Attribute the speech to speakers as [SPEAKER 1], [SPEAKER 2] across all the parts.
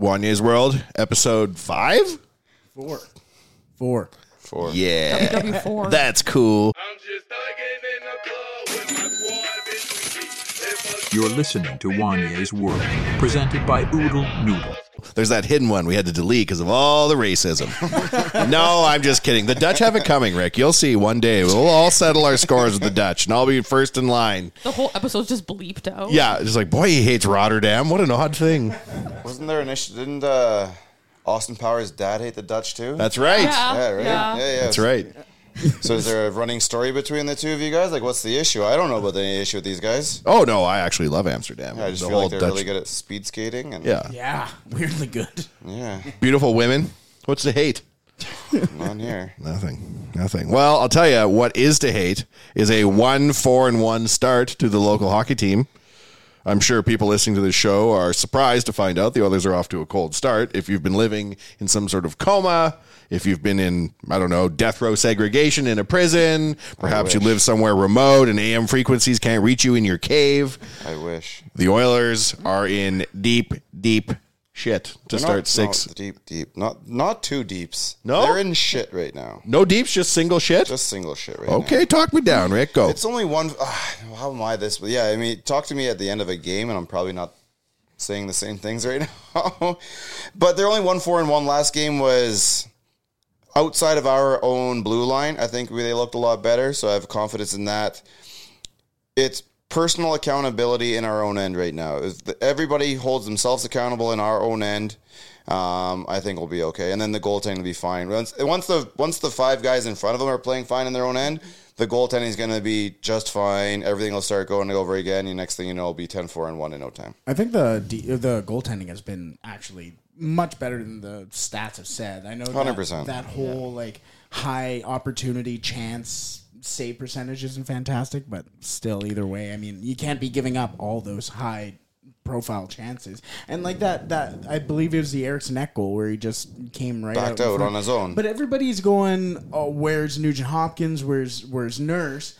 [SPEAKER 1] Wanya's World, episode five.
[SPEAKER 2] Four. Four.
[SPEAKER 3] For
[SPEAKER 1] Yeah,
[SPEAKER 4] W4.
[SPEAKER 1] that's cool.
[SPEAKER 5] I'm just thugging in the club with my squad, bitch. We deep. If
[SPEAKER 6] You're listening to Wanye's World, presented by Oodle Noodle.
[SPEAKER 1] There's that hidden one we had to delete because of all the racism. no, I'm just kidding. The Dutch have it coming, Rick. You'll see one day. We'll all settle our scores with the Dutch, and I'll be first in line.
[SPEAKER 4] The whole episode's just bleeped out.
[SPEAKER 1] Yeah, just like boy, he hates Rotterdam. What an odd thing.
[SPEAKER 3] wasn't there an issue? Didn't uh, Austin Powers' dad hate the Dutch too?
[SPEAKER 1] That's right.
[SPEAKER 4] Yeah.
[SPEAKER 3] yeah, right.
[SPEAKER 4] yeah.
[SPEAKER 3] Yeah, yeah.
[SPEAKER 1] That's right.
[SPEAKER 3] So is there a running story between the two of you guys? Like, what's the issue? I don't know about any issue with these guys.
[SPEAKER 1] Oh no, I actually love Amsterdam.
[SPEAKER 3] I just
[SPEAKER 1] The
[SPEAKER 3] feel
[SPEAKER 1] whole
[SPEAKER 3] like they're really good at speed skating and
[SPEAKER 1] Yeah.
[SPEAKER 2] Yeah. Weirdly good.
[SPEAKER 3] yeah,
[SPEAKER 1] beautiful women. What's to hate?
[SPEAKER 3] not here.
[SPEAKER 1] Nothing. Nothing. Well, I'll tell you what is to hate is a one four and one start to the local hockey team. I'm sure people listening to this show are surprised to find out the others are off to a cold start. If you've been living in some sort of coma, if you've been in, I don't know, death row segregation in a prison, perhaps you
[SPEAKER 3] wish.
[SPEAKER 1] live somewhere remote and AM frequencies can't reach you in your cave.
[SPEAKER 3] I wish
[SPEAKER 1] The Oilers are in deep, deep shit to
[SPEAKER 3] They're
[SPEAKER 1] start
[SPEAKER 3] not-
[SPEAKER 1] six.
[SPEAKER 3] no, deep, deep, not not two deeps.
[SPEAKER 1] No?
[SPEAKER 3] they're in shit right now.
[SPEAKER 1] No, deeps, just single shit.
[SPEAKER 3] Just single shit right now.
[SPEAKER 1] okay, talk me down, Rick. Go.
[SPEAKER 3] It's only one. ah, how am I this? But yeah, I mean, talk to me at the end of a game, and I'm probably not saying the same things right now. but they're only one four and one. Last game was outside of our own blue line. I think we, they looked a lot better, so I have confidence in that. It's personal accountability in our own end right now. If the, everybody holds themselves accountable in our own end. Um, I think we'll be okay, and then the goaltending will be fine. Once, once the once the five guys in front of them are playing fine in their own end, the goaltending is going to be just fine. Everything will start going over again. And next thing you know, it'll be 10-4 and one in no time.
[SPEAKER 2] I think the D, the goaltending has been actually much better than the stats have said. I know that-
[SPEAKER 3] 100%.
[SPEAKER 2] that whole like high opportunity chance save percentage isn't fantastic, but still either way, I mean, you can't be giving up all those high profile chances. And like that that I believe it was the Erickson Eck goal where he just came right
[SPEAKER 3] Backed
[SPEAKER 2] in
[SPEAKER 3] out
[SPEAKER 2] front.
[SPEAKER 3] on his own.
[SPEAKER 2] But everybody's going, oh, where's Nugent Hopkins? Where's where's Nurse?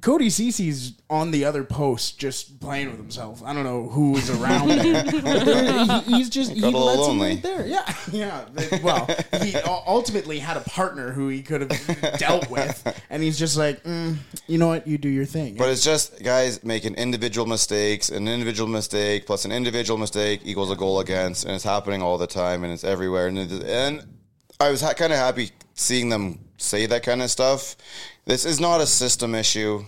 [SPEAKER 2] Cody Cece's on the other post, just playing with himself. I don't know who was around. there. But there- he- he's just he
[SPEAKER 3] got a little
[SPEAKER 2] lets him
[SPEAKER 3] lonely.
[SPEAKER 2] right there. Yeah, yeah. They- Well, he u- ultimately had a partner who he could have dealt with, and he's just like, mm, you know what, you do your thing.
[SPEAKER 3] But it's just guys making individual mistakes. An individual mistake plus an individual mistake equals a goal against, and it's happening all the time, and it's everywhere. And, it, and I was ha- kind of happy seeing them say that kind of stuff. This is not a system issue.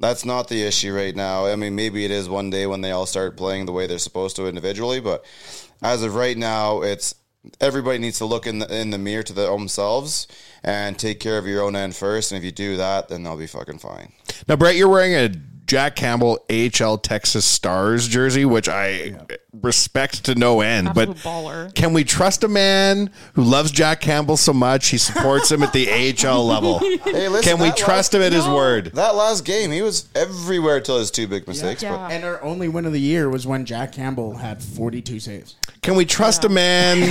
[SPEAKER 3] That's not the issue right now. I mean, maybe it is one day when they all start playing the way they're supposed to individually, but as of right now, it's everybody needs to look in the, in the mirror to their own selves and take care of your own end first. And if you do that, then they'll be fucking fine.
[SPEAKER 1] Now, Brett, you're wearing a Jack Campbell AHL Texas Stars jersey, which I respect to no end.
[SPEAKER 4] Absolute
[SPEAKER 1] but
[SPEAKER 4] baller.
[SPEAKER 1] can we trust a man who loves Jack Campbell so much he supports him at the AHL level?
[SPEAKER 3] Hey, listen,
[SPEAKER 1] Can we
[SPEAKER 3] that
[SPEAKER 1] trust him at his
[SPEAKER 4] No.
[SPEAKER 1] word?
[SPEAKER 3] Last, that last game, he was everywhere till his two big mistakes.
[SPEAKER 4] Yeah.
[SPEAKER 2] and our only win of the year was when Jack Campbell had 42 saves.
[SPEAKER 1] Can we trust a man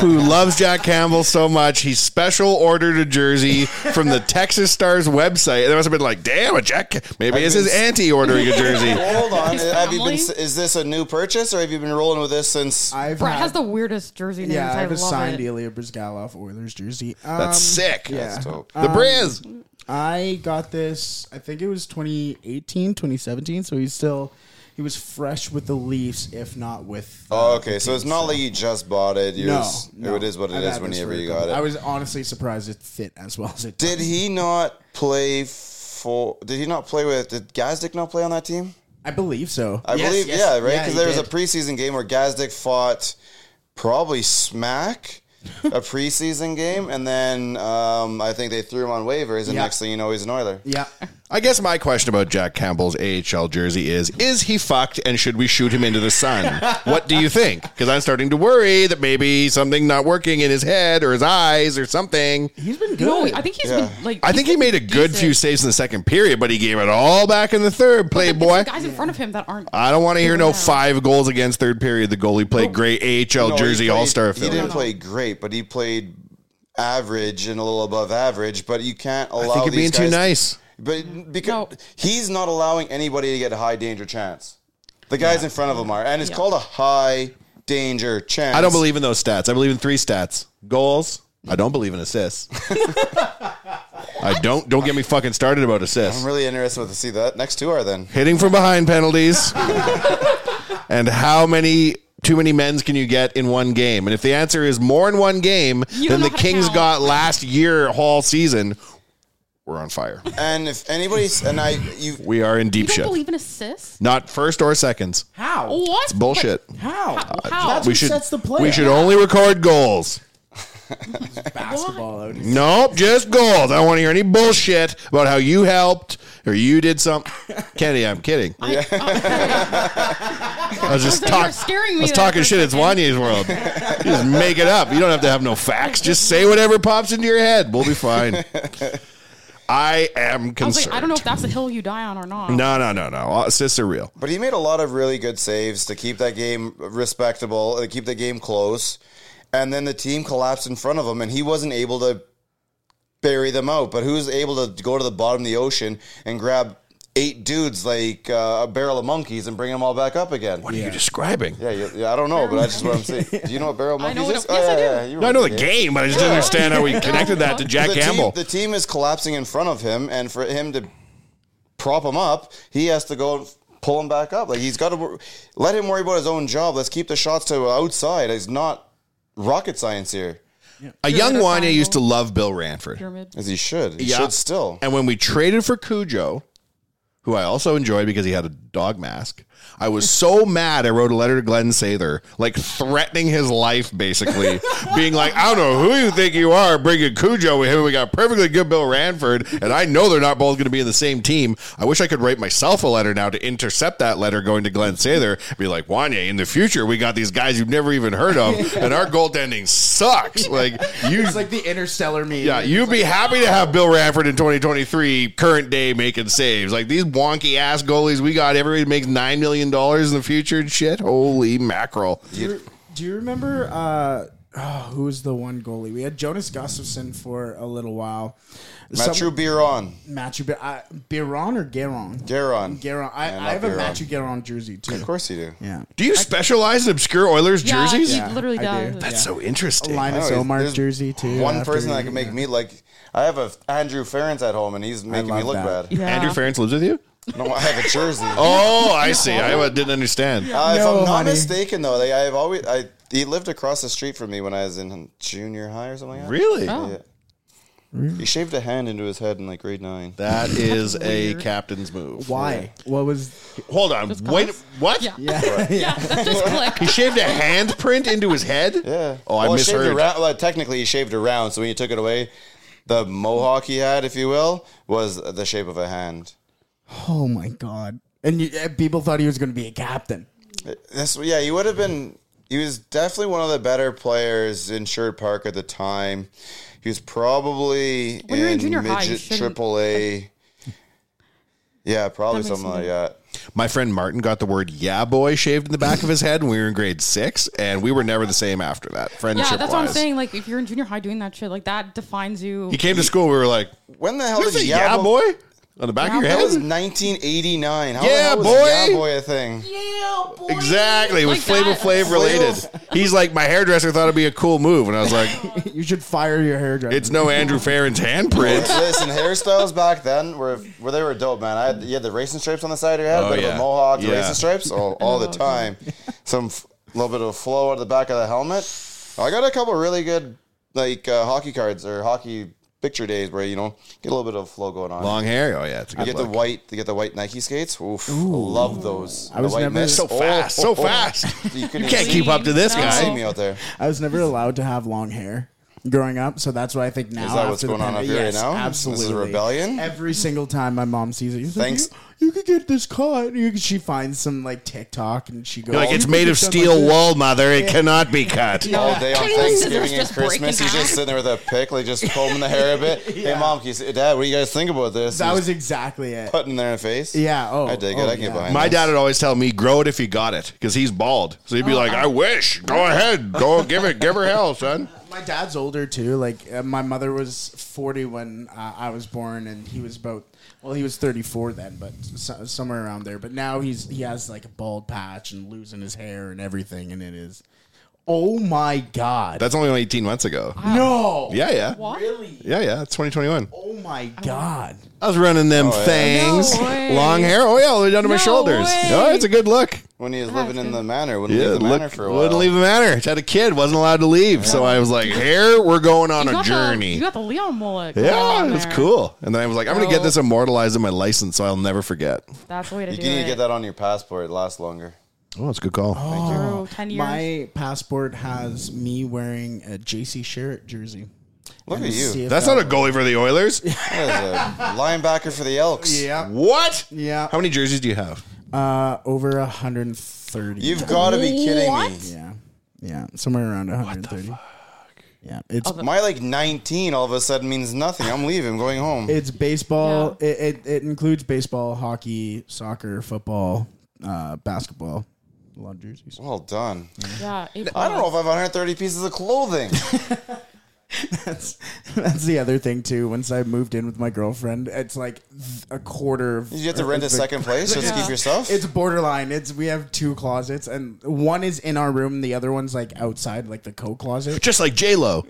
[SPEAKER 1] who loves Jack Campbell so much he special ordered a jersey from the Texas Stars website? And I must have been like, damn, a Jack. Maybe it's his auntie ordering a jersey.
[SPEAKER 3] But hold on,
[SPEAKER 4] His
[SPEAKER 3] have you been?
[SPEAKER 4] family?
[SPEAKER 3] Is this a new purchase, or have you been rolling with this since?
[SPEAKER 2] I've
[SPEAKER 4] Brett
[SPEAKER 2] had-
[SPEAKER 4] has the weirdest jersey names.
[SPEAKER 2] yeah,
[SPEAKER 4] I,
[SPEAKER 2] I've
[SPEAKER 4] love
[SPEAKER 2] signed
[SPEAKER 4] it.
[SPEAKER 2] Ilya Brizgalov Oilers jersey. Um,
[SPEAKER 1] That's sick.
[SPEAKER 2] yeah.
[SPEAKER 3] dope.
[SPEAKER 1] The Briz.
[SPEAKER 2] I got this, I think it was 2018, 2017. So he's still, he was fresh with the Leafs, if not with. uh,
[SPEAKER 3] oh, okay, so it's not like you just bought it. You
[SPEAKER 2] no,
[SPEAKER 3] just-
[SPEAKER 2] no.
[SPEAKER 3] it is what it
[SPEAKER 2] I've
[SPEAKER 3] is
[SPEAKER 2] had this for
[SPEAKER 3] Whenever
[SPEAKER 2] a
[SPEAKER 3] you
[SPEAKER 2] couple-
[SPEAKER 3] got it,
[SPEAKER 2] I was honestly surprised it fit as well as it
[SPEAKER 3] Did he not play for? Did he not play with? Did Gazdick not play on that team?
[SPEAKER 2] I believe so.
[SPEAKER 3] I
[SPEAKER 2] Yes,
[SPEAKER 3] believe,
[SPEAKER 2] yes,
[SPEAKER 3] yeah, right.
[SPEAKER 2] he
[SPEAKER 3] Because there was a
[SPEAKER 2] did.
[SPEAKER 3] preseason game where Gazdick fought probably Smack. a preseason game, and then um, I think they threw him on waivers, and
[SPEAKER 2] Yeah.
[SPEAKER 3] next thing you know, he's an Oiler.
[SPEAKER 2] Yeah.
[SPEAKER 1] I guess my question about Jack Campbell's AHL jersey is is he fucked and should we shoot him into the sun? what do you think? Because I'm starting to worry that maybe something not working in his head or his eyes or something.
[SPEAKER 2] He's been good.
[SPEAKER 4] No, I think he's
[SPEAKER 3] Yeah.
[SPEAKER 4] been like.
[SPEAKER 1] I think he made a good few saves in the second period, but he gave it all back in the third,
[SPEAKER 4] boy.
[SPEAKER 1] playboy.
[SPEAKER 4] Guys in front of him that aren't.
[SPEAKER 1] I don't want to hear no five goals against third period. The goalie played great AHL
[SPEAKER 3] Oh. No, he
[SPEAKER 1] jersey
[SPEAKER 3] played-
[SPEAKER 1] all star
[SPEAKER 3] He
[SPEAKER 1] film.
[SPEAKER 3] didn't play great, but he played average and a little above average. But you can't allow.
[SPEAKER 1] I think you're
[SPEAKER 3] these
[SPEAKER 1] being too
[SPEAKER 3] guys-
[SPEAKER 1] nice.
[SPEAKER 3] But because
[SPEAKER 4] No.
[SPEAKER 3] he's not allowing anybody to get a high danger chance. The guys in front of him are, and it's
[SPEAKER 4] Yeah.
[SPEAKER 3] called a high danger, chance.
[SPEAKER 1] I don't believe in those stats. I believe in three stats: goals. I don't believe in assists. I don't. Don't get me fucking started about assists.
[SPEAKER 3] I'm really interested to see that next two are then.
[SPEAKER 1] Hitting from behind penalties. and how many too many men's can you get in one game? And if the answer is more in one game
[SPEAKER 4] You
[SPEAKER 1] than
[SPEAKER 4] don't know
[SPEAKER 1] the
[SPEAKER 4] how to
[SPEAKER 1] Kings
[SPEAKER 4] count.
[SPEAKER 1] got last year whole season, we're on fire.
[SPEAKER 3] And if anybody's and I you
[SPEAKER 1] We are in
[SPEAKER 4] You
[SPEAKER 1] deep
[SPEAKER 4] don't
[SPEAKER 1] shit.
[SPEAKER 4] believe in assists?
[SPEAKER 1] Not first or seconds.
[SPEAKER 2] How?
[SPEAKER 4] What?
[SPEAKER 1] It's bullshit.
[SPEAKER 2] How?
[SPEAKER 4] How?
[SPEAKER 2] That's
[SPEAKER 1] we
[SPEAKER 2] what
[SPEAKER 1] should
[SPEAKER 2] sets the play.
[SPEAKER 1] we should only record goals.
[SPEAKER 2] basketball out.
[SPEAKER 1] Nope, just goals. I don't want to hear any bullshit about how you helped or you did something. Kennedy, I'm kidding. I,
[SPEAKER 4] oh,
[SPEAKER 1] was just
[SPEAKER 4] I thought you were
[SPEAKER 1] talking.
[SPEAKER 4] scaring
[SPEAKER 1] I
[SPEAKER 4] me
[SPEAKER 1] was
[SPEAKER 4] there
[SPEAKER 1] talking
[SPEAKER 4] for a
[SPEAKER 1] shit. It's
[SPEAKER 4] second.
[SPEAKER 1] Wanya's world. You just make it up. You don't have to have no facts. Just say whatever pops into your head. We'll be fine. I am
[SPEAKER 4] I was
[SPEAKER 1] concerned.
[SPEAKER 4] like, I don't know if that's the hill you die on or not.
[SPEAKER 1] No, no, no, no. Assists are real.
[SPEAKER 3] But he made a lot of really good saves to keep that game respectable, to keep the game close. And then the team collapsed in front of him, and he wasn't able to bury them out. But who's able to go to the bottom of the ocean and grab eight dudes like uh, a barrel of monkeys and bring them all back up again?
[SPEAKER 1] What are you describing?
[SPEAKER 3] Yeah, you, yeah, I don't know, but that's just what I'm saying. Do you know what barrel
[SPEAKER 4] I
[SPEAKER 3] monkeys
[SPEAKER 4] know
[SPEAKER 3] is? Oh,
[SPEAKER 4] what a- yes, I do.
[SPEAKER 3] you
[SPEAKER 1] No, I know the game, but I just didn't understand how we connected that to Jack
[SPEAKER 3] the
[SPEAKER 1] Campbell.
[SPEAKER 3] Team, the team is collapsing in front of him, and for him to prop him up, he has to go and pull him back up. Like he's got to wor- let him worry about his own job. Let's keep the shots to outside. It's not rocket science here,
[SPEAKER 1] A young
[SPEAKER 4] Pyramid or
[SPEAKER 1] Wanya used to
[SPEAKER 4] triangle?
[SPEAKER 1] love Bill Ranford.
[SPEAKER 4] Pyramid.
[SPEAKER 3] as he should. He
[SPEAKER 1] Yeah.
[SPEAKER 3] should still.
[SPEAKER 1] And when we traded for Cujo, who I also enjoyed because he had a dog mask, I was so mad I wrote a letter to Glenn Sather, like threatening his life, basically, being like, I don't know who you think you are bringing Cujo here. We got perfectly good Bill Ranford, and I know they're not both going to be in the same team. I wish I could write myself a letter now to intercept that letter going to Glenn Sather, be like, Wanya, in the future, we got these guys you've never even heard of, and our goaltending sucks. Like, you
[SPEAKER 2] It's like the interstellar meme.
[SPEAKER 1] yeah, you'd be happy to have Bill Ranford in 2023, current day making saves. Like these wonky ass goalies we got, everybody makes $9 million in the future and shit. Holy mackerel.
[SPEAKER 2] Do you, do you remember uh, oh, who was the one goalie? We had Jonas Gustafsson for a little while.
[SPEAKER 3] Matthew Biron,
[SPEAKER 2] Matthew Bir- I- uh, Biron or Garon?
[SPEAKER 3] Garon.
[SPEAKER 2] Garon. I,
[SPEAKER 3] Yeah,
[SPEAKER 2] I
[SPEAKER 3] not
[SPEAKER 2] have a
[SPEAKER 3] Biron.
[SPEAKER 2] Matthew Garon jersey too.
[SPEAKER 3] Of course you do.
[SPEAKER 2] Yeah.
[SPEAKER 1] Do you specialize in obscure Oilers
[SPEAKER 4] Yeah,
[SPEAKER 1] jerseys?
[SPEAKER 4] he
[SPEAKER 2] Yeah,
[SPEAKER 4] literally
[SPEAKER 2] I
[SPEAKER 4] does.
[SPEAKER 2] do.
[SPEAKER 1] That's
[SPEAKER 4] Yeah.
[SPEAKER 1] so interesting.
[SPEAKER 3] I know,
[SPEAKER 2] Linus
[SPEAKER 3] he's-
[SPEAKER 2] Omar's
[SPEAKER 3] Oh, there's
[SPEAKER 2] jersn- jersey too.
[SPEAKER 3] One
[SPEAKER 2] after
[SPEAKER 3] person that
[SPEAKER 2] he-
[SPEAKER 3] can make me like I have a Andrew Ference at home, and he's making me
[SPEAKER 2] love
[SPEAKER 3] look
[SPEAKER 2] that.
[SPEAKER 3] bad.
[SPEAKER 4] Yeah.
[SPEAKER 1] Andrew Ference lives with you?
[SPEAKER 3] No, I have a jersey.
[SPEAKER 1] Oh, I see. I didn't understand.
[SPEAKER 3] Uh, if
[SPEAKER 2] No,
[SPEAKER 3] I'm not
[SPEAKER 2] honey.
[SPEAKER 3] mistaken, though, like, I've always I he lived across the street from me when I was in junior high or something. Like that.
[SPEAKER 1] Really?
[SPEAKER 4] Oh.
[SPEAKER 3] Yeah. He shaved a hand into his head in like grade nine.
[SPEAKER 1] That is a captain's move.
[SPEAKER 2] Why? What was?
[SPEAKER 1] Hold on. Wait,
[SPEAKER 4] cause-
[SPEAKER 1] what?
[SPEAKER 4] Yeah. yeah.
[SPEAKER 2] Yeah.
[SPEAKER 4] That just
[SPEAKER 1] He
[SPEAKER 4] clicked.
[SPEAKER 1] shaved a handprint into his head?
[SPEAKER 3] Yeah.
[SPEAKER 1] Oh, I
[SPEAKER 3] Well, he shaved
[SPEAKER 1] misheard.
[SPEAKER 3] Around, well, technically, he shaved around, so when you took it away, the mohawk he had, if you will, was the shape of a hand.
[SPEAKER 2] Oh my god! And you, uh, people thought he was going to be a captain.
[SPEAKER 3] That's yeah. He would have been. He was definitely one of the better players in Sherwood Park at the time. He was probably
[SPEAKER 4] When you're in junior high, you
[SPEAKER 3] midget
[SPEAKER 4] shouldn't-
[SPEAKER 3] triple A. Yeah, probably
[SPEAKER 4] That makes
[SPEAKER 3] something like
[SPEAKER 4] me-
[SPEAKER 3] that.
[SPEAKER 1] My friend Martin got the word "yeah boy" shaved in the back of his head when we were in grade six, and we were never the same after that. Friendship,
[SPEAKER 4] Yeah, that's what I'm
[SPEAKER 1] wise.
[SPEAKER 4] saying. Like, if you're in junior high doing that shit, like that defines you.
[SPEAKER 1] He came to school. We were like,
[SPEAKER 3] When the hell
[SPEAKER 1] "There's
[SPEAKER 3] did
[SPEAKER 1] a yeah
[SPEAKER 3] Yabo-
[SPEAKER 1] boy on the back of your
[SPEAKER 4] Yeah
[SPEAKER 3] That was
[SPEAKER 1] head."
[SPEAKER 3] 1989. How
[SPEAKER 1] Yeah,
[SPEAKER 3] the hell
[SPEAKER 1] boy.
[SPEAKER 3] was Yeah Boy a thing?
[SPEAKER 1] Exactly, it was
[SPEAKER 4] Like
[SPEAKER 1] Flavor
[SPEAKER 4] that.
[SPEAKER 1] Flav related. He's like, my hairdresser thought it'd be a cool move, and I was like,
[SPEAKER 2] You should fire your hairdresser.
[SPEAKER 1] it's no Andrew Farron's handprint.
[SPEAKER 3] Listen, hairstyles back then were were they were dope, man. I had, you had the racing stripes on the side of your head,
[SPEAKER 1] Oh,
[SPEAKER 3] a bit of
[SPEAKER 1] yeah.
[SPEAKER 3] a mohawk, the
[SPEAKER 1] Yeah.
[SPEAKER 3] racing stripes, all, all the time. Some f- little bit of flow out of the back of the helmet. I got a couple really good like uh, hockey cards or hockey picture days where you know get a little bit of flow going on.
[SPEAKER 1] Long hair. Oh yeah, it's a
[SPEAKER 3] you
[SPEAKER 1] good
[SPEAKER 3] get
[SPEAKER 1] look.
[SPEAKER 3] the white, you get the white Nike skates. Oof, love those. I
[SPEAKER 2] was
[SPEAKER 3] the white
[SPEAKER 2] never-
[SPEAKER 3] mitts.
[SPEAKER 1] so
[SPEAKER 3] Oh,
[SPEAKER 1] fast,
[SPEAKER 3] oh,
[SPEAKER 1] so
[SPEAKER 3] oh.
[SPEAKER 1] fast.
[SPEAKER 3] You couldn't
[SPEAKER 1] You
[SPEAKER 3] even
[SPEAKER 1] can't
[SPEAKER 3] see-
[SPEAKER 1] keep up to this
[SPEAKER 4] No.
[SPEAKER 3] see
[SPEAKER 1] guy.
[SPEAKER 3] me out there.
[SPEAKER 2] I was never allowed to have long hair growing up, so that's why I think now.
[SPEAKER 3] Is that what's
[SPEAKER 2] after the
[SPEAKER 3] going on up
[SPEAKER 2] pandemic-
[SPEAKER 3] here right
[SPEAKER 2] yes,
[SPEAKER 3] now?
[SPEAKER 2] Absolutely.
[SPEAKER 3] This is a rebellion?
[SPEAKER 2] Every single time my mom sees it, she's like,
[SPEAKER 3] Thanks.
[SPEAKER 2] You, you could get this caught. You, could- she finds some like TikTok and she goes, "Oh,
[SPEAKER 1] You're like,
[SPEAKER 2] "You
[SPEAKER 1] it's
[SPEAKER 2] could
[SPEAKER 1] made
[SPEAKER 2] get
[SPEAKER 1] of
[SPEAKER 2] done
[SPEAKER 1] steel
[SPEAKER 2] like
[SPEAKER 1] wool, mother. It cannot be cut.
[SPEAKER 3] all day on
[SPEAKER 4] Cutting the scissors
[SPEAKER 3] Thanksgiving and
[SPEAKER 4] just break
[SPEAKER 3] Christmas.
[SPEAKER 4] in
[SPEAKER 3] He's just
[SPEAKER 4] half.
[SPEAKER 3] sitting there with a pick, like just combing the hair a bit. Hey, mom, can you say, Dad, what do you guys think about this?
[SPEAKER 2] this." That
[SPEAKER 3] He's
[SPEAKER 2] was exactly it.
[SPEAKER 3] putting in their face.
[SPEAKER 2] Yeah, oh,
[SPEAKER 3] I dig it.
[SPEAKER 2] oh,
[SPEAKER 3] I can
[SPEAKER 2] yeah.
[SPEAKER 3] get behind.
[SPEAKER 1] My
[SPEAKER 3] this.
[SPEAKER 1] dad would always tell me, "Grow it if
[SPEAKER 4] Oh.
[SPEAKER 1] you got it," because he's bald. So he'd be like, "I wish. Go ahead. Go give it. Give her hell, son."
[SPEAKER 2] My dad's older too. Like uh, my mother was forty when uh, I was born, and he was about well, he was thirty four then, but so, somewhere around there. But now he's he has like a bald patch and losing his hair and everything, and it is, oh my god,
[SPEAKER 1] That's only 18 months ago.
[SPEAKER 2] no,
[SPEAKER 1] Yeah, yeah.
[SPEAKER 4] What?
[SPEAKER 2] really,
[SPEAKER 1] Yeah, yeah. It's Oh, 2021.
[SPEAKER 2] oh my god,
[SPEAKER 1] I was running them
[SPEAKER 3] yeah.
[SPEAKER 1] things.
[SPEAKER 4] No way.
[SPEAKER 1] Long hair. Oh, yeah, all the way down to my
[SPEAKER 4] No
[SPEAKER 1] shoulders.
[SPEAKER 4] way.
[SPEAKER 1] Oh, it's a good look.
[SPEAKER 3] When he was
[SPEAKER 4] Oh, That's
[SPEAKER 3] living in
[SPEAKER 4] good.
[SPEAKER 3] the manor, wouldn't
[SPEAKER 1] Yeah,
[SPEAKER 3] leave the manor
[SPEAKER 1] look,
[SPEAKER 3] for a while.
[SPEAKER 1] wouldn't leave the manor. Just Had a kid, wasn't allowed to leave. So I was like, here, we're going on
[SPEAKER 4] You
[SPEAKER 1] a
[SPEAKER 4] got the-
[SPEAKER 1] journey.
[SPEAKER 4] you got the Leon mullet. going
[SPEAKER 1] yeah,
[SPEAKER 4] on
[SPEAKER 1] it's
[SPEAKER 4] there.
[SPEAKER 1] cool. And then I was like, I'm going to get
[SPEAKER 4] No.
[SPEAKER 1] this immortalized in my license so I'll never forget.
[SPEAKER 4] That's the way to
[SPEAKER 3] You
[SPEAKER 4] do
[SPEAKER 3] need
[SPEAKER 4] it.
[SPEAKER 3] to get that on your passport. It lasts longer.
[SPEAKER 1] Oh, it's a good call.
[SPEAKER 4] Drew, ten years.
[SPEAKER 2] my passport has me wearing a JC Sherritt jersey.
[SPEAKER 3] Look
[SPEAKER 2] And
[SPEAKER 3] at
[SPEAKER 2] a
[SPEAKER 3] you.
[SPEAKER 2] CFL.
[SPEAKER 1] That's not a goalie for the Oilers.
[SPEAKER 3] That is a linebacker for the Elks.
[SPEAKER 2] Yeah,
[SPEAKER 1] what?
[SPEAKER 2] Yeah.
[SPEAKER 1] How many jerseys do you have?
[SPEAKER 2] uh, over hundred and thirty.
[SPEAKER 3] You've got to be kidding
[SPEAKER 4] What?
[SPEAKER 3] me.
[SPEAKER 2] Yeah. Yeah. Somewhere around 130. Yeah. It's
[SPEAKER 3] My like 19 all of a sudden means nothing. I'm leaving, I'm going home.
[SPEAKER 2] it's baseball. It, it it includes baseball, hockey, soccer, football, uh, basketball. A lot of jerseys.
[SPEAKER 3] well done.
[SPEAKER 4] Yeah, April.
[SPEAKER 3] I don't know if I have 130 pieces of clothing.
[SPEAKER 2] That's that's the other thing too. Once I moved in with my girlfriend, it's like th- a quarter of
[SPEAKER 3] Did you have to rent a
[SPEAKER 2] the-
[SPEAKER 3] second place just to keep your stuff?
[SPEAKER 2] It's borderline. It's we have two closets and one is in our room, the other one's like outside like the coat closet.
[SPEAKER 1] Just like J Lo.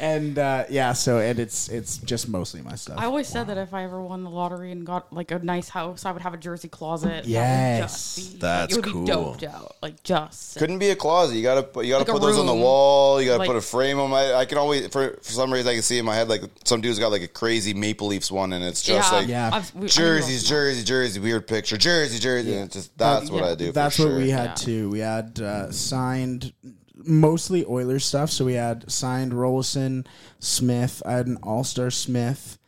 [SPEAKER 2] And uh, yeah, so and it's it's just mostly my stuff.
[SPEAKER 4] I always said that if I ever won the lottery and got like a nice house, I would have a jersey closet.
[SPEAKER 2] Yes.
[SPEAKER 1] That's
[SPEAKER 4] That would just be-
[SPEAKER 1] cool.
[SPEAKER 4] It would be doped out. Like just.
[SPEAKER 3] Couldn't be a closet. You gotta put you gotta
[SPEAKER 4] Like a
[SPEAKER 3] put those on the
[SPEAKER 4] room.
[SPEAKER 3] wall. You gotta
[SPEAKER 4] Like-
[SPEAKER 3] put a frame on my. I can always for, for some reason I can see in my head like some dude's got like a crazy Maple Leafs one, and it's just like
[SPEAKER 2] Yeah.
[SPEAKER 4] I've- we- I
[SPEAKER 3] jerseys,
[SPEAKER 4] know.
[SPEAKER 3] jersey, jersey, weird picture, jersey, jersey. And it's just that's what
[SPEAKER 4] yeah.
[SPEAKER 3] I do.
[SPEAKER 2] That's
[SPEAKER 3] for
[SPEAKER 2] what
[SPEAKER 3] sure.
[SPEAKER 2] we had
[SPEAKER 4] Yeah.
[SPEAKER 2] too. We had uh, signed mostly Oilers stuff. So we had signed Rollison, Smith. I had an All Star Smith,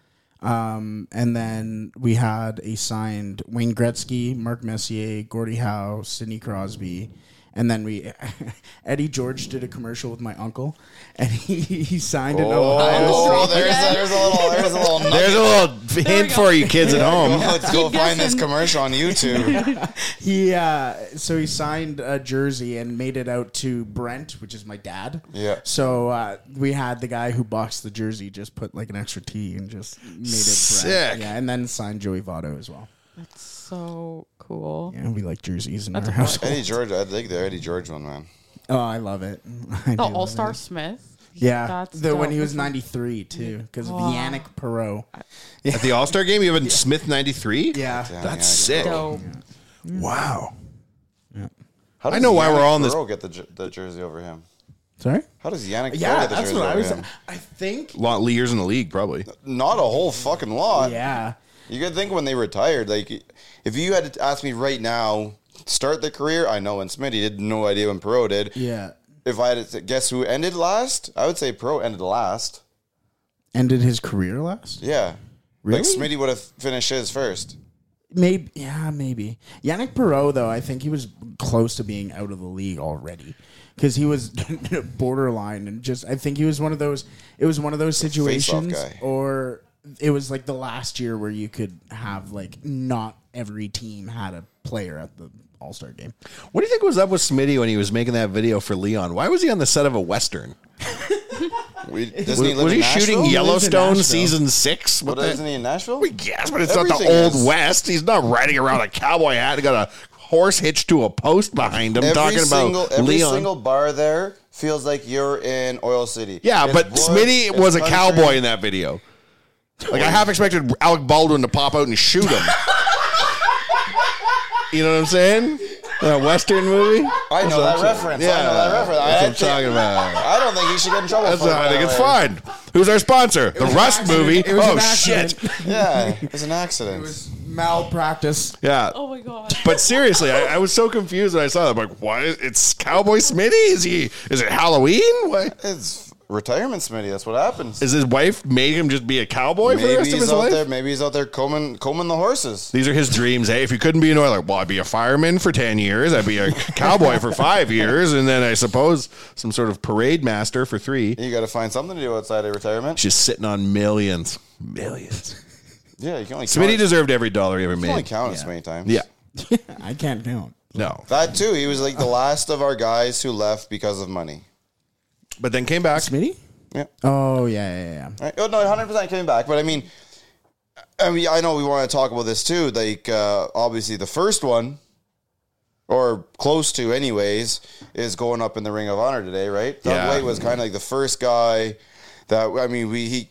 [SPEAKER 2] um, and then we had a signed Wayne Gretzky, Mark Messier, Gordie Howe, Sidney Crosby. And then we, Eddie George did a commercial with my uncle, and he, he signed an Ohio.
[SPEAKER 3] Oh, there's, there's a little, there's a little.
[SPEAKER 1] There's
[SPEAKER 3] nugget.
[SPEAKER 1] a little hint
[SPEAKER 4] go.
[SPEAKER 1] for you kids at home.
[SPEAKER 3] Let's go find this
[SPEAKER 4] guessing.
[SPEAKER 3] commercial on YouTube.
[SPEAKER 2] He uh, so he signed a jersey and made it out to Brent, which is my dad.
[SPEAKER 3] Yeah.
[SPEAKER 2] So uh, we had the guy who boxed the jersey just put like an extra T and just made it Brent.
[SPEAKER 1] Sick.
[SPEAKER 2] Yeah, and then signed Joey Votto as well.
[SPEAKER 4] That's so cool.
[SPEAKER 2] Yeah, we like jerseys in our household.
[SPEAKER 3] Eddie George, I think the Eddie George one, man.
[SPEAKER 2] Oh, I love it. I do
[SPEAKER 4] The
[SPEAKER 2] love
[SPEAKER 4] All Star
[SPEAKER 2] it.
[SPEAKER 4] Smith.
[SPEAKER 2] Yeah,
[SPEAKER 4] That's
[SPEAKER 2] the when
[SPEAKER 4] dope.
[SPEAKER 2] he was ninety three too, because of
[SPEAKER 4] Wow.
[SPEAKER 2] Yannick Perot.
[SPEAKER 1] At the All Star game, you have a Smith 93?
[SPEAKER 2] Yeah,
[SPEAKER 3] Damn,
[SPEAKER 1] That's
[SPEAKER 3] yeah.
[SPEAKER 1] sick.
[SPEAKER 4] Dope.
[SPEAKER 1] Wow.
[SPEAKER 3] How
[SPEAKER 1] I
[SPEAKER 3] does
[SPEAKER 1] know why we're
[SPEAKER 3] Yannick
[SPEAKER 1] all in this-
[SPEAKER 3] Perot Get the, jer- the jersey over him.
[SPEAKER 2] sorry.
[SPEAKER 3] How does Yannick? Perot
[SPEAKER 2] Yeah,
[SPEAKER 3] get the
[SPEAKER 2] that's
[SPEAKER 3] jersey
[SPEAKER 2] what I
[SPEAKER 3] over
[SPEAKER 2] was.
[SPEAKER 3] him?
[SPEAKER 2] I think.
[SPEAKER 1] Lot years in the league, probably.
[SPEAKER 3] Not a whole fucking lot.
[SPEAKER 2] Yeah.
[SPEAKER 3] You could think when they retired, like if you had to ask me right now, start the career. I know when Smitty did, no idea when Perot did.
[SPEAKER 2] Yeah.
[SPEAKER 3] If I had to say- guess who ended last, I would say Perot ended last.
[SPEAKER 2] Ended his career last.
[SPEAKER 3] Yeah,
[SPEAKER 2] Really?
[SPEAKER 3] like Smitty would have finished his first.
[SPEAKER 2] Maybe, yeah, maybe. Yannick Perot, though, I think he was close to being out of the league already because he was borderline and just. I think he was one of those. It was one of those situations,
[SPEAKER 3] guy.
[SPEAKER 2] or it was like the last year where you could have like not every team had a player at the All Star game.
[SPEAKER 1] What do you think was up with Smitty when he was making that video for Leon? Why was he on the set of a Western?
[SPEAKER 3] We, doesn't
[SPEAKER 1] Was,
[SPEAKER 3] he live
[SPEAKER 1] was
[SPEAKER 3] in
[SPEAKER 1] he
[SPEAKER 3] Nashville?
[SPEAKER 1] shooting
[SPEAKER 2] He lives in
[SPEAKER 1] Yellowstone
[SPEAKER 2] Nashville.
[SPEAKER 1] season six? What
[SPEAKER 3] But
[SPEAKER 1] the-
[SPEAKER 3] isn't he in Nashville?
[SPEAKER 1] We guess, but it's not
[SPEAKER 3] Everything
[SPEAKER 1] the old
[SPEAKER 3] is.
[SPEAKER 1] west. He's not riding around a cowboy hat and got a horse hitched to a post behind him talking
[SPEAKER 3] single,
[SPEAKER 1] about
[SPEAKER 3] every
[SPEAKER 1] Leon.
[SPEAKER 3] single bar there feels like you're in Oil City.
[SPEAKER 1] yeah,
[SPEAKER 3] It's
[SPEAKER 1] but
[SPEAKER 3] woods,
[SPEAKER 1] Smitty
[SPEAKER 3] it's
[SPEAKER 1] was a
[SPEAKER 3] country.
[SPEAKER 1] cowboy in that video. Like I half expected Alec Baldwin to pop out and shoot him. you know what I'm saying? That western movie.
[SPEAKER 3] I know that reference. I know that reference.
[SPEAKER 1] That's
[SPEAKER 3] I,
[SPEAKER 1] what I'm talking about.
[SPEAKER 3] I don't think he should get in trouble.
[SPEAKER 1] That's
[SPEAKER 3] for it,
[SPEAKER 1] what I think
[SPEAKER 3] by
[SPEAKER 1] it's
[SPEAKER 3] the way.
[SPEAKER 1] fine. Who's our sponsor? The
[SPEAKER 2] was an
[SPEAKER 1] Rust
[SPEAKER 2] accident.
[SPEAKER 1] movie.
[SPEAKER 2] It was
[SPEAKER 1] oh
[SPEAKER 2] an
[SPEAKER 1] shit!
[SPEAKER 2] accident.
[SPEAKER 3] Yeah, it was an accident.
[SPEAKER 2] Malpractice.
[SPEAKER 1] Yeah.
[SPEAKER 4] Oh my god.
[SPEAKER 1] But seriously, I, I was so confused when I saw that. I'm like, why? It's Cowboy Smitty? Is he? Is it Halloween? Why?
[SPEAKER 3] It's retirement, Smitty. That's what happens.
[SPEAKER 1] Is his wife made him just be a cowboy for the
[SPEAKER 3] maybe
[SPEAKER 1] rest of
[SPEAKER 3] he's
[SPEAKER 1] his
[SPEAKER 3] out
[SPEAKER 1] life?
[SPEAKER 3] there. Maybe he's out there combing combing the horses.
[SPEAKER 1] These are his dreams. Hey, if you couldn't be an oiler, well, I'd be a fireman for ten years. I'd be a cowboy for five years, and then I suppose some sort of parade master for three.
[SPEAKER 3] You got to find something to do outside of retirement.
[SPEAKER 1] Just sitting on millions, millions.
[SPEAKER 3] Yeah, you can only
[SPEAKER 1] Smitty
[SPEAKER 3] count, you
[SPEAKER 1] deserved every dollar he ever
[SPEAKER 3] can only
[SPEAKER 1] made.
[SPEAKER 3] count as many times.
[SPEAKER 1] Yeah,
[SPEAKER 2] I can't count.
[SPEAKER 1] no.
[SPEAKER 3] that too. He was like the last of our guys who left because of money.
[SPEAKER 1] but then came back.
[SPEAKER 2] Smitty?
[SPEAKER 3] Yeah.
[SPEAKER 2] Oh, yeah, yeah, yeah.
[SPEAKER 3] Right. Oh no, hundred percent coming back. But I mean, I mean, I know we want to talk about this too. Like, uh, obviously, the first one, or close to, anyways, is going up in the Ring of Honor today, right? Doug
[SPEAKER 1] Yeah.
[SPEAKER 3] White was kind of like the first guy that I mean, we he.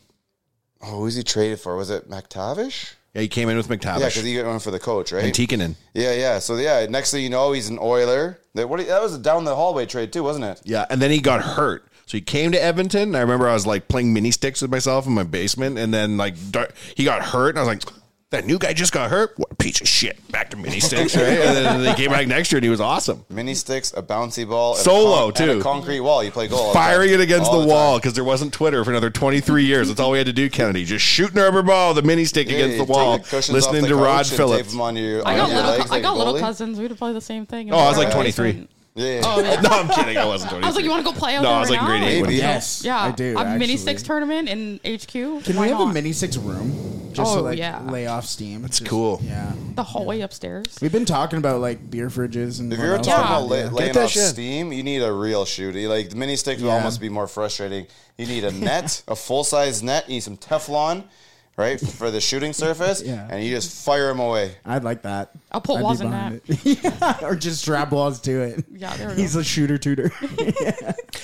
[SPEAKER 3] Oh, who was he traded for? Was it McTavish?
[SPEAKER 1] Yeah, he came in with
[SPEAKER 3] Yeah,
[SPEAKER 1] McTavish
[SPEAKER 3] because he went for the coach,
[SPEAKER 1] and
[SPEAKER 3] right?
[SPEAKER 1] Tikkanen.
[SPEAKER 3] yeah, yeah. So yeah, next thing you know, he's an Oiler. That what? That was a down the hallway trade too, wasn't it?
[SPEAKER 1] Yeah, and then he got hurt. So he came to Edmonton. And I remember I was like playing mini sticks with myself in my basement, and then like dar- he got hurt, and I was like, "That new guy just got hurt. What a piece of shit!" Back to mini sticks, right? And then they came back next year, and he was awesome,
[SPEAKER 3] Mini sticks, a bouncy ball, and a
[SPEAKER 1] Solo,
[SPEAKER 3] con- and a
[SPEAKER 1] too.
[SPEAKER 3] concrete wall. You play goal, all the time.
[SPEAKER 1] firing it against
[SPEAKER 3] All
[SPEAKER 1] the,
[SPEAKER 3] time.
[SPEAKER 1] wall because there wasn't Twitter for another twenty three years. That's all we had to do, Kennedy. Just shooting a rubber ball, with a mini stick
[SPEAKER 3] Yeah,
[SPEAKER 1] against the
[SPEAKER 3] you take
[SPEAKER 1] wall,
[SPEAKER 3] cushions
[SPEAKER 1] listening
[SPEAKER 3] off the
[SPEAKER 1] to
[SPEAKER 3] couch
[SPEAKER 1] Rod
[SPEAKER 3] and tape
[SPEAKER 1] Phillips.
[SPEAKER 3] them on your-
[SPEAKER 4] I got
[SPEAKER 3] on your
[SPEAKER 4] little,
[SPEAKER 3] legs
[SPEAKER 4] I
[SPEAKER 3] like
[SPEAKER 4] got
[SPEAKER 3] a
[SPEAKER 4] little
[SPEAKER 3] goalie.
[SPEAKER 4] cousins. We'd play the same thing.
[SPEAKER 1] Oh, I was like
[SPEAKER 4] Yeah.
[SPEAKER 1] 23.
[SPEAKER 3] Yeah.
[SPEAKER 1] No, I'm kidding. I wasn't. 23.
[SPEAKER 4] I was like, you want to go play out
[SPEAKER 1] No,
[SPEAKER 4] there
[SPEAKER 1] I was like
[SPEAKER 4] now?
[SPEAKER 1] grade eight.
[SPEAKER 3] Maybe.
[SPEAKER 1] when-
[SPEAKER 2] Yes.
[SPEAKER 4] Yeah,
[SPEAKER 2] I do.
[SPEAKER 4] A mini
[SPEAKER 2] actually.
[SPEAKER 4] six tournament in HQ.
[SPEAKER 2] Can
[SPEAKER 4] Why
[SPEAKER 2] we have
[SPEAKER 4] not?
[SPEAKER 2] a mini six room? Just to
[SPEAKER 4] Oh,
[SPEAKER 2] like
[SPEAKER 4] yeah.
[SPEAKER 2] lay off steam. It's
[SPEAKER 1] cool.
[SPEAKER 2] Yeah.
[SPEAKER 4] The hallway upstairs.
[SPEAKER 2] We've been talking about like beer fridges and
[SPEAKER 3] If
[SPEAKER 2] what
[SPEAKER 3] you're
[SPEAKER 2] else
[SPEAKER 3] talking
[SPEAKER 2] we could
[SPEAKER 3] about la-
[SPEAKER 2] do.
[SPEAKER 3] laying
[SPEAKER 1] that
[SPEAKER 3] off
[SPEAKER 1] shit.
[SPEAKER 3] steam, you need a real shooty. Like the mini sticks would
[SPEAKER 2] Yeah.
[SPEAKER 3] almost be more frustrating. You need a net, a full size net. You need some Teflon, right, for the shooting surface,
[SPEAKER 2] Yeah.
[SPEAKER 3] and you just fire them away.
[SPEAKER 2] I'd like that.
[SPEAKER 4] I'll put
[SPEAKER 2] I'd be
[SPEAKER 4] walls in
[SPEAKER 2] behind it. or just strap walls to it.
[SPEAKER 4] Yeah, there we
[SPEAKER 2] He's a shooter tutor.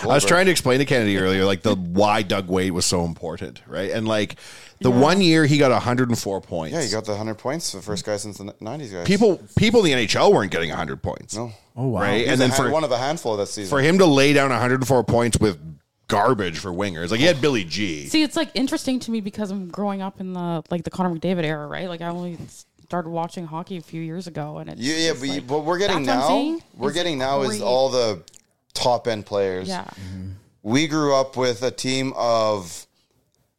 [SPEAKER 1] I was trying to explain to Kennedy earlier, like the why Doug Wade was so important, right? And like the one year he got 104 points.
[SPEAKER 3] Yeah, you got the hundred points. The first guy since the '90s, guys.
[SPEAKER 1] people. People in the NHL weren't getting 100 points.
[SPEAKER 3] No.
[SPEAKER 2] oh wow.
[SPEAKER 1] right?
[SPEAKER 3] He's
[SPEAKER 1] and then
[SPEAKER 3] a,
[SPEAKER 1] for
[SPEAKER 3] for one of a handful that season.
[SPEAKER 1] for him to lay down 104 points with garbage for wingers, like he had Billy G.
[SPEAKER 4] See, it's like interesting to me because I'm growing up in the like the Connor McDavid era, right? Like I only started watching hockey a few years ago, and it's
[SPEAKER 3] Yeah, yeah,
[SPEAKER 4] just
[SPEAKER 3] but you-
[SPEAKER 4] like-
[SPEAKER 3] what we're getting
[SPEAKER 4] That's what I'm
[SPEAKER 3] now,
[SPEAKER 4] saying.
[SPEAKER 3] we're
[SPEAKER 4] It's
[SPEAKER 3] getting now is
[SPEAKER 4] great.
[SPEAKER 3] all the top end players.
[SPEAKER 4] yeah,
[SPEAKER 3] we grew up with a team of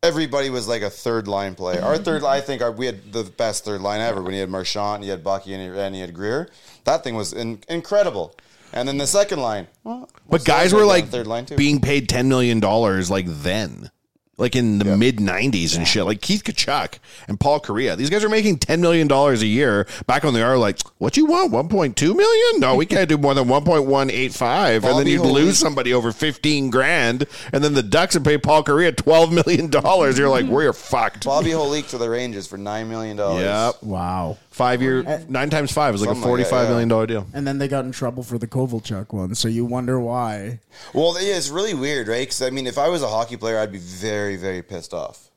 [SPEAKER 3] everybody was like a third line player. Our third, I think, our, we had the best third line ever. When you had Marchant, you had Bucky, and you, and you had Greer. That thing was in, incredible. And then the second line, well,
[SPEAKER 1] But
[SPEAKER 3] Marchand
[SPEAKER 1] guys
[SPEAKER 3] was
[SPEAKER 1] were
[SPEAKER 3] on the
[SPEAKER 1] like
[SPEAKER 3] third line too.
[SPEAKER 1] being paid 10 million dollars like then. Like in the mid '90s and shit, like Keith Kachuk and Paul Correa, these guys are making ten million dollars a year. Back when they are like, "What you want? One point two million? No, we can't do more than one point one eight five. And then
[SPEAKER 3] Bobby
[SPEAKER 1] you'd
[SPEAKER 3] Hope.
[SPEAKER 1] lose somebody over fifteen grand, and then the Ducks would pay Paul Correa twelve million dollars. You're like, we're fucked.
[SPEAKER 3] Bobby Holik to the Rangers for nine million dollars.
[SPEAKER 1] Yeah,
[SPEAKER 2] Wow.
[SPEAKER 1] five year, nine times five is like a
[SPEAKER 3] Something like that,
[SPEAKER 1] forty-five
[SPEAKER 3] yeah.
[SPEAKER 1] million dollar deal.
[SPEAKER 2] And then they got in trouble for the Kovalchuk one, so you wonder why.
[SPEAKER 3] Well, yeah, it's really weird, right? Because I mean, if I was a hockey player, I'd be very, very pissed off.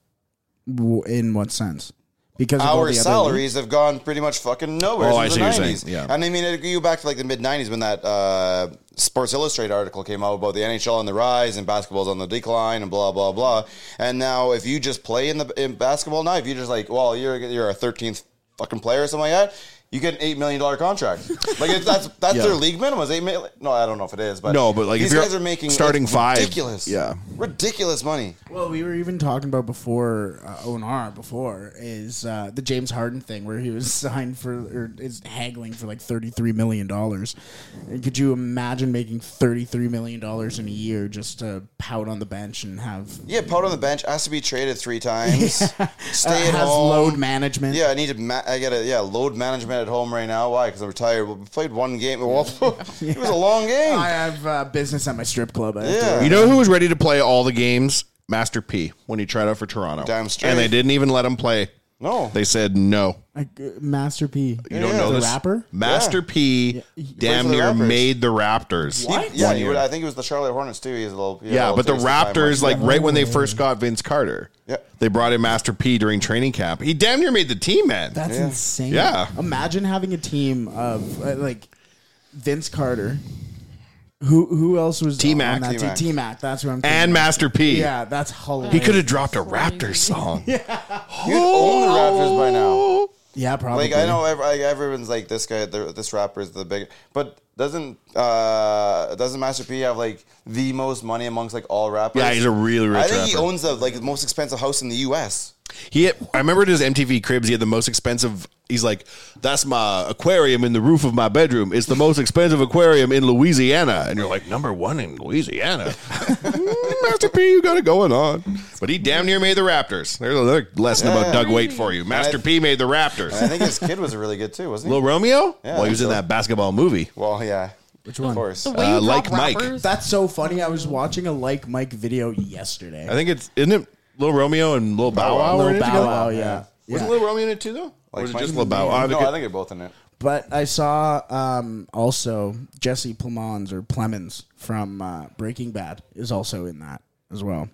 [SPEAKER 2] W- In what sense? Because of all
[SPEAKER 3] our
[SPEAKER 2] the other
[SPEAKER 3] salaries have gone pretty much fucking nowhere
[SPEAKER 1] Oh, I
[SPEAKER 3] since
[SPEAKER 1] see what
[SPEAKER 3] the
[SPEAKER 1] you're
[SPEAKER 3] 90s.
[SPEAKER 1] saying, yeah.
[SPEAKER 3] And I mean, it you back to like the mid 90s when that uh, Sports Illustrated article came out about the NHL on the rise and basketball's on the decline and blah, blah, blah. And now if you just play in the in basketball now, if you're just like, well, you're, you're a 13th fucking player or something like that, you get an $8 million contract. like, it's, that's that's
[SPEAKER 1] Yeah.
[SPEAKER 3] their league minimum is $8 million. No, I don't know if it is, but
[SPEAKER 1] No, but, like, if
[SPEAKER 3] these
[SPEAKER 1] you're
[SPEAKER 3] guys are making
[SPEAKER 1] starting
[SPEAKER 3] it's
[SPEAKER 1] five,
[SPEAKER 3] Ridiculous.
[SPEAKER 1] yeah.
[SPEAKER 3] Ridiculous money.
[SPEAKER 2] Well, we were even talking about before uh, ONR before is uh, the James Harden thing where he was signed for or is haggling for like thirty three million dollars. Could you imagine making thirty three million dollars in a year just to pout on the bench and have uh,
[SPEAKER 3] Yeah, put on the bench, asked to be traded three times. Stay at
[SPEAKER 2] has
[SPEAKER 3] home.
[SPEAKER 2] load management?
[SPEAKER 3] Yeah, I need to. Ma- I got to yeah load management at home right now. Why? Because I'm retired. Well, we played one game. Well, it was a long game.
[SPEAKER 2] I have uh, business at my strip club. I have to-
[SPEAKER 3] yeah,
[SPEAKER 1] You know who was ready to play all the games? Master P when he tried out for Toronto.
[SPEAKER 3] Damn straight.
[SPEAKER 1] And they didn't even let him play.
[SPEAKER 3] no.
[SPEAKER 1] They said no.
[SPEAKER 2] Like, uh, Master P.
[SPEAKER 1] You don't know
[SPEAKER 2] the
[SPEAKER 1] this
[SPEAKER 2] rapper.
[SPEAKER 1] Master P
[SPEAKER 3] Plays for
[SPEAKER 1] damn
[SPEAKER 3] the
[SPEAKER 1] near
[SPEAKER 3] Raptors.
[SPEAKER 1] made the Raptors.
[SPEAKER 3] He- yeah, you would, I think it was the Charlotte Hornets too. He's a little. he had a
[SPEAKER 1] Yeah,
[SPEAKER 3] little
[SPEAKER 1] but the
[SPEAKER 3] taste of time,
[SPEAKER 1] Raptors,
[SPEAKER 3] wasn't
[SPEAKER 1] like right when they first got Vince Carter,
[SPEAKER 3] Yeah.
[SPEAKER 1] they brought in Master P during training camp. He damn near made the team, man.
[SPEAKER 2] That's insane.
[SPEAKER 1] Yeah.
[SPEAKER 2] Imagine having a team of uh, like Vince Carter. Who who else was
[SPEAKER 1] T-Mac.
[SPEAKER 2] on that
[SPEAKER 3] T-Mac.
[SPEAKER 2] team? T-Mac. That's who I'm. thinking
[SPEAKER 1] and
[SPEAKER 2] of.
[SPEAKER 1] Master P.
[SPEAKER 2] Yeah, that's hilarious.
[SPEAKER 1] He could have dropped a Raptors song. Oh.
[SPEAKER 3] it? You'd own the Raptors by now.
[SPEAKER 2] Yeah, probably.
[SPEAKER 3] Like I know, ev- like, everyone's like this guy. the- This rapper is the big. But doesn't uh doesn't Master P have like the most money amongst like all rappers?
[SPEAKER 1] Yeah, he's a really rich
[SPEAKER 3] I think he
[SPEAKER 1] rapper.
[SPEAKER 3] owns the like most expensive house in the U.S.
[SPEAKER 1] He, had, I remember at his MTV Cribs, he had the most expensive. He's like, that's my aquarium in the roof of my bedroom. It's the most expensive aquarium in Louisiana, and you're like, number one in Louisiana. Mm, Master P, you got it going on. But he damn near made the Raptors. There's another lesson about Doug Waite for you. Master P made the
[SPEAKER 3] And I
[SPEAKER 1] Raptors.
[SPEAKER 3] think his kid was really good too, wasn't he?
[SPEAKER 1] Little Romeo?
[SPEAKER 3] Yeah,
[SPEAKER 1] well, he was in
[SPEAKER 3] so-
[SPEAKER 1] that basketball movie.
[SPEAKER 3] Well, yeah.
[SPEAKER 2] Which one?
[SPEAKER 3] Of course.
[SPEAKER 4] The way you
[SPEAKER 1] Uh, like
[SPEAKER 4] like
[SPEAKER 1] Mike.
[SPEAKER 4] rappers,
[SPEAKER 2] That's so funny. I was watching a like Mike video yesterday.
[SPEAKER 1] I think it's isn't it Lil Romeo and Lil Bow Wow?
[SPEAKER 2] Lil
[SPEAKER 1] were in it
[SPEAKER 2] Bow
[SPEAKER 1] together?
[SPEAKER 2] Wow, yeah.
[SPEAKER 1] Wasn't
[SPEAKER 2] Yeah.
[SPEAKER 1] Lil Romeo in it too though? or was it
[SPEAKER 3] Mike-
[SPEAKER 1] just Lil Bow? Wow?
[SPEAKER 3] No, I think they're both in it.
[SPEAKER 2] But I saw um, also Jesse Plemons or Plemons from uh, Breaking Bad is also in that as well.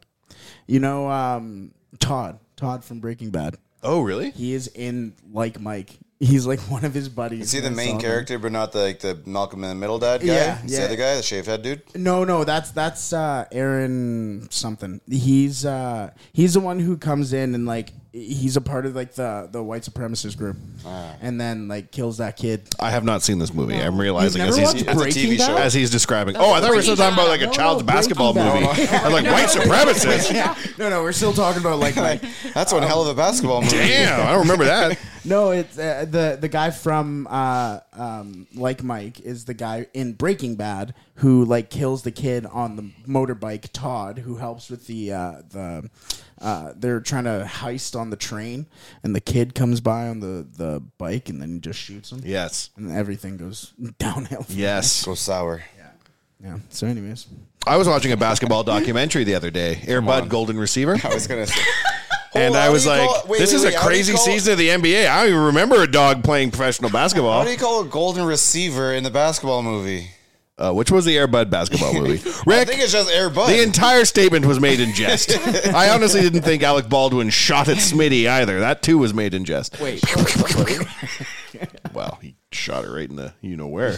[SPEAKER 2] You know um, Todd, Todd from Breaking Bad.
[SPEAKER 1] oh really?
[SPEAKER 2] He is in like Mike. He's like one of his buddies.
[SPEAKER 3] Is he the
[SPEAKER 2] I saw
[SPEAKER 3] main
[SPEAKER 2] him.
[SPEAKER 3] character, but not the, like the Malcolm in the Middle dad guy?
[SPEAKER 2] Yeah,
[SPEAKER 3] It's
[SPEAKER 2] yeah.
[SPEAKER 3] the other guy, the shaved head dude.
[SPEAKER 2] No, no, that's that's uh, Aaron something. He's uh, he's the one who comes in and like he's a part of like the the white supremacist group,
[SPEAKER 3] Ah.
[SPEAKER 2] and then like kills that kid.
[SPEAKER 1] I have not seen this movie. I'm realizing
[SPEAKER 2] You've
[SPEAKER 1] as
[SPEAKER 2] never
[SPEAKER 1] he's
[SPEAKER 2] watched
[SPEAKER 3] It's a TV
[SPEAKER 2] Breaking
[SPEAKER 3] show.
[SPEAKER 2] Bad?
[SPEAKER 1] as he's describing. Oh, I thought we were still talking about like a
[SPEAKER 2] No,
[SPEAKER 1] child's
[SPEAKER 2] Breaking
[SPEAKER 1] basketball
[SPEAKER 2] Bad.
[SPEAKER 1] movie. I'm like white supremacist.
[SPEAKER 2] Yeah. No, no, we're still talking about like Mike.
[SPEAKER 3] That's one hell of a basketball movie.
[SPEAKER 1] Damn, I don't remember that.
[SPEAKER 2] No, it's uh, the the guy from uh, um, like Mike is the guy in Breaking Bad who like kills the kid on the motorbike. Todd, who helps with the uh, the uh, they're trying to heist on the train, and the kid comes by on the the bike and then he just shoots him.
[SPEAKER 1] Yes.
[SPEAKER 2] and everything goes downhill.
[SPEAKER 1] Yes.
[SPEAKER 3] Go sour.
[SPEAKER 2] yeah. So, anyways,
[SPEAKER 1] I was watching a basketball documentary the other day. Air Bud Golden Receiver.
[SPEAKER 3] I was gonna say.
[SPEAKER 1] And
[SPEAKER 3] Well,
[SPEAKER 1] I
[SPEAKER 3] Oh, how
[SPEAKER 1] was
[SPEAKER 3] do you
[SPEAKER 1] like,
[SPEAKER 3] call it- wait,
[SPEAKER 1] this
[SPEAKER 3] wait,
[SPEAKER 1] is
[SPEAKER 3] wait,
[SPEAKER 1] a
[SPEAKER 3] how do you
[SPEAKER 1] crazy
[SPEAKER 3] call it-
[SPEAKER 1] season of the NBA. I don't even remember a dog playing professional
[SPEAKER 3] What
[SPEAKER 1] basketball.
[SPEAKER 3] do you call a golden receiver in the basketball movie?
[SPEAKER 1] Uh, which was the Air Bud basketball movie?
[SPEAKER 3] I
[SPEAKER 1] Rick,
[SPEAKER 3] think it's just Air Bud.
[SPEAKER 1] the entire statement was made in jest. I honestly didn't think Alec Baldwin shot at Smitty either. That too was made in jest. Wait. well, he shot it right in the you know where.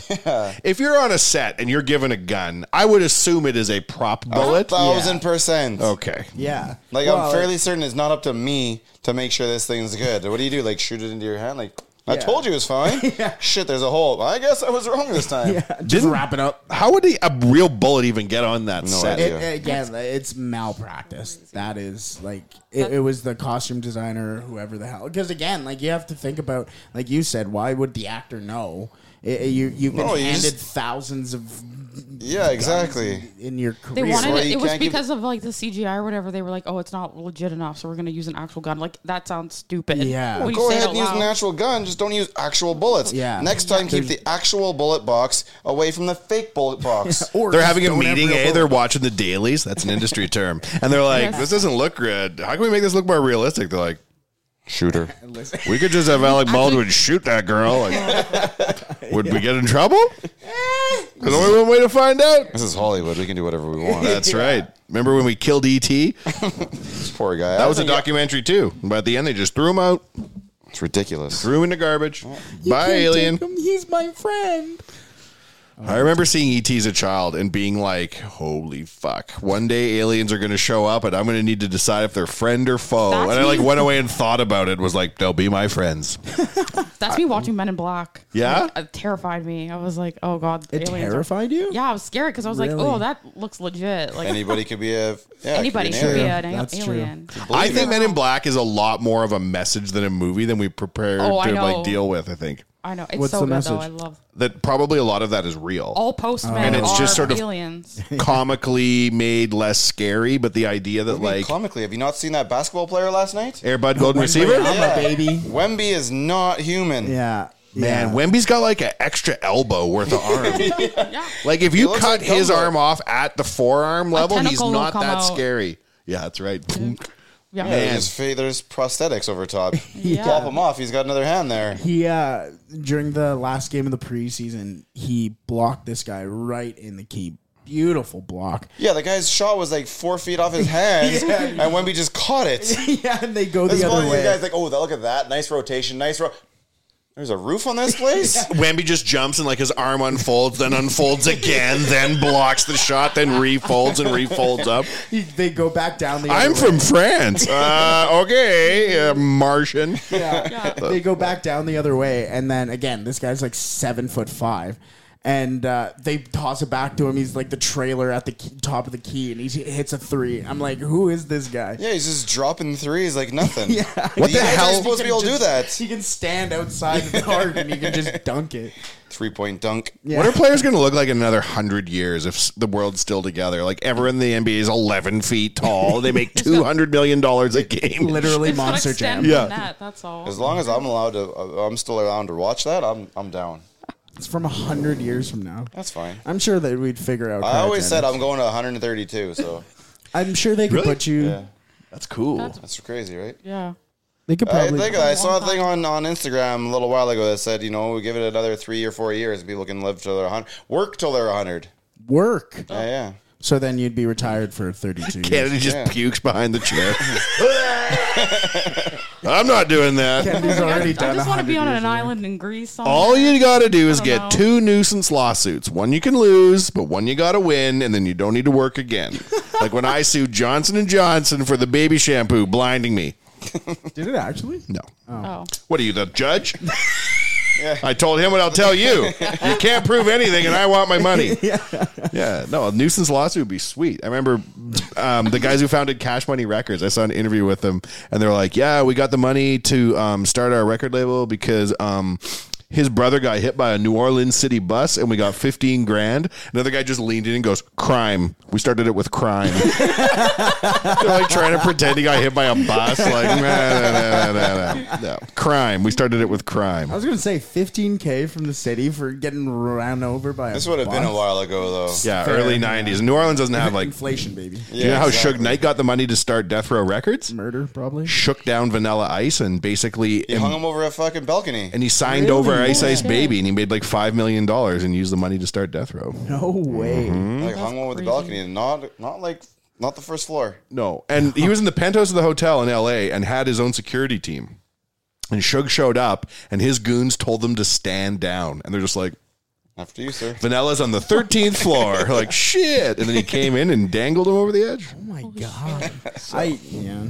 [SPEAKER 1] If you're on a set and you're given a gun, I would assume it is a prop bullet.
[SPEAKER 3] thousand percent.
[SPEAKER 1] Okay.
[SPEAKER 2] yeah,
[SPEAKER 3] Like
[SPEAKER 2] Well,
[SPEAKER 3] I'm fairly certain it's not up to me to make sure this thing's good. What do you do? Like shoot it into your hand? Like I
[SPEAKER 2] Yeah.
[SPEAKER 3] told you it was fine. Shit, there's a hole. I guess I was wrong this time.
[SPEAKER 2] yeah. Just
[SPEAKER 1] Didn't-
[SPEAKER 2] wrap it up.
[SPEAKER 1] How would he, a real bullet even get on that set?
[SPEAKER 3] idea.
[SPEAKER 2] It, again, it's malpractice. That is like it, it was the costume designer, whoever the hell. Because again, like you have to think about, like you said, why would the actor know? I- I- you you've been
[SPEAKER 3] No, you
[SPEAKER 2] handed
[SPEAKER 3] just-
[SPEAKER 2] thousands of
[SPEAKER 3] Yeah, exactly.
[SPEAKER 2] in your career.
[SPEAKER 4] they wanted
[SPEAKER 3] why
[SPEAKER 4] it.
[SPEAKER 3] you
[SPEAKER 4] It was
[SPEAKER 3] can't give-
[SPEAKER 4] because of like the CGI or whatever. They were like, "Oh, it's not legit enough, so we're gonna use an actual gun." Like that sounds stupid.
[SPEAKER 2] Yeah.
[SPEAKER 4] When you
[SPEAKER 3] Go
[SPEAKER 4] say it
[SPEAKER 3] ahead
[SPEAKER 4] out
[SPEAKER 3] and use an
[SPEAKER 4] loud.
[SPEAKER 3] actual gun. Just don't use actual bullets.
[SPEAKER 2] Yeah.
[SPEAKER 3] Next time, keep the actual bullet box away from the fake bullet box.
[SPEAKER 2] or
[SPEAKER 1] They're
[SPEAKER 2] just
[SPEAKER 1] having a
[SPEAKER 2] don't have
[SPEAKER 1] meeting,
[SPEAKER 2] real
[SPEAKER 1] eh? They're
[SPEAKER 2] bullets.
[SPEAKER 1] watching the dailies. That's an industry term. And they're like, this doesn't look good. How can we make this look more realistic? They're like,
[SPEAKER 3] Shooter.
[SPEAKER 1] we could just have Alec Baldwin shoot that girl. Like, would we get in trouble?
[SPEAKER 2] Eh.
[SPEAKER 1] There's only one way to find out.
[SPEAKER 3] This is Hollywood. We can do whatever we want.
[SPEAKER 1] That's right. Remember when we killed E.T.?
[SPEAKER 3] This poor guy.
[SPEAKER 1] That was a documentary, too. But at the end, they just threw him out,
[SPEAKER 3] It's ridiculous.
[SPEAKER 1] threw him in the garbage.
[SPEAKER 2] You
[SPEAKER 1] Bye,
[SPEAKER 2] can't take
[SPEAKER 1] alien.
[SPEAKER 2] him. He's my friend.
[SPEAKER 1] I remember seeing ET as a child and being like, "Holy fuck! One day aliens are going to show up, and I'm going to need to decide if they're friend or foe."
[SPEAKER 4] That's
[SPEAKER 1] and I like
[SPEAKER 4] me.
[SPEAKER 1] went away and thought about it. Was like, "They'll be my friends."
[SPEAKER 4] That's me watching Men in Black.
[SPEAKER 1] Yeah?
[SPEAKER 4] Like, it terrified me. I was like, "Oh God,
[SPEAKER 2] It
[SPEAKER 4] aliens are-
[SPEAKER 2] terrified you?
[SPEAKER 4] Yeah, I was scared because I was
[SPEAKER 2] Really?
[SPEAKER 4] like, "Oh, that looks legit." Like
[SPEAKER 3] Anybody could be a. Yeah,
[SPEAKER 4] anybody
[SPEAKER 3] could
[SPEAKER 4] should be
[SPEAKER 3] an
[SPEAKER 4] an
[SPEAKER 2] That's true.
[SPEAKER 4] alien.
[SPEAKER 1] I think Men in Black is a lot more of a message than a movie than we prepared
[SPEAKER 4] Oh, I
[SPEAKER 1] to like
[SPEAKER 4] know.
[SPEAKER 1] deal with. I think
[SPEAKER 4] I know it's
[SPEAKER 2] What's
[SPEAKER 4] so
[SPEAKER 2] the
[SPEAKER 4] good though.
[SPEAKER 2] message?
[SPEAKER 4] I love
[SPEAKER 1] that probably a lot of that is real.
[SPEAKER 4] all postmen
[SPEAKER 1] And it's
[SPEAKER 4] are
[SPEAKER 1] just sort of-
[SPEAKER 4] aliens.
[SPEAKER 1] Comically made less scary, but the idea that
[SPEAKER 3] Like,
[SPEAKER 1] like
[SPEAKER 3] comically, have you not seen that basketball player last night?
[SPEAKER 1] Airbud Golden Receiver.
[SPEAKER 2] I'm a baby.
[SPEAKER 3] Wemby is not human.
[SPEAKER 2] Yeah,
[SPEAKER 1] Man,
[SPEAKER 2] Yeah.
[SPEAKER 1] Wemby's got like an extra elbow worth of arm. Like if you
[SPEAKER 3] looks
[SPEAKER 1] cut
[SPEAKER 3] like
[SPEAKER 1] his
[SPEAKER 3] Dumbo.
[SPEAKER 1] arm off at the forearm level, he's
[SPEAKER 4] tentacle will
[SPEAKER 1] not
[SPEAKER 4] come
[SPEAKER 1] that
[SPEAKER 4] out.
[SPEAKER 1] scary. Yeah, that's right.
[SPEAKER 4] Yeah.
[SPEAKER 3] Yeah, there's, fa- there's prosthetics over top.
[SPEAKER 4] Yeah.
[SPEAKER 3] Pop him off. He's got another hand there.
[SPEAKER 2] He uh during the last game of the preseason, he blocked this guy right in the key. Beautiful block.
[SPEAKER 3] Yeah, the guy's shot was like four feet off his hands, and Wemby just caught it.
[SPEAKER 2] yeah, and they go
[SPEAKER 3] This
[SPEAKER 2] the
[SPEAKER 3] is one
[SPEAKER 2] other
[SPEAKER 3] of these
[SPEAKER 2] way.
[SPEAKER 3] guys like, oh, that, look at that. Nice rotation. Nice row. There's a roof on this place?
[SPEAKER 1] Wemby just jumps and like his arm unfolds, then unfolds again, then blocks the shot, then refolds and refolds up.
[SPEAKER 2] He- they go back down the.
[SPEAKER 1] I'm
[SPEAKER 2] other way.
[SPEAKER 1] from France. Uh, okay, uh, Martian.
[SPEAKER 2] Yeah. they go back down the other way, and then again, this guy's like seven foot five, and uh, they toss it back to him. He's like the trailer at the key, top of the key, and he hits a three. I'm like, who is this guy?
[SPEAKER 3] Yeah, he's just dropping threes like nothing.
[SPEAKER 1] What the
[SPEAKER 3] You guys aren't
[SPEAKER 1] hell?
[SPEAKER 3] supposed to be able to do that.
[SPEAKER 2] He can stand outside of the arc and he can just dunk it.
[SPEAKER 3] Three point dunk.
[SPEAKER 1] What are players going to look like in another hundred years if s- the world's still together? Like everyone in the NBA is 11 feet tall. They make 200 million dollars a game.
[SPEAKER 2] Literally,
[SPEAKER 4] It's not
[SPEAKER 2] monster jam.
[SPEAKER 4] extended
[SPEAKER 1] Yeah.
[SPEAKER 4] from That, that's all.
[SPEAKER 3] uh, As long as I'm allowed to, I'm still allowed to watch that. I'm I'm down.
[SPEAKER 2] It's from hundred years from now.
[SPEAKER 3] That's fine.
[SPEAKER 2] I'm sure that we'd figure out.
[SPEAKER 3] I always said
[SPEAKER 2] cryogenics.
[SPEAKER 3] I'm going to 132, so
[SPEAKER 2] I'm sure they could
[SPEAKER 1] Really?
[SPEAKER 2] put you.
[SPEAKER 3] yeah,
[SPEAKER 1] That's cool.
[SPEAKER 3] that's crazy, right?
[SPEAKER 4] Yeah.
[SPEAKER 2] They could
[SPEAKER 3] I
[SPEAKER 2] probably.
[SPEAKER 3] think I saw a thing on, on Instagram a little while ago that said, you know, we give it another three or four years, people can live till they're 100, work till they're 100.
[SPEAKER 2] work.
[SPEAKER 3] Yeah, yeah.
[SPEAKER 2] So then you'd be retired for 32 years.
[SPEAKER 1] Kennedy just pukes behind the chair. I'm not doing that.
[SPEAKER 2] Kennedy's already
[SPEAKER 4] I
[SPEAKER 2] done
[SPEAKER 4] just
[SPEAKER 2] 100
[SPEAKER 4] want to be on
[SPEAKER 2] years
[SPEAKER 4] an island in Greece. Somewhere.
[SPEAKER 1] All you got to do is
[SPEAKER 4] I don't
[SPEAKER 1] get
[SPEAKER 4] know.
[SPEAKER 1] two nuisance lawsuits. One you can lose, but one you got to win, and then you don't need to work again. like when I sued Johnson and Johnson for the baby shampoo blinding me.
[SPEAKER 2] Did it actually?
[SPEAKER 1] No.
[SPEAKER 4] Oh.
[SPEAKER 1] What are you, the judge? I told him what I'll tell you. You can't prove anything, and I want my money. yeah. no, a nuisance lawsuit would be sweet. I remember um, the guys who founded Cash Money Records. I saw an interview with them, and they're like, "Yeah, we got the money to um, start our record label because." Um, his brother got hit by a New Orleans city bus and we got 15 grand. Another guy just leaned in and goes, Crime. We started it with crime. They're like trying to pretend he got hit by a bus. Like, nah, nah, nah, nah, nah, nah. No. crime. We started it with crime.
[SPEAKER 2] I was going to say 15K from the city for getting ran over by a
[SPEAKER 3] This would have been a
[SPEAKER 2] bus.
[SPEAKER 3] while ago, though.
[SPEAKER 1] Yeah,
[SPEAKER 2] Fair,
[SPEAKER 1] early
[SPEAKER 2] yeah.
[SPEAKER 1] '90s. New Orleans doesn't have like.
[SPEAKER 2] Inflation, baby.
[SPEAKER 1] do you know how
[SPEAKER 3] exactly.
[SPEAKER 1] Suge Knight got the money to start Death Row Records?
[SPEAKER 2] Murder, probably.
[SPEAKER 1] Shook down Vanilla Ice and basically,
[SPEAKER 3] He hung him over a fucking balcony.
[SPEAKER 1] and he signed
[SPEAKER 2] Really?
[SPEAKER 1] over Ice Ice
[SPEAKER 4] Yeah.
[SPEAKER 1] Baby, and he made like five million dollars and used the money to start Death Row.
[SPEAKER 2] No way.
[SPEAKER 1] Mm-hmm.
[SPEAKER 3] like hung over the
[SPEAKER 4] crazy.
[SPEAKER 3] balcony, and not not like not the first floor.
[SPEAKER 1] No, and he was in the penthouse of the hotel in L.A. and had his own security team. And Suge showed up, and his goons told them to stand down, and they're just like,
[SPEAKER 3] After you, sir.
[SPEAKER 1] "Vanilla's on the thirteenth floor." like shit, and then he came in and dangled him over the edge.
[SPEAKER 2] Oh my God. I, yeah.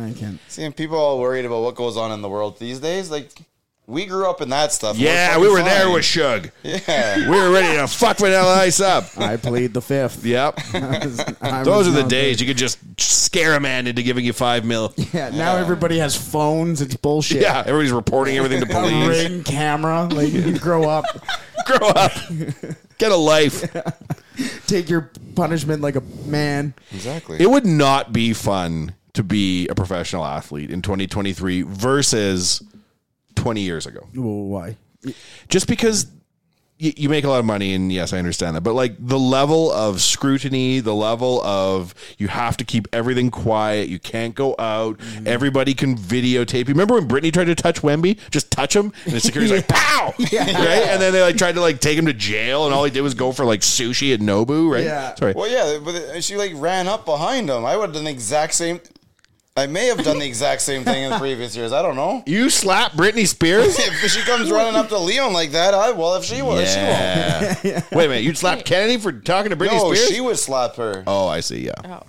[SPEAKER 2] I can't.
[SPEAKER 3] Seeing people all worried about what goes on in the world these days, like we grew up in that stuff.
[SPEAKER 1] Yeah,
[SPEAKER 3] fucking
[SPEAKER 1] we were
[SPEAKER 3] fine.
[SPEAKER 1] there with Suge.
[SPEAKER 3] Yeah,
[SPEAKER 1] We were ready to fuck Vanilla Ice up.
[SPEAKER 2] I plead the fifth.
[SPEAKER 1] Yep.
[SPEAKER 2] I was- I
[SPEAKER 1] Those
[SPEAKER 2] was
[SPEAKER 1] are the
[SPEAKER 2] not
[SPEAKER 1] days you could just scare a man into giving you five mil.
[SPEAKER 2] there. Yeah, now everybody has phones. It's bullshit.
[SPEAKER 1] Yeah, everybody's reporting everything to
[SPEAKER 2] A
[SPEAKER 1] police.
[SPEAKER 2] ring camera. Like, you grow up.
[SPEAKER 1] Grow up. Get a life.
[SPEAKER 2] Take your punishment like a man.
[SPEAKER 3] exactly.
[SPEAKER 1] It would not be fun to be a professional athlete in 2023 versus 20 years ago.
[SPEAKER 2] Well, why?
[SPEAKER 1] Just because you, you make a lot of money, and yes, I understand that, but like the level of scrutiny, the level of you have to keep everything quiet, you can't go out,
[SPEAKER 3] Mm-hmm.
[SPEAKER 1] everybody can videotape. You remember when Britney tried to touch Wemby? Just touch him, and the security's like, pow! Right? And then they like tried to like take him to jail, and all he did was go for like sushi at Nobu, right?
[SPEAKER 2] Yeah.
[SPEAKER 1] Sorry.
[SPEAKER 3] well, yeah, but she like ran up behind him. I would have done the exact same. I may have done the exact same thing in the previous years. I don't know.
[SPEAKER 1] You slap Britney Spears?
[SPEAKER 3] If she comes running up to Leon like that, I well, if she was,
[SPEAKER 1] Wait a minute, you'd slap Kennedy for talking to
[SPEAKER 3] she
[SPEAKER 1] Britney
[SPEAKER 3] won't. No,
[SPEAKER 1] Spears?
[SPEAKER 3] she would slap her.
[SPEAKER 1] oh, I see, yeah.
[SPEAKER 4] Oh.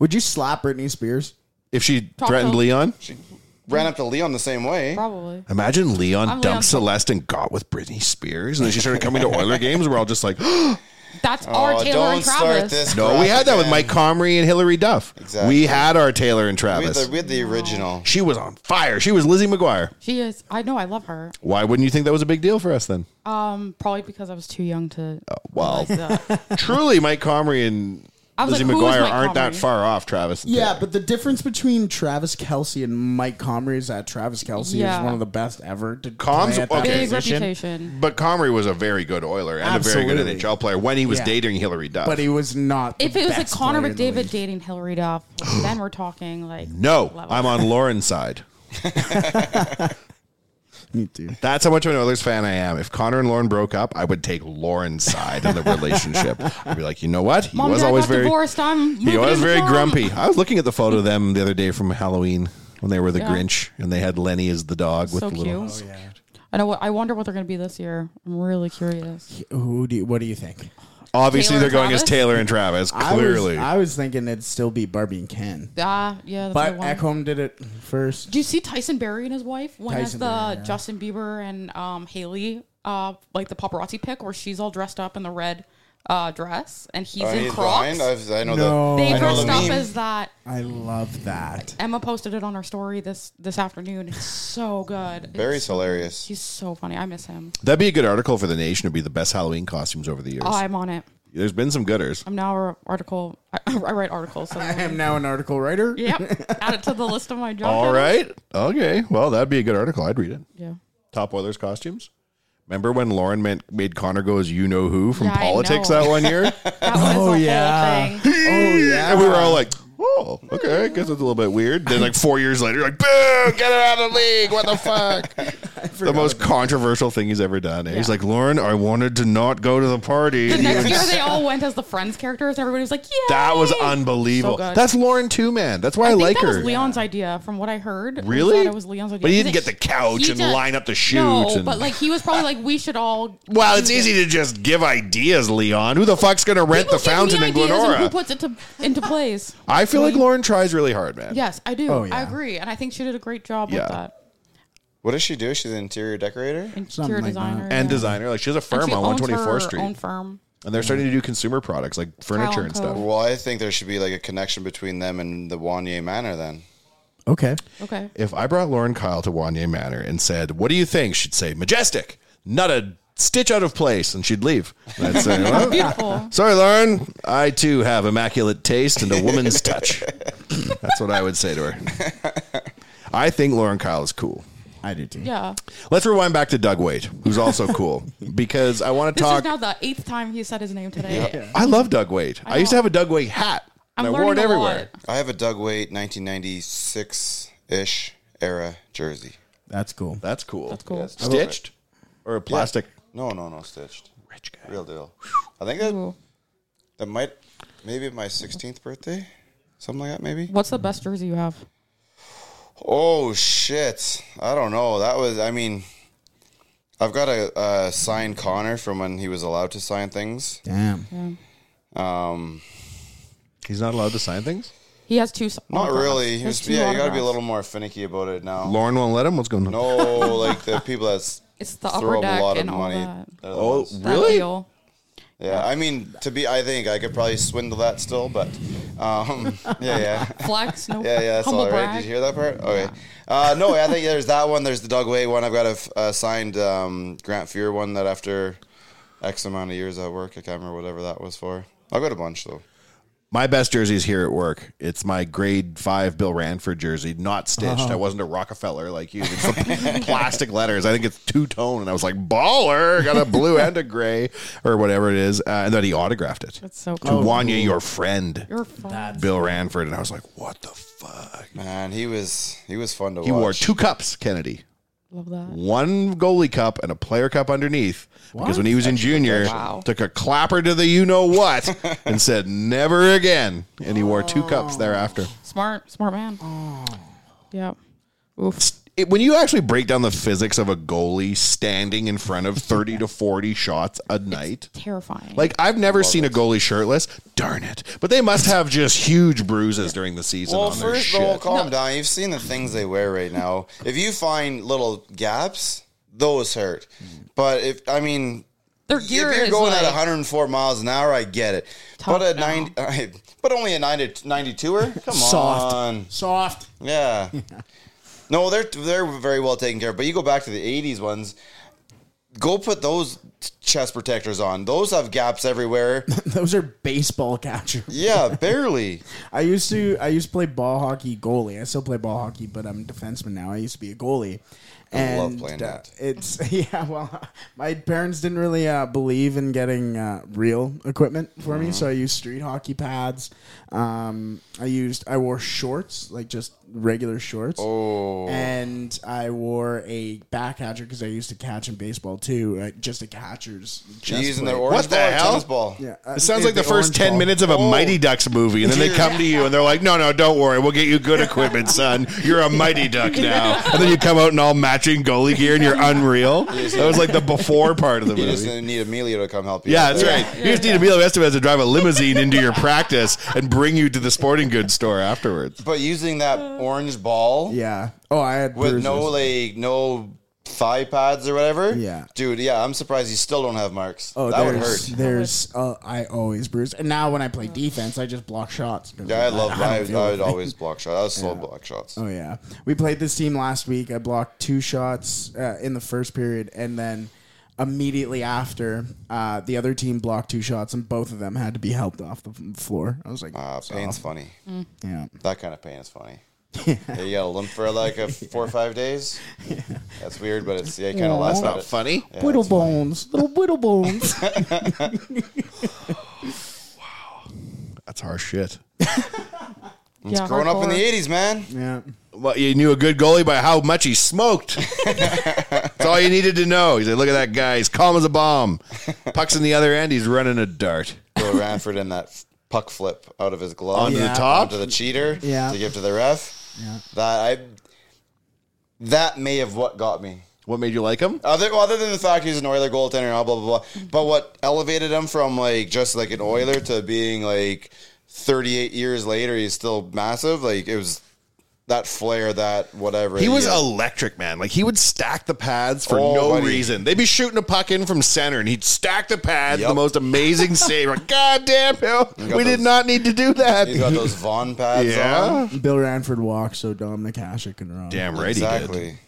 [SPEAKER 2] Would you slap Britney Spears?
[SPEAKER 1] If she
[SPEAKER 4] Taco.
[SPEAKER 1] threatened Leon?
[SPEAKER 3] She ran up to Leon the same way.
[SPEAKER 4] Probably.
[SPEAKER 1] Imagine Leon
[SPEAKER 4] I'm
[SPEAKER 1] dumped
[SPEAKER 4] Leon.
[SPEAKER 1] Celeste and got with Britney Spears, and then she started coming to Oiler games. We're all just like, no,
[SPEAKER 4] That's
[SPEAKER 1] Oh,
[SPEAKER 4] our
[SPEAKER 3] Oh,
[SPEAKER 4] Taylor and Travis.
[SPEAKER 1] we had that with
[SPEAKER 3] crap
[SPEAKER 1] Mike Comrie and Hillary Duff.
[SPEAKER 3] Exactly.
[SPEAKER 1] We had our Taylor and
[SPEAKER 3] again. We had
[SPEAKER 1] Travis.
[SPEAKER 3] the, we had the original.
[SPEAKER 1] she was on fire. She was Lizzie McGuire.
[SPEAKER 4] She is. I know. I love her.
[SPEAKER 1] Why wouldn't you think that was a big deal for us then?
[SPEAKER 4] Um, probably because I was too young to.
[SPEAKER 1] well.
[SPEAKER 4] realize that.
[SPEAKER 1] Truly, Mike Comrie and
[SPEAKER 4] I was
[SPEAKER 1] Lizzie
[SPEAKER 4] like, who is
[SPEAKER 1] McGuire
[SPEAKER 4] Mike
[SPEAKER 1] aren't that
[SPEAKER 4] Comrie?
[SPEAKER 1] far off, Travis. and
[SPEAKER 2] Yeah,
[SPEAKER 1] Taylor.
[SPEAKER 2] but the difference between Travis Kelsey and Mike Comrie is that Travis Kelsey
[SPEAKER 4] Yeah.
[SPEAKER 2] is one of the best ever to
[SPEAKER 1] Com's-
[SPEAKER 2] play at that
[SPEAKER 1] okay.
[SPEAKER 4] big
[SPEAKER 2] position.
[SPEAKER 4] reputation.
[SPEAKER 1] But Comrie was a very good Oiler and a very
[SPEAKER 2] Absolutely.
[SPEAKER 1] good NHL player when he was
[SPEAKER 2] Yeah.
[SPEAKER 1] dating Hillary Duff.
[SPEAKER 2] But he was not. the
[SPEAKER 4] If it was like
[SPEAKER 2] best
[SPEAKER 4] Connor
[SPEAKER 2] player in the
[SPEAKER 4] McDavid
[SPEAKER 2] league.
[SPEAKER 4] dating Hillary Duff, then we're talking like
[SPEAKER 1] no,
[SPEAKER 4] level.
[SPEAKER 1] I'm on Lauren's side.
[SPEAKER 2] me too.
[SPEAKER 1] That's how much of an Oilers fan I am. If Connor and Lauren broke up, I would take Lauren's side in the relationship. I'd be like, you know what? He
[SPEAKER 4] Mom,
[SPEAKER 1] was
[SPEAKER 4] Dad
[SPEAKER 1] always
[SPEAKER 4] got
[SPEAKER 1] very
[SPEAKER 4] divorced. I'm
[SPEAKER 1] he
[SPEAKER 4] moving in
[SPEAKER 1] was
[SPEAKER 4] with
[SPEAKER 1] very
[SPEAKER 4] Mom.
[SPEAKER 1] grumpy. I was looking at the photo of them the other day from Halloween when they were the
[SPEAKER 4] Yeah.
[SPEAKER 1] Grinch and they had Lenny as the dog with
[SPEAKER 4] So
[SPEAKER 1] the
[SPEAKER 4] cute.
[SPEAKER 1] little.
[SPEAKER 4] I know. What, I wonder what they're going to be this year. I'm really curious.
[SPEAKER 2] Who do you, what do you think?
[SPEAKER 1] Obviously,
[SPEAKER 4] Taylor
[SPEAKER 1] they're going
[SPEAKER 4] and
[SPEAKER 1] as
[SPEAKER 4] Travis?
[SPEAKER 1] Taylor and Travis.
[SPEAKER 2] I was-
[SPEAKER 1] Clearly,
[SPEAKER 2] I was, thinking it'd still be Barbie and Ken,
[SPEAKER 4] Ah, yeah. That's
[SPEAKER 2] but
[SPEAKER 4] the one.
[SPEAKER 2] Ekholm did it first.
[SPEAKER 4] Did you see Tyson Berry and his wife when has
[SPEAKER 2] Tyson
[SPEAKER 4] the
[SPEAKER 2] Berry, yeah.
[SPEAKER 4] Justin Bieber and um, Haley uh, like the paparazzi pic where she's all dressed up in the red uh, dress and he's
[SPEAKER 3] Oh,
[SPEAKER 4] in
[SPEAKER 3] he's
[SPEAKER 4] Crocs?
[SPEAKER 3] blind? I've- I know
[SPEAKER 2] No.
[SPEAKER 3] that.
[SPEAKER 4] they
[SPEAKER 3] I know
[SPEAKER 4] dressed
[SPEAKER 3] the
[SPEAKER 4] up
[SPEAKER 3] meme.
[SPEAKER 4] as that.
[SPEAKER 2] I love that.
[SPEAKER 4] Emma posted it on her story this this afternoon. It's so good.
[SPEAKER 3] Barry's
[SPEAKER 4] It's-
[SPEAKER 3] hilarious.
[SPEAKER 4] he's so funny. I miss him.
[SPEAKER 1] that'd be a good article for the Nation. Would be the best Halloween costumes over the years.
[SPEAKER 4] Oh, I'm on it.
[SPEAKER 1] There's been some gooders.
[SPEAKER 4] I'm now an article. I, I write articles. So
[SPEAKER 2] I am now an article writer.
[SPEAKER 4] Yep. Add it to the list of my job.
[SPEAKER 1] All
[SPEAKER 4] titles.
[SPEAKER 1] right, okay. Well, that'd be a good article. I'd read it.
[SPEAKER 4] Yeah.
[SPEAKER 1] Top Oilers costumes. Remember when Lauren meant, made Connor goes, you know who from
[SPEAKER 4] Yeah, I
[SPEAKER 1] politics
[SPEAKER 4] know.
[SPEAKER 1] that one year?
[SPEAKER 4] That was
[SPEAKER 2] Oh,
[SPEAKER 4] the
[SPEAKER 2] yeah.
[SPEAKER 4] whole thing.
[SPEAKER 2] Oh yeah,
[SPEAKER 1] and we were all like, oh, okay, I guess it's a little bit weird. Then, like, four years later, you're like, boo, get it out of the league. What the fuck? the most controversial thing he's ever done. eh? He's
[SPEAKER 4] Yeah.
[SPEAKER 1] like, Lauren, I wanted to not go to the party.
[SPEAKER 4] The next year they all went as the Friends characters. Everybody was like, yeah.
[SPEAKER 1] that was unbelievable.
[SPEAKER 4] So good.
[SPEAKER 1] That's Lauren too, man. That's why I,
[SPEAKER 4] I think
[SPEAKER 1] like
[SPEAKER 4] that
[SPEAKER 1] her.
[SPEAKER 4] was Leon's idea, from what I heard. was
[SPEAKER 1] Really?
[SPEAKER 4] that it was Leon's idea.
[SPEAKER 1] But he didn't
[SPEAKER 4] Because
[SPEAKER 1] get the couch
[SPEAKER 4] he
[SPEAKER 1] and
[SPEAKER 4] just-
[SPEAKER 1] line up the
[SPEAKER 4] No,
[SPEAKER 1] chute and-
[SPEAKER 4] but like he was probably like, we should all.
[SPEAKER 1] well, it's
[SPEAKER 4] do this.
[SPEAKER 1] easy to just give ideas, Leon. Who the fuck's going to rent
[SPEAKER 4] People
[SPEAKER 1] the
[SPEAKER 4] give me
[SPEAKER 1] fountain in
[SPEAKER 4] ideas and Who
[SPEAKER 1] Glenora?
[SPEAKER 4] puts it to, into place?
[SPEAKER 1] I feel like Lauren tries really hard, man.
[SPEAKER 4] Yes, I do.
[SPEAKER 2] Oh, yeah.
[SPEAKER 4] I agree, and I think she did a great job
[SPEAKER 1] Yeah.
[SPEAKER 4] with that.
[SPEAKER 3] What does she do? She's an interior decorator.
[SPEAKER 4] Interior
[SPEAKER 2] Something like that.
[SPEAKER 4] designer
[SPEAKER 1] And
[SPEAKER 4] yeah.
[SPEAKER 1] designer. Like, she has a
[SPEAKER 4] And
[SPEAKER 1] firm
[SPEAKER 4] she
[SPEAKER 1] on
[SPEAKER 4] owns
[SPEAKER 1] 124th
[SPEAKER 4] her
[SPEAKER 1] Street.
[SPEAKER 4] Own firm.
[SPEAKER 1] And they're starting to do consumer products like furniture and
[SPEAKER 4] Co.
[SPEAKER 1] stuff.
[SPEAKER 3] Well, I think there should be like a connection between them and the Wanye Manor. Then
[SPEAKER 2] okay.
[SPEAKER 4] Okay.
[SPEAKER 1] If I brought Lauren Kyle to Wanye Manor and said, What do you think? She'd say, Majestic, not a stitch out of place. And she'd leave. And I'd say, "Well,
[SPEAKER 4] Beautiful.
[SPEAKER 1] Sorry, Lauren. I too have immaculate taste and a woman's touch. That's what I would say to her. I think Lauren Kyle is cool.
[SPEAKER 2] I do too.
[SPEAKER 4] Yeah.
[SPEAKER 1] Let's rewind back to Doug Wade, who's also cool, because I want to
[SPEAKER 4] This is
[SPEAKER 1] talk.
[SPEAKER 4] now the eighth time he said his name today.
[SPEAKER 1] I love Doug Wade. I, used to
[SPEAKER 4] know.
[SPEAKER 1] have a Doug Wade hat,
[SPEAKER 4] I'm
[SPEAKER 1] and I wore it
[SPEAKER 4] learning a
[SPEAKER 1] everywhere.
[SPEAKER 4] lot.
[SPEAKER 3] I have a Doug Waite 1996 ish era jersey.
[SPEAKER 2] That's cool.
[SPEAKER 1] That's cool. That's
[SPEAKER 4] cool.
[SPEAKER 1] Stitched or a plastic.
[SPEAKER 3] No, no, no, stitched.
[SPEAKER 1] Rich guy.
[SPEAKER 3] Real deal. I think that that might maybe my 16th birthday, something like that. Maybe.
[SPEAKER 4] What's the best jersey you have?
[SPEAKER 3] Oh shit! I don't know. That was. I mean, I've got a, a signed Connor from when he was allowed to sign things.
[SPEAKER 2] Damn.
[SPEAKER 3] Um,
[SPEAKER 1] He's not allowed to sign things.
[SPEAKER 4] He has two. s-
[SPEAKER 3] not
[SPEAKER 4] autographs.
[SPEAKER 3] really.
[SPEAKER 4] He
[SPEAKER 3] He
[SPEAKER 4] has
[SPEAKER 3] was-
[SPEAKER 4] two
[SPEAKER 3] yeah, you got to be a
[SPEAKER 4] autographs.
[SPEAKER 3] little more finicky about it now.
[SPEAKER 1] Lauren won't let him. What's going on?
[SPEAKER 3] No, like the people that
[SPEAKER 4] It's the
[SPEAKER 3] throw
[SPEAKER 4] upper
[SPEAKER 3] up a lot
[SPEAKER 4] deck
[SPEAKER 3] of
[SPEAKER 4] and all
[SPEAKER 3] money.
[SPEAKER 4] that.
[SPEAKER 3] They're the
[SPEAKER 1] Oh,
[SPEAKER 3] ones.
[SPEAKER 4] That
[SPEAKER 1] really?
[SPEAKER 4] deal.
[SPEAKER 3] Yeah, I mean, to be, I think I could probably swindle that still, but um, yeah, yeah.
[SPEAKER 4] Flex. No.
[SPEAKER 3] Yeah, yeah, that's
[SPEAKER 4] humble
[SPEAKER 3] all right.
[SPEAKER 4] brag.
[SPEAKER 3] Did you hear that part? Okay. Uh, no, I think there's that one. There's the Doug Way one. I've got a f- uh, signed um, Grant Fuhr one that after X amount of years at work, I can't remember whatever that was for. I've got a bunch though.
[SPEAKER 1] My best jersey is here at work. It's my grade five Bill Ranford jersey, not stitched. I wasn't a Rockefeller like you. It's the plastic letters. I think it's two tone, and I was like baller. Got a blue and a gray or whatever it is, uh, and then he autographed it
[SPEAKER 4] That's so
[SPEAKER 1] to
[SPEAKER 4] cool.
[SPEAKER 1] Wanya, your friend,
[SPEAKER 4] You're fun.
[SPEAKER 1] Bill Ranford, and I was like, what the fuck?
[SPEAKER 3] Man, he was he was fun to
[SPEAKER 1] He
[SPEAKER 3] watch.
[SPEAKER 1] wore two cups, Kennedy.
[SPEAKER 4] Love that.
[SPEAKER 1] one goalie cup and a player cup underneath because when he was in junior,
[SPEAKER 4] Wow.
[SPEAKER 1] took a clapper to the you know what and said never again, and he wore two cups thereafter.
[SPEAKER 4] Smart. Smart man. Yeah. Oof.
[SPEAKER 1] It- when you actually break down the physics of a goalie standing in front of thirty to forty shots a night.
[SPEAKER 4] Terrifying.
[SPEAKER 1] Like I've never seen a goalie shirtless. Darn it! But they must have just huge bruises during the season.
[SPEAKER 3] Well,
[SPEAKER 1] on their
[SPEAKER 3] first of
[SPEAKER 1] shit.
[SPEAKER 3] all, calm down. You've seen the things they wear right now. If you find little gaps, those hurt. But if I mean,
[SPEAKER 4] their
[SPEAKER 3] if
[SPEAKER 4] gear
[SPEAKER 3] you're
[SPEAKER 4] is
[SPEAKER 3] going
[SPEAKER 4] like,
[SPEAKER 3] at 104 miles an hour, I get it.
[SPEAKER 4] Top
[SPEAKER 3] But a
[SPEAKER 4] down.
[SPEAKER 3] 90, but only a 90, 92er. Come
[SPEAKER 2] Soft.
[SPEAKER 3] on,
[SPEAKER 2] Soft.
[SPEAKER 3] yeah. No, they're they're very well taken care of. But you go back to the '80s ones. Go put those chest protectors on. Those have gaps everywhere.
[SPEAKER 2] Those are baseball catchers.
[SPEAKER 3] Yeah, barely.
[SPEAKER 2] I used to I used to play ball hockey goalie. I still play ball hockey, but I'm a defenseman now. I used to be a goalie. And
[SPEAKER 3] love playing
[SPEAKER 2] uh,
[SPEAKER 3] that.
[SPEAKER 2] It's yeah. Well, my parents didn't really uh, believe in getting uh, real equipment for me, so I
[SPEAKER 3] Mm-hmm.
[SPEAKER 2] used street hockey pads. Um, I used I wore shorts, like just regular shorts. Oh. And I wore a back catcher because I used to catch in baseball too, uh, just a catcher's.
[SPEAKER 3] You're
[SPEAKER 2] chest
[SPEAKER 3] using
[SPEAKER 2] plate.
[SPEAKER 3] their orange
[SPEAKER 1] What the
[SPEAKER 3] ball or
[SPEAKER 1] hell?
[SPEAKER 3] tennis ball.
[SPEAKER 2] Yeah, uh,
[SPEAKER 1] It sounds like the,
[SPEAKER 2] orange
[SPEAKER 1] first 10
[SPEAKER 2] ball.
[SPEAKER 1] minutes of a
[SPEAKER 3] Oh.
[SPEAKER 1] Mighty Ducks movie, and then they come to you and they're like, no, no, don't worry. We'll get you good equipment, son. You're a Mighty Duck now. And then you come out in all matching goalie gear and you're unreal. That was like the before part of the
[SPEAKER 3] You just
[SPEAKER 1] movie.
[SPEAKER 3] need Emilio to come help you.
[SPEAKER 1] Yeah,
[SPEAKER 3] out
[SPEAKER 1] that's
[SPEAKER 3] there.
[SPEAKER 1] right. You just need Emilio Estevez to drive a limousine into your practice and bring you to the sporting goods store afterwards.
[SPEAKER 3] But using that orange ball
[SPEAKER 2] Yeah. Oh, I had
[SPEAKER 3] with
[SPEAKER 2] bruises.
[SPEAKER 3] no like no thigh pads or whatever.
[SPEAKER 2] Yeah.
[SPEAKER 3] dude. Yeah, I'm surprised you still don't have marks.
[SPEAKER 2] Oh,
[SPEAKER 3] that would hurt.
[SPEAKER 2] there's, There's, uh, I always bruise, and now when I play defense, I just block shots.
[SPEAKER 3] Yeah, I love.
[SPEAKER 2] don't
[SPEAKER 3] I, I,
[SPEAKER 2] feel
[SPEAKER 3] would
[SPEAKER 2] anything.
[SPEAKER 3] always block shots. I was slow block shots.
[SPEAKER 2] Oh yeah, we played this team last week. I blocked two shots uh, in the first period, and then immediately after, uh, the other team blocked two shots, and both of them had to be helped off the f- floor. I was like,
[SPEAKER 3] Ah, pain's funny.
[SPEAKER 2] yeah,
[SPEAKER 3] That kind of pain is funny. Yeah, you gotta limp for like a four or five days. That's weird, but it's yeah, you kind
[SPEAKER 2] Aw.
[SPEAKER 3] of laugh at
[SPEAKER 1] Not
[SPEAKER 3] it.
[SPEAKER 1] Oh, funny.
[SPEAKER 2] whittle bones, little whittle bones.
[SPEAKER 1] That's harsh shit.
[SPEAKER 4] yeah,
[SPEAKER 3] Growing up in the
[SPEAKER 4] hardcore.
[SPEAKER 3] '80s, man.
[SPEAKER 2] yeah.
[SPEAKER 1] Well, you knew a good goalie by how much he smoked. That's all you needed to know. He said, "Look at that guy. He's calm as a bomb. Pucks in the other end. He's running a dart
[SPEAKER 3] Bill Ranford in that puck flip out of his glove
[SPEAKER 1] onto
[SPEAKER 2] Yeah.
[SPEAKER 1] the top."
[SPEAKER 3] onto the cheater
[SPEAKER 2] Yeah.
[SPEAKER 3] to give to the ref. That I that may have what got me.
[SPEAKER 1] What made you like him?
[SPEAKER 3] Other other than the fact he's an Oiler goaltender and all blah blah blah, but what elevated him from like just like an Oiler to being like 38 years later, he's still massive. Like it was that flair, that whatever.
[SPEAKER 1] He was
[SPEAKER 3] had.
[SPEAKER 1] electric, man. Like he would stack the pads for
[SPEAKER 3] Oh,
[SPEAKER 1] no
[SPEAKER 3] buddy.
[SPEAKER 1] reason. They'd be shooting a puck in from center, and he'd stack the pads. The
[SPEAKER 3] Yep.
[SPEAKER 1] most amazing save. Like, God damn, Bill, we
[SPEAKER 3] got
[SPEAKER 1] did
[SPEAKER 3] those-
[SPEAKER 1] not need to do that.
[SPEAKER 3] He's got those Vaughn pads
[SPEAKER 1] Yeah.
[SPEAKER 3] on.
[SPEAKER 2] Bill Ranford walked so Dominic Hasek could run.
[SPEAKER 1] Damn right he did. Mm.
[SPEAKER 3] Exactly.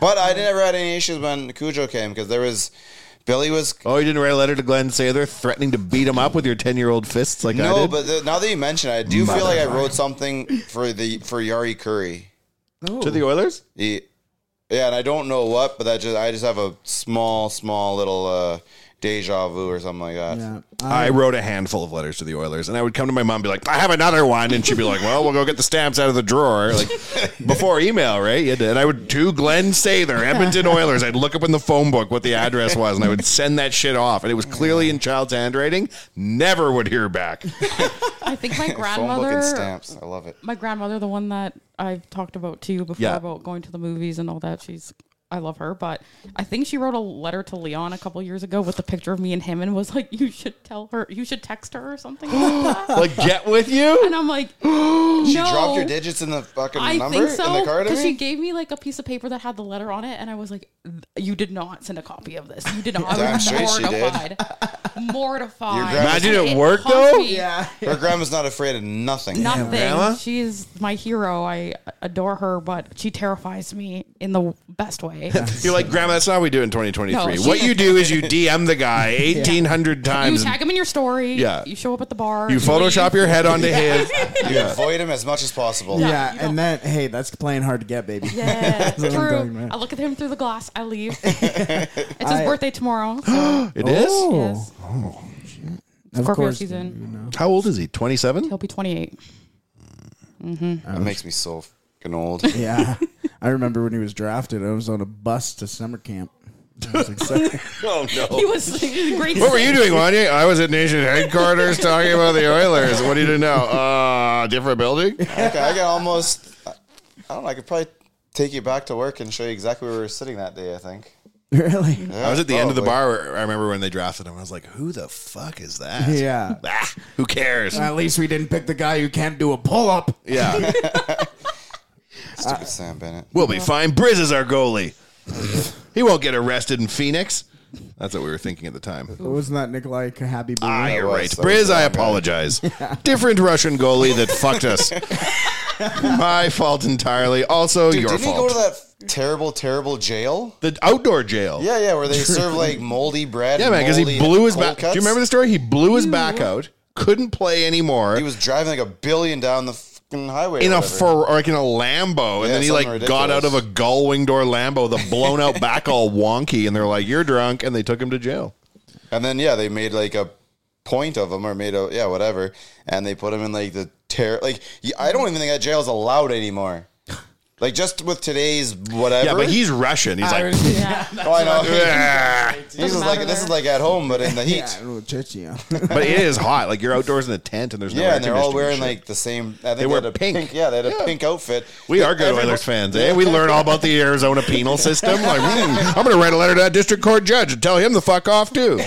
[SPEAKER 3] But I never had any issues when Cujo came because there was Billy was
[SPEAKER 1] Oh, you didn't write a letter to Glenn Sather threatening to beat him up with your ten-year-old fists like I
[SPEAKER 3] no,
[SPEAKER 1] did.
[SPEAKER 3] but the, now that you mention it, I do feel like I wrote something for the for Yari Curry.
[SPEAKER 4] Oh.
[SPEAKER 1] to the Oilers.
[SPEAKER 3] He- yeah, and I don't know what, but that just I just have a small, small little uh, deja vu or something like that.
[SPEAKER 2] Yeah. Uh,
[SPEAKER 1] I wrote a handful of letters to the Oilers, and I would come to my mom and be like, "I have another one," and she'd be like, "Well, we'll go get the stamps out of the drawer." Like before email, right? You had to- And I would to Glenn Sather, Edmonton Oilers. I'd look up in the phone book what the address was, and I would send that shit off. And it was clearly in child's handwriting. Never would hear back.
[SPEAKER 4] I think
[SPEAKER 3] Phone
[SPEAKER 4] my
[SPEAKER 3] book and
[SPEAKER 4] grandmother,
[SPEAKER 3] stamps. I love it.
[SPEAKER 4] my grandmother, the one that I've talked about to you before
[SPEAKER 1] Yeah.
[SPEAKER 4] about going to the movies and all that. She's, I love her, but I think she wrote a letter to Leon a couple years ago with a picture of me and him, and was like, "You should tell her, you should text her or something." like that.
[SPEAKER 1] Like get with you.
[SPEAKER 4] And I'm like, no.
[SPEAKER 3] She dropped your digits in the fucking
[SPEAKER 4] I
[SPEAKER 3] number
[SPEAKER 4] think so
[SPEAKER 3] in the card. I
[SPEAKER 4] because she
[SPEAKER 3] mean?
[SPEAKER 4] gave me like a piece of paper that had the letter on it, and I was like, "You did not send a copy of this. You did not." I
[SPEAKER 3] Damn
[SPEAKER 4] was
[SPEAKER 3] straight she did.
[SPEAKER 4] mortified. Mortified.
[SPEAKER 3] Your grandma-
[SPEAKER 1] Imagine
[SPEAKER 4] And
[SPEAKER 1] it worked,
[SPEAKER 4] haunts
[SPEAKER 1] though?
[SPEAKER 4] me.
[SPEAKER 3] Her grandma's not afraid of nothing.
[SPEAKER 4] Nothing.
[SPEAKER 1] grandma?
[SPEAKER 4] She's my hero. I adore her, but she terrifies me in the best way.
[SPEAKER 1] You're like, Grandma, that's not how we do it in 2023.
[SPEAKER 4] No, she-
[SPEAKER 1] what you do is you DM the guy 1,800
[SPEAKER 4] you
[SPEAKER 1] times. and
[SPEAKER 4] tag him in your story.
[SPEAKER 1] Yeah.
[SPEAKER 4] You show up at the bar.
[SPEAKER 1] you Photoshop your head onto his.
[SPEAKER 3] You avoid him as much as possible.
[SPEAKER 2] yeah,
[SPEAKER 4] you
[SPEAKER 2] and
[SPEAKER 4] don't-
[SPEAKER 2] then hey, that's playing hard to get, baby.
[SPEAKER 4] Yeah,
[SPEAKER 2] what I'm talking
[SPEAKER 4] true.
[SPEAKER 2] about.
[SPEAKER 4] I look at him through the glass. I leave. it's his birthday tomorrow. So
[SPEAKER 1] It is.
[SPEAKER 4] yes.
[SPEAKER 2] Of
[SPEAKER 4] Scorpio
[SPEAKER 2] course.
[SPEAKER 4] season.
[SPEAKER 1] How old is he? 27.
[SPEAKER 4] He'll be 28.
[SPEAKER 3] That makes me so fucking old.
[SPEAKER 2] Yeah. I remember when he was drafted, I was on a bus to summer camp. I was excited.
[SPEAKER 1] Oh no.
[SPEAKER 4] He was great.
[SPEAKER 1] What were you doing, Wanya? I was at Nation headquarters talking about the Oilers. What do you know? Uh, different building.
[SPEAKER 3] Okay, I can almost. I don't know. I could probably take you back to work and show you exactly where we were sitting that day. I think.
[SPEAKER 2] really?
[SPEAKER 1] I was at the end of the bar. Where I remember when they drafted him. I was like, "Who the fuck is that?"
[SPEAKER 2] Yeah.
[SPEAKER 1] Ah, who cares?
[SPEAKER 2] At least we didn't pick the guy who can't do a pull up.
[SPEAKER 1] yeah,
[SPEAKER 3] Stupid Sam Bennett.
[SPEAKER 1] we'll be fine. Briz is our goalie. He won't get arrested in Phoenix. That's what we were thinking at the time.
[SPEAKER 2] Wasn't that Nikolai Kahabi?
[SPEAKER 1] Ah,
[SPEAKER 2] Bure?
[SPEAKER 1] you're
[SPEAKER 3] was-
[SPEAKER 1] right,
[SPEAKER 3] that was
[SPEAKER 1] Briz. I
[SPEAKER 3] the wrong guy.
[SPEAKER 1] apologize. Different Russian goalie that fucked us. My fault entirely. Also,
[SPEAKER 3] Dude,
[SPEAKER 1] your
[SPEAKER 3] didn't he go
[SPEAKER 1] fault.
[SPEAKER 3] to that terrible, terrible jail?
[SPEAKER 1] the outdoor jail.
[SPEAKER 3] Yeah, yeah, where they serve like moldy bread.
[SPEAKER 1] Yeah,
[SPEAKER 3] and
[SPEAKER 1] man, because he
[SPEAKER 3] moldy
[SPEAKER 1] blew his
[SPEAKER 3] cold
[SPEAKER 1] back. Do you
[SPEAKER 3] cuts. Mm-hmm.
[SPEAKER 1] remember the story? He blew his back out, couldn't play anymore
[SPEAKER 3] He was driving like a billion down the fucking highway.
[SPEAKER 1] in
[SPEAKER 3] or
[SPEAKER 1] a
[SPEAKER 3] whatever.
[SPEAKER 1] Fer- or like in a Lambo, and
[SPEAKER 3] Yeah,
[SPEAKER 1] then he like
[SPEAKER 3] something
[SPEAKER 1] got out
[SPEAKER 3] ridiculous.
[SPEAKER 1] of a gull wing door Lambo, with a blown out back all wonky, and they're like, "You're drunk," and they took him to jail.
[SPEAKER 3] and then yeah, they made like a point of him or made a yeah whatever, and they put him in like the terror. Like y- I don't even think that jail's allowed anymore. Like just with today's whatever.
[SPEAKER 1] Yeah, but he's Russian. He's like,
[SPEAKER 4] Yeah.
[SPEAKER 3] Oh, I know.
[SPEAKER 1] "Ah."
[SPEAKER 3] He's just like
[SPEAKER 4] matter
[SPEAKER 3] this is
[SPEAKER 4] there.
[SPEAKER 3] like at home, but in the heat.
[SPEAKER 2] Yeah,
[SPEAKER 3] Yeah,
[SPEAKER 2] oh, Chechnya.
[SPEAKER 1] but it is hot. Like you're outdoors in a tent, and there's no. air
[SPEAKER 3] and they're all wearing
[SPEAKER 1] conditioning and
[SPEAKER 3] like the same. I think
[SPEAKER 1] wear
[SPEAKER 3] had a
[SPEAKER 1] pink.
[SPEAKER 3] Yeah, they had a
[SPEAKER 1] Yeah.
[SPEAKER 3] pink outfit.
[SPEAKER 1] shit. We are good
[SPEAKER 3] Everyone-
[SPEAKER 1] Oilers fans, eh? We learn all about the Arizona penal system. Like, hmm, I'm going to write a letter to that district court judge and tell him the fuck off too.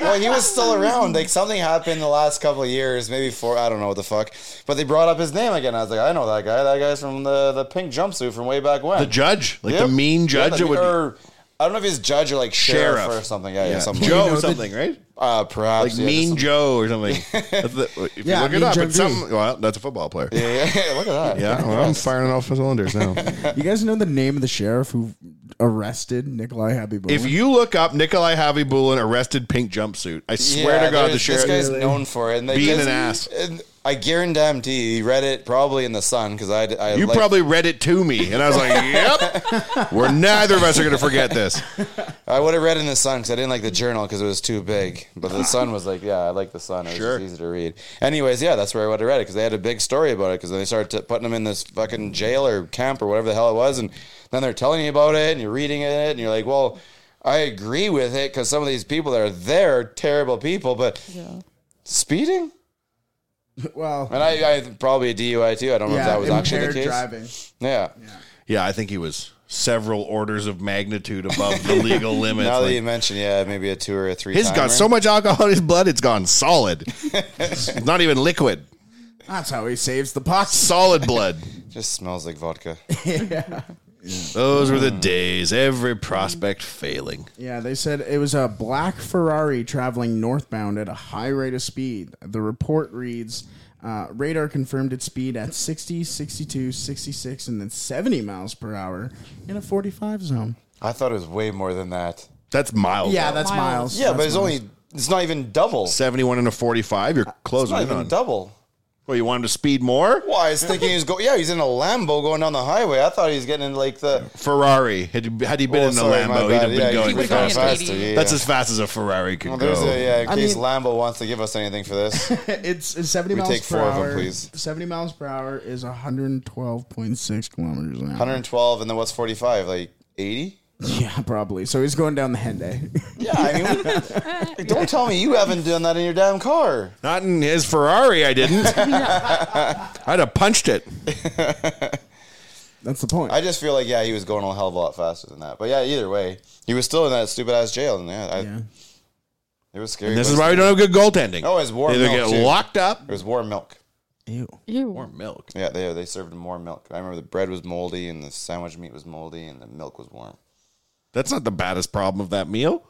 [SPEAKER 3] Well, he was still around. Like something happened the last couple of years, maybe four. I don't know what the fuck. But they brought up his name again. I was like, I know that guy. That guy's from the the pink jumpsuit from way back when.
[SPEAKER 1] The judge, like
[SPEAKER 3] Yep.
[SPEAKER 1] the mean
[SPEAKER 3] Yeah,
[SPEAKER 1] judge,
[SPEAKER 3] the-
[SPEAKER 1] that would
[SPEAKER 3] or, I don't know if he's judge or like sheriff,
[SPEAKER 1] Sheriff.
[SPEAKER 3] or something. Yeah, yeah, something.
[SPEAKER 1] Joe
[SPEAKER 2] You know, the-
[SPEAKER 1] something, right?
[SPEAKER 3] uh, perhaps
[SPEAKER 1] Like
[SPEAKER 3] yeah,
[SPEAKER 1] Mean
[SPEAKER 3] just
[SPEAKER 1] Joe or something. That's the- if
[SPEAKER 2] Yeah,
[SPEAKER 1] you look it
[SPEAKER 2] Mean
[SPEAKER 1] up,
[SPEAKER 2] Joe
[SPEAKER 1] it's some.
[SPEAKER 2] Green.
[SPEAKER 1] Well, that's a football player.
[SPEAKER 3] some- Yeah, yeah, look at that.
[SPEAKER 1] Yeah, well, I'm firing off cylinders now.
[SPEAKER 2] You guys know the name of the sheriff who arrested Nikolai Habibulin?
[SPEAKER 1] if you look up Nikolai Javi Bulin arrested pink jumpsuit, I swear
[SPEAKER 3] Yeah,
[SPEAKER 1] to God, the
[SPEAKER 3] there's-
[SPEAKER 1] sheriff
[SPEAKER 3] This guy's known for it. And they
[SPEAKER 1] Being an
[SPEAKER 3] just-
[SPEAKER 1] ass.
[SPEAKER 3] and I guarantee you read it probably in the sun because I, I
[SPEAKER 1] You
[SPEAKER 3] like-
[SPEAKER 1] probably read it to me, and I was like, "Yep, we're neither of us are going to forget this."
[SPEAKER 3] I would have read in the sun because I didn't like the journal because it was too big. But the sun was like, yeah, I like the sun. It was
[SPEAKER 1] Sure.
[SPEAKER 3] just easy to read. Anyways, yeah, that's where I would have read it because they had a big story about it because they started t- putting them in this fucking jail or camp or whatever the hell it was, and then they're telling you about it and you're reading it and you're like, well, I agree with it because some of these people that are there are terrible people, but
[SPEAKER 4] Yeah.
[SPEAKER 3] speeding.
[SPEAKER 2] Well,
[SPEAKER 3] And I, I probably a DUI too. I don't know if
[SPEAKER 2] yeah,
[SPEAKER 3] that was actually the
[SPEAKER 2] impaired
[SPEAKER 3] case.
[SPEAKER 2] driving.
[SPEAKER 3] Yeah.
[SPEAKER 1] Yeah, I think he was several orders of magnitude above the legal limits.
[SPEAKER 3] Now that
[SPEAKER 1] Like,
[SPEAKER 3] you mention, yeah, maybe a two or a three.
[SPEAKER 1] He's
[SPEAKER 3] timer.
[SPEAKER 1] got so much alcohol in his blood, it's gone solid. It's not even liquid.
[SPEAKER 2] That's how he saves the pots.
[SPEAKER 1] Solid blood.
[SPEAKER 3] Just smells like vodka.
[SPEAKER 1] Those were the days. Every prospect failing.
[SPEAKER 2] Yeah, they said it was a black Ferrari traveling northbound at a high rate of speed. The report reads uh, radar confirmed its speed at 60, 62, 66, and then 70 miles per hour in a 45 zone.
[SPEAKER 3] I thought it was way more than that.
[SPEAKER 1] That's mild.
[SPEAKER 2] Yeah, that's
[SPEAKER 4] Miles.
[SPEAKER 2] miles.
[SPEAKER 3] Yeah, but
[SPEAKER 2] That's
[SPEAKER 3] it's
[SPEAKER 2] miles.
[SPEAKER 3] only it's not even double. It's
[SPEAKER 1] seventy-one and a forty-five. You're closing
[SPEAKER 3] not
[SPEAKER 1] in
[SPEAKER 3] even
[SPEAKER 1] on.
[SPEAKER 3] double.
[SPEAKER 1] Well, you want him to speed more?
[SPEAKER 3] Why? I was thinking he was going. Yeah, he's in a Lambo going down the highway. I thought he was getting into like the.
[SPEAKER 1] Ferrari. Had, he- had he been
[SPEAKER 3] Oh,
[SPEAKER 1] in a
[SPEAKER 3] sorry, my
[SPEAKER 1] Lambo, he'd
[SPEAKER 3] bad.
[SPEAKER 1] have been
[SPEAKER 3] Yeah,
[SPEAKER 1] going
[SPEAKER 3] he was
[SPEAKER 4] going
[SPEAKER 1] faster.
[SPEAKER 4] at
[SPEAKER 3] faster. Yeah,
[SPEAKER 4] 80.
[SPEAKER 3] yeah.
[SPEAKER 1] That's as fast as a Ferrari could
[SPEAKER 3] Well,
[SPEAKER 1] go.
[SPEAKER 3] there's a yeah. In
[SPEAKER 2] I
[SPEAKER 3] case
[SPEAKER 2] mean-
[SPEAKER 3] Lambo wants to give us anything for this,
[SPEAKER 2] it's, it's 70
[SPEAKER 3] We
[SPEAKER 2] miles
[SPEAKER 3] take
[SPEAKER 2] per
[SPEAKER 3] four of them,
[SPEAKER 2] hour.
[SPEAKER 3] please.
[SPEAKER 2] 70 miles per hour is 112.6 kilometers an hour.
[SPEAKER 3] 112, and then what's 45? Like 80?
[SPEAKER 2] Yeah, probably. So he's going down the Henday.
[SPEAKER 3] Yeah, I mean, don't tell me you haven't done that in your damn car.
[SPEAKER 1] Not in his Ferrari, I didn't. I'd have punched it.
[SPEAKER 2] That's the point.
[SPEAKER 3] I just feel like yeah, he was going a hell of a lot faster than that. But yeah, either way, he was still in that stupid ass jail, and yeah, I,
[SPEAKER 2] yeah.
[SPEAKER 3] it was scary.
[SPEAKER 1] This
[SPEAKER 3] but
[SPEAKER 1] is why we don't have good goaltending.
[SPEAKER 3] Oh, it's warm
[SPEAKER 1] They Either
[SPEAKER 3] milk,
[SPEAKER 1] get
[SPEAKER 3] too.
[SPEAKER 1] locked up.
[SPEAKER 3] it was warm milk.
[SPEAKER 2] Ew.
[SPEAKER 4] You.
[SPEAKER 1] Milk.
[SPEAKER 3] Yeah, they they served more milk. I remember the bread was moldy and the sandwich meat was moldy and the milk was warm.
[SPEAKER 1] That's not the baddest problem of that meal.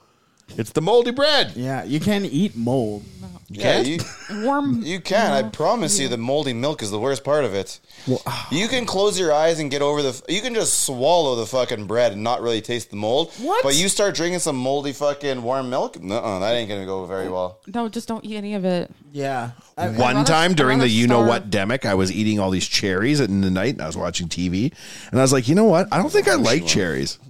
[SPEAKER 1] It's the moldy bread.
[SPEAKER 2] Yeah, you can eat mold.
[SPEAKER 3] Yeah, you,
[SPEAKER 4] Warm.
[SPEAKER 3] you can. I promise you, the moldy milk is the worst part of it. You can close your eyes and get over the. f- You can just swallow the fucking bread and not really taste the mold.
[SPEAKER 4] What?
[SPEAKER 3] But you start drinking some moldy fucking warm milk. No, that ain't gonna go very well.
[SPEAKER 4] No, just don't eat any of it.
[SPEAKER 2] Yeah. I-
[SPEAKER 1] One
[SPEAKER 4] rather-
[SPEAKER 1] time
[SPEAKER 4] I'd
[SPEAKER 1] during the
[SPEAKER 4] rather
[SPEAKER 1] you know what
[SPEAKER 4] starve.
[SPEAKER 1] demic, I was eating all these cherries in the night and I was watching TV. And I was like, you know what? I don't think I like cherries.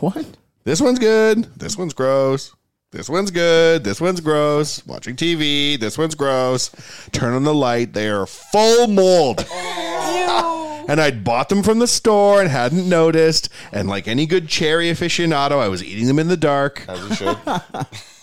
[SPEAKER 2] what?
[SPEAKER 1] This one's good. This one's gross. This one's good. This one's gross. Watching TV. This one's gross. Turn on the light. They are full mold. and I'd bought them from the store and hadn't noticed. And like any good cherry aficionado, I was eating them in the dark.
[SPEAKER 3] As you should.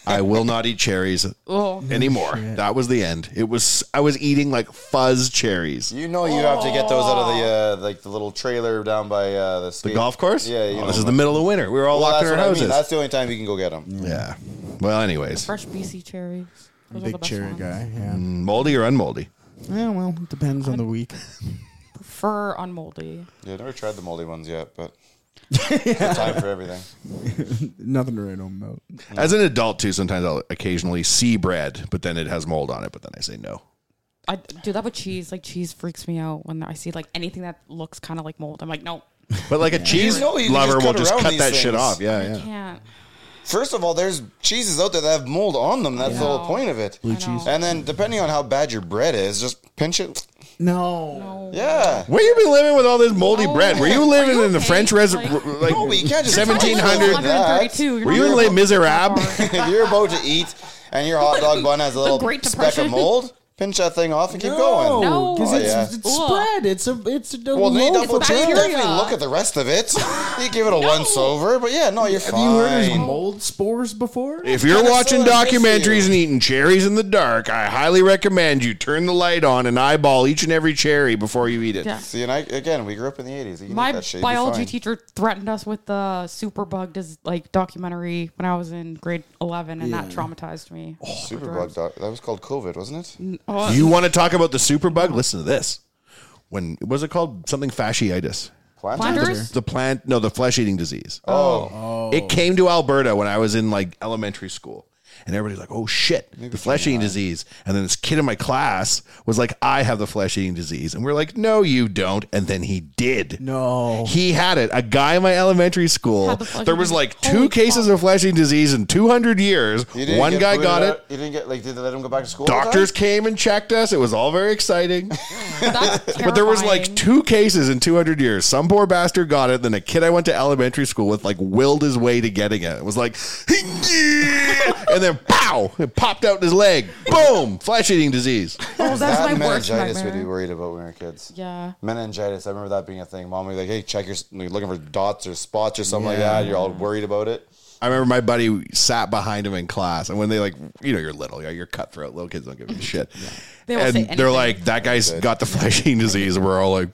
[SPEAKER 1] I will not eat cherries
[SPEAKER 4] Oh.
[SPEAKER 1] anymore. That was the end. It was I was eating like fuzz cherries.
[SPEAKER 3] you know you have to get those out of the uh, like the little trailer down by uh, the,
[SPEAKER 1] The
[SPEAKER 3] skate-
[SPEAKER 1] golf course?
[SPEAKER 3] Yeah, you
[SPEAKER 1] Oh,
[SPEAKER 3] know,
[SPEAKER 1] this is the middle of winter. We were all
[SPEAKER 3] Well,
[SPEAKER 1] locked in our
[SPEAKER 3] that's what I
[SPEAKER 1] houses.
[SPEAKER 3] mean. That's the only time you can go get them.
[SPEAKER 1] yeah. Well, anyways,
[SPEAKER 4] Fresh BC cherries. Those are the
[SPEAKER 2] Big
[SPEAKER 4] best
[SPEAKER 2] cherry
[SPEAKER 4] ones.
[SPEAKER 2] guy. Yeah.
[SPEAKER 1] moldy or unmoldy?
[SPEAKER 2] Yeah, well, it depends on the week.
[SPEAKER 4] Prefer unmoldy.
[SPEAKER 3] Yeah, I've never tried the moldy ones yet, but there's time for everything.
[SPEAKER 2] Nothing to write home about.
[SPEAKER 1] As an adult too, sometimes I'll occasionally see bread, but then it has mold on it. But then I say no.
[SPEAKER 4] I do that with cheese. Like cheese freaks me out when I see like anything that looks kind of like mold. I'm like, no,
[SPEAKER 1] But like a cheese
[SPEAKER 3] know you can
[SPEAKER 1] lover
[SPEAKER 3] just
[SPEAKER 1] will
[SPEAKER 3] cut
[SPEAKER 1] just
[SPEAKER 3] around
[SPEAKER 1] cut
[SPEAKER 3] these
[SPEAKER 1] that shit
[SPEAKER 3] things.
[SPEAKER 1] off. Yeah,
[SPEAKER 4] I
[SPEAKER 1] yeah.
[SPEAKER 4] can't.
[SPEAKER 3] First of all, there's cheeses out there that have mold on them. That's the whole point of it.
[SPEAKER 4] Blue cheese.
[SPEAKER 3] And then depending on how bad your bread is, just pinch it.
[SPEAKER 2] No.
[SPEAKER 4] No.
[SPEAKER 3] Yeah.
[SPEAKER 1] Where you been living with all this moldy
[SPEAKER 4] No.
[SPEAKER 1] bread? Were you
[SPEAKER 4] Are
[SPEAKER 1] living
[SPEAKER 4] you
[SPEAKER 1] in the
[SPEAKER 4] okay?
[SPEAKER 1] French res?
[SPEAKER 4] Like-
[SPEAKER 1] r- like
[SPEAKER 3] No, but you can't just-
[SPEAKER 1] seventeen
[SPEAKER 3] It's not
[SPEAKER 1] hundred.
[SPEAKER 3] like-
[SPEAKER 1] Were you in Les Miserables?
[SPEAKER 3] if you're about to eat and your hot dog bun has a little
[SPEAKER 4] Great
[SPEAKER 3] speck of
[SPEAKER 4] Depression.
[SPEAKER 3] mold, pinch that thing off and keep going.
[SPEAKER 4] No.
[SPEAKER 2] because
[SPEAKER 4] Oh,
[SPEAKER 2] it's,
[SPEAKER 3] yeah.
[SPEAKER 2] it's
[SPEAKER 4] Ugh.
[SPEAKER 2] spread. It's a it's a
[SPEAKER 3] Well, then you
[SPEAKER 2] mold.
[SPEAKER 3] double
[SPEAKER 4] it's
[SPEAKER 3] check.
[SPEAKER 4] bacteria.
[SPEAKER 3] Definitely look at the rest of it. You give it a once over, but yeah, no, you're
[SPEAKER 2] Have
[SPEAKER 3] fine.
[SPEAKER 2] you heard of mold spores before?
[SPEAKER 1] If you're
[SPEAKER 3] kinda
[SPEAKER 1] watching
[SPEAKER 3] sounds like
[SPEAKER 1] documentaries
[SPEAKER 3] you.
[SPEAKER 1] and eating cherries in the dark, I highly recommend you turn the light on and eyeball each and every cherry before you eat it.
[SPEAKER 4] Yeah.
[SPEAKER 3] See, and I, again, we grew up in the 80s. You can eat
[SPEAKER 4] My
[SPEAKER 3] that shit, you'd be
[SPEAKER 4] biology
[SPEAKER 3] fine.
[SPEAKER 4] teacher threatened us with the superbug dis- like documentary when I was in grade eleven, and that traumatized me.
[SPEAKER 3] Oh, Superbug doc. That was called COVID, wasn't it?
[SPEAKER 4] Oh,
[SPEAKER 1] You want to talk about the superbug? Listen to this. When was it called? Something fasciitis.
[SPEAKER 4] planters.
[SPEAKER 1] The plant, no, the flesh eating disease. Oh. It came to Alberta when I was in like elementary school. And everybody's like, oh shit, the flesh eating disease. And then this kid in my class was like, I have the flesh eating disease. And we're like, no, you don't. And then he did.
[SPEAKER 2] No.
[SPEAKER 1] He had it. A guy in my elementary school.
[SPEAKER 4] Had the flesh
[SPEAKER 1] there was
[SPEAKER 4] eating
[SPEAKER 1] like
[SPEAKER 4] disease.
[SPEAKER 1] two
[SPEAKER 4] Holy
[SPEAKER 1] cases
[SPEAKER 4] fuck.
[SPEAKER 1] of flesh eating disease in 200 years.
[SPEAKER 3] You didn't
[SPEAKER 1] One
[SPEAKER 3] get
[SPEAKER 1] guy
[SPEAKER 3] booted
[SPEAKER 1] got
[SPEAKER 3] out?
[SPEAKER 1] it.
[SPEAKER 3] You didn't get like did they let him go back to school? all the time?
[SPEAKER 1] Doctors came and checked us. It was all very exciting.
[SPEAKER 4] That's
[SPEAKER 1] But there was like
[SPEAKER 4] terrifying.
[SPEAKER 1] two cases in 200 years. Some poor bastard got it. Then a kid I went to elementary school with like willed his way to getting it. It was like, and then pow, it popped out in his leg. Boom, flesh eating disease.
[SPEAKER 4] Oh, that's
[SPEAKER 3] That
[SPEAKER 4] my
[SPEAKER 3] and
[SPEAKER 4] worst
[SPEAKER 3] meningitis we'd be
[SPEAKER 4] nightmare.
[SPEAKER 3] worried about when we were kids.
[SPEAKER 4] Yeah.
[SPEAKER 3] Meningitis. I remember that being a thing. Mom would be like, hey, check your, you're looking for dots or spots or something like that. You're all worried about it.
[SPEAKER 1] I remember my buddy sat behind him in class, and when they like, you know, you're little, you're cutthroat, little kids don't give a shit.
[SPEAKER 4] They won't
[SPEAKER 1] and
[SPEAKER 4] say
[SPEAKER 1] they're
[SPEAKER 4] anything.
[SPEAKER 1] like, that guy's got the flesh eating disease. And we're all like,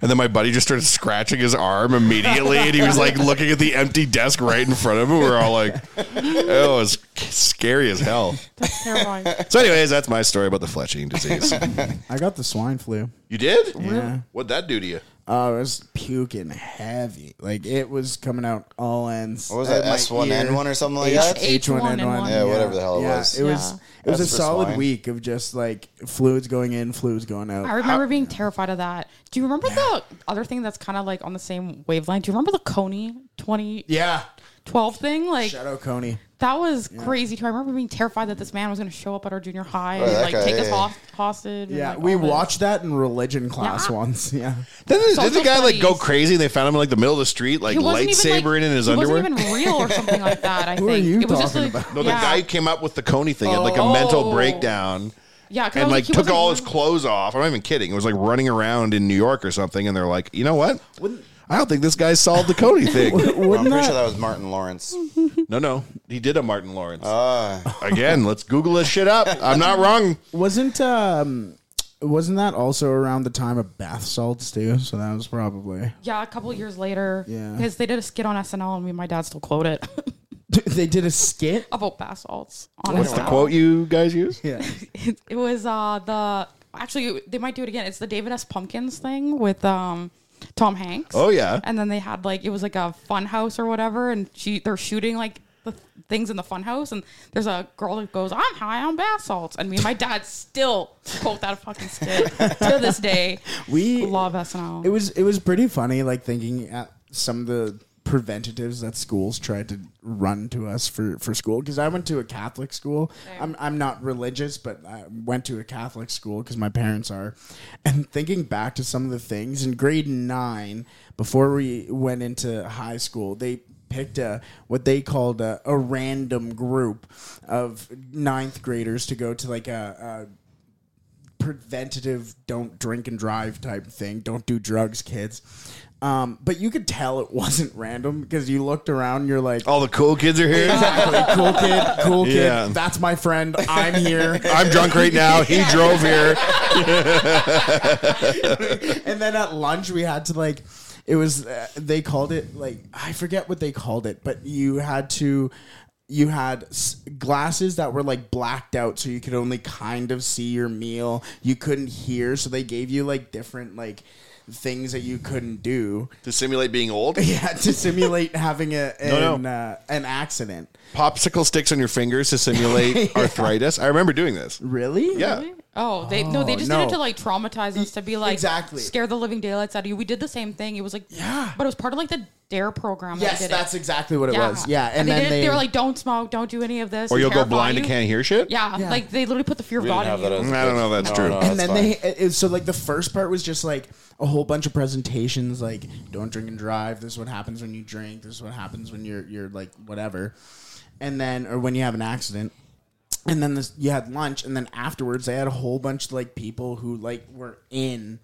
[SPEAKER 1] and then my buddy just started scratching his arm immediately, and he was like looking at the empty desk right in front of him. We're all like, it was scary as hell.
[SPEAKER 4] That's terrifying.
[SPEAKER 1] So, anyways, that's my story about the flesh eating disease.
[SPEAKER 2] I got the swine flu.
[SPEAKER 1] you did?
[SPEAKER 2] Yeah.
[SPEAKER 1] What'd that do to you?
[SPEAKER 2] Uh, I was puking heavy. Like it was coming out all ends. Uh,
[SPEAKER 3] What was that, S1N1 or something like that?
[SPEAKER 2] H1N1.
[SPEAKER 4] Yeah,
[SPEAKER 3] whatever the hell it
[SPEAKER 2] Yeah,
[SPEAKER 3] was.
[SPEAKER 2] It was
[SPEAKER 4] Yeah.
[SPEAKER 2] it was
[SPEAKER 3] That's
[SPEAKER 2] a
[SPEAKER 3] for
[SPEAKER 2] solid
[SPEAKER 3] swine.
[SPEAKER 2] week of just like fluids going in, fluids going out.
[SPEAKER 4] I remember being terrified of that. Do you remember the other thing that's kind of like on the same wavelength? Do you remember the Coney 2012
[SPEAKER 2] yeah.
[SPEAKER 4] thing? Like
[SPEAKER 2] Shout out Coney.
[SPEAKER 4] that was crazy too. I remember being terrified that this man was going to show up at our junior high and
[SPEAKER 3] that
[SPEAKER 4] like
[SPEAKER 3] guy,
[SPEAKER 4] take us
[SPEAKER 3] yeah.
[SPEAKER 4] host- hostage. and,
[SPEAKER 2] Yeah,
[SPEAKER 4] like,
[SPEAKER 2] we
[SPEAKER 4] all this.
[SPEAKER 2] watched that in religion class
[SPEAKER 4] Yeah.
[SPEAKER 2] once. Yeah.
[SPEAKER 1] Didn't, didn't the
[SPEAKER 4] Social
[SPEAKER 1] guy like go
[SPEAKER 4] studies.
[SPEAKER 1] crazy? They found him in like the middle of the street, like
[SPEAKER 4] He wasn't even,
[SPEAKER 1] lightsabering
[SPEAKER 4] like-
[SPEAKER 1] in his
[SPEAKER 4] he
[SPEAKER 1] underwear.
[SPEAKER 4] wasn't even real or something like that. I
[SPEAKER 2] Who are
[SPEAKER 4] think
[SPEAKER 2] you
[SPEAKER 4] it was just
[SPEAKER 2] talking
[SPEAKER 4] like
[SPEAKER 2] about?
[SPEAKER 1] No, the
[SPEAKER 4] yeah.
[SPEAKER 1] guy who came up with the Coney thing had like a
[SPEAKER 4] Oh.
[SPEAKER 1] mental breakdown.
[SPEAKER 4] Yeah, 'cause I
[SPEAKER 1] and
[SPEAKER 4] was
[SPEAKER 1] like
[SPEAKER 4] he
[SPEAKER 1] took
[SPEAKER 4] wasn't
[SPEAKER 1] all
[SPEAKER 4] real.
[SPEAKER 1] his clothes off. I'm not even kidding. It was like running around in New York or something, and they're like, you know what? I don't think this guy solved the Coney thing.
[SPEAKER 3] Well, I'm
[SPEAKER 2] Wouldn't
[SPEAKER 3] pretty
[SPEAKER 2] that-
[SPEAKER 3] sure that Hmm. was Martin Lawrence. Ah,
[SPEAKER 1] no, no, he did a Martin Lawrence. Again, let's Google this shit up. I'm not wrong.
[SPEAKER 2] Wasn't um wasn't that also around the time of bath salts too? So that was probably
[SPEAKER 4] Yeah, a couple years later.
[SPEAKER 2] Yeah.
[SPEAKER 4] Because they did a skit on SNL and me and my dad still quote it
[SPEAKER 2] they did a skit.
[SPEAKER 4] about bath salts. On
[SPEAKER 1] What's the
[SPEAKER 4] SNL.
[SPEAKER 1] quote you guys use?
[SPEAKER 2] Yeah.
[SPEAKER 4] It, it was uh the actually they might do it again. It's the David S. Pumpkins thing with um Tom Hanks.
[SPEAKER 1] Oh, yeah.
[SPEAKER 4] And then they had like it was like a fun house or whatever, and she they're shooting like the th- things in the fun house, and there's a girl that goes, "I'm high on bath salts," and me and my dad still quote that fucking skit to this day.
[SPEAKER 2] We
[SPEAKER 4] love SNL.
[SPEAKER 2] It was it was pretty funny, like thinking at some of the preventatives that schools tried to run to us for for school. Because I went to a Catholic school. I'm I'm not religious, but I went to a Catholic school because my parents are. And thinking back to some of the things in grade nine, before we went into high school, they picked a what they called a, a random group of ninth graders to go to like a, a preventative don't drink and drive type thing. Don't do drugs, kids. Um, but you could tell it wasn't random because you looked around, you're like,
[SPEAKER 1] All the cool kids are here.
[SPEAKER 2] exactly, cool kid, cool kid.
[SPEAKER 1] Oh. Yeah.
[SPEAKER 2] That's my friend. I'm here.
[SPEAKER 1] I'm drunk right now. He drove here.
[SPEAKER 2] and then at lunch, we had to like, it was, uh, they called it like, I forget what they called it, but you had to. You had s- glasses that were like blacked out, so you could only kind of see your meal. You couldn't hear, so they gave you like different like things that you couldn't do.
[SPEAKER 1] To simulate being old?
[SPEAKER 2] Yeah, to simulate having a
[SPEAKER 1] No,
[SPEAKER 2] an,
[SPEAKER 1] no.
[SPEAKER 2] Uh, an accident.
[SPEAKER 1] Popsicle sticks on your fingers to simulate arthritis. I remember doing this.
[SPEAKER 2] Really?
[SPEAKER 1] Yeah.
[SPEAKER 4] Oh, they no, they just
[SPEAKER 2] no.
[SPEAKER 4] did it to like traumatize us to be like
[SPEAKER 2] Exactly.
[SPEAKER 4] scare the living daylights out of you. We did the same thing. It was like
[SPEAKER 2] Yeah.
[SPEAKER 4] but it was part of like the Dare program. that
[SPEAKER 2] Yes,
[SPEAKER 4] did
[SPEAKER 2] that's
[SPEAKER 4] it.
[SPEAKER 2] exactly what it was. Yeah, and,
[SPEAKER 4] they
[SPEAKER 2] then
[SPEAKER 4] did it-
[SPEAKER 2] they,
[SPEAKER 4] they were like, "Don't smoke, don't do any of this,"
[SPEAKER 1] Or
[SPEAKER 4] we
[SPEAKER 1] you'll go
[SPEAKER 4] terrify
[SPEAKER 1] blind and
[SPEAKER 4] you."
[SPEAKER 1] can't hear shit?
[SPEAKER 4] Yeah,
[SPEAKER 2] Yeah.
[SPEAKER 4] like they literally put the fear of
[SPEAKER 3] We
[SPEAKER 4] God
[SPEAKER 3] didn't have
[SPEAKER 4] in
[SPEAKER 3] that
[SPEAKER 4] you.
[SPEAKER 3] as a
[SPEAKER 1] I don't
[SPEAKER 3] kid.
[SPEAKER 1] know if Oh, that's true.
[SPEAKER 2] and then
[SPEAKER 3] that's
[SPEAKER 2] they
[SPEAKER 3] fine.
[SPEAKER 2] it, it- so like the first part was just like a whole bunch of presentations like don't drink and drive this is what happens when you drink this is what happens when you're you're like whatever and then or when you have an accident and then this, you had lunch and then afterwards they had a whole bunch of like people who like were in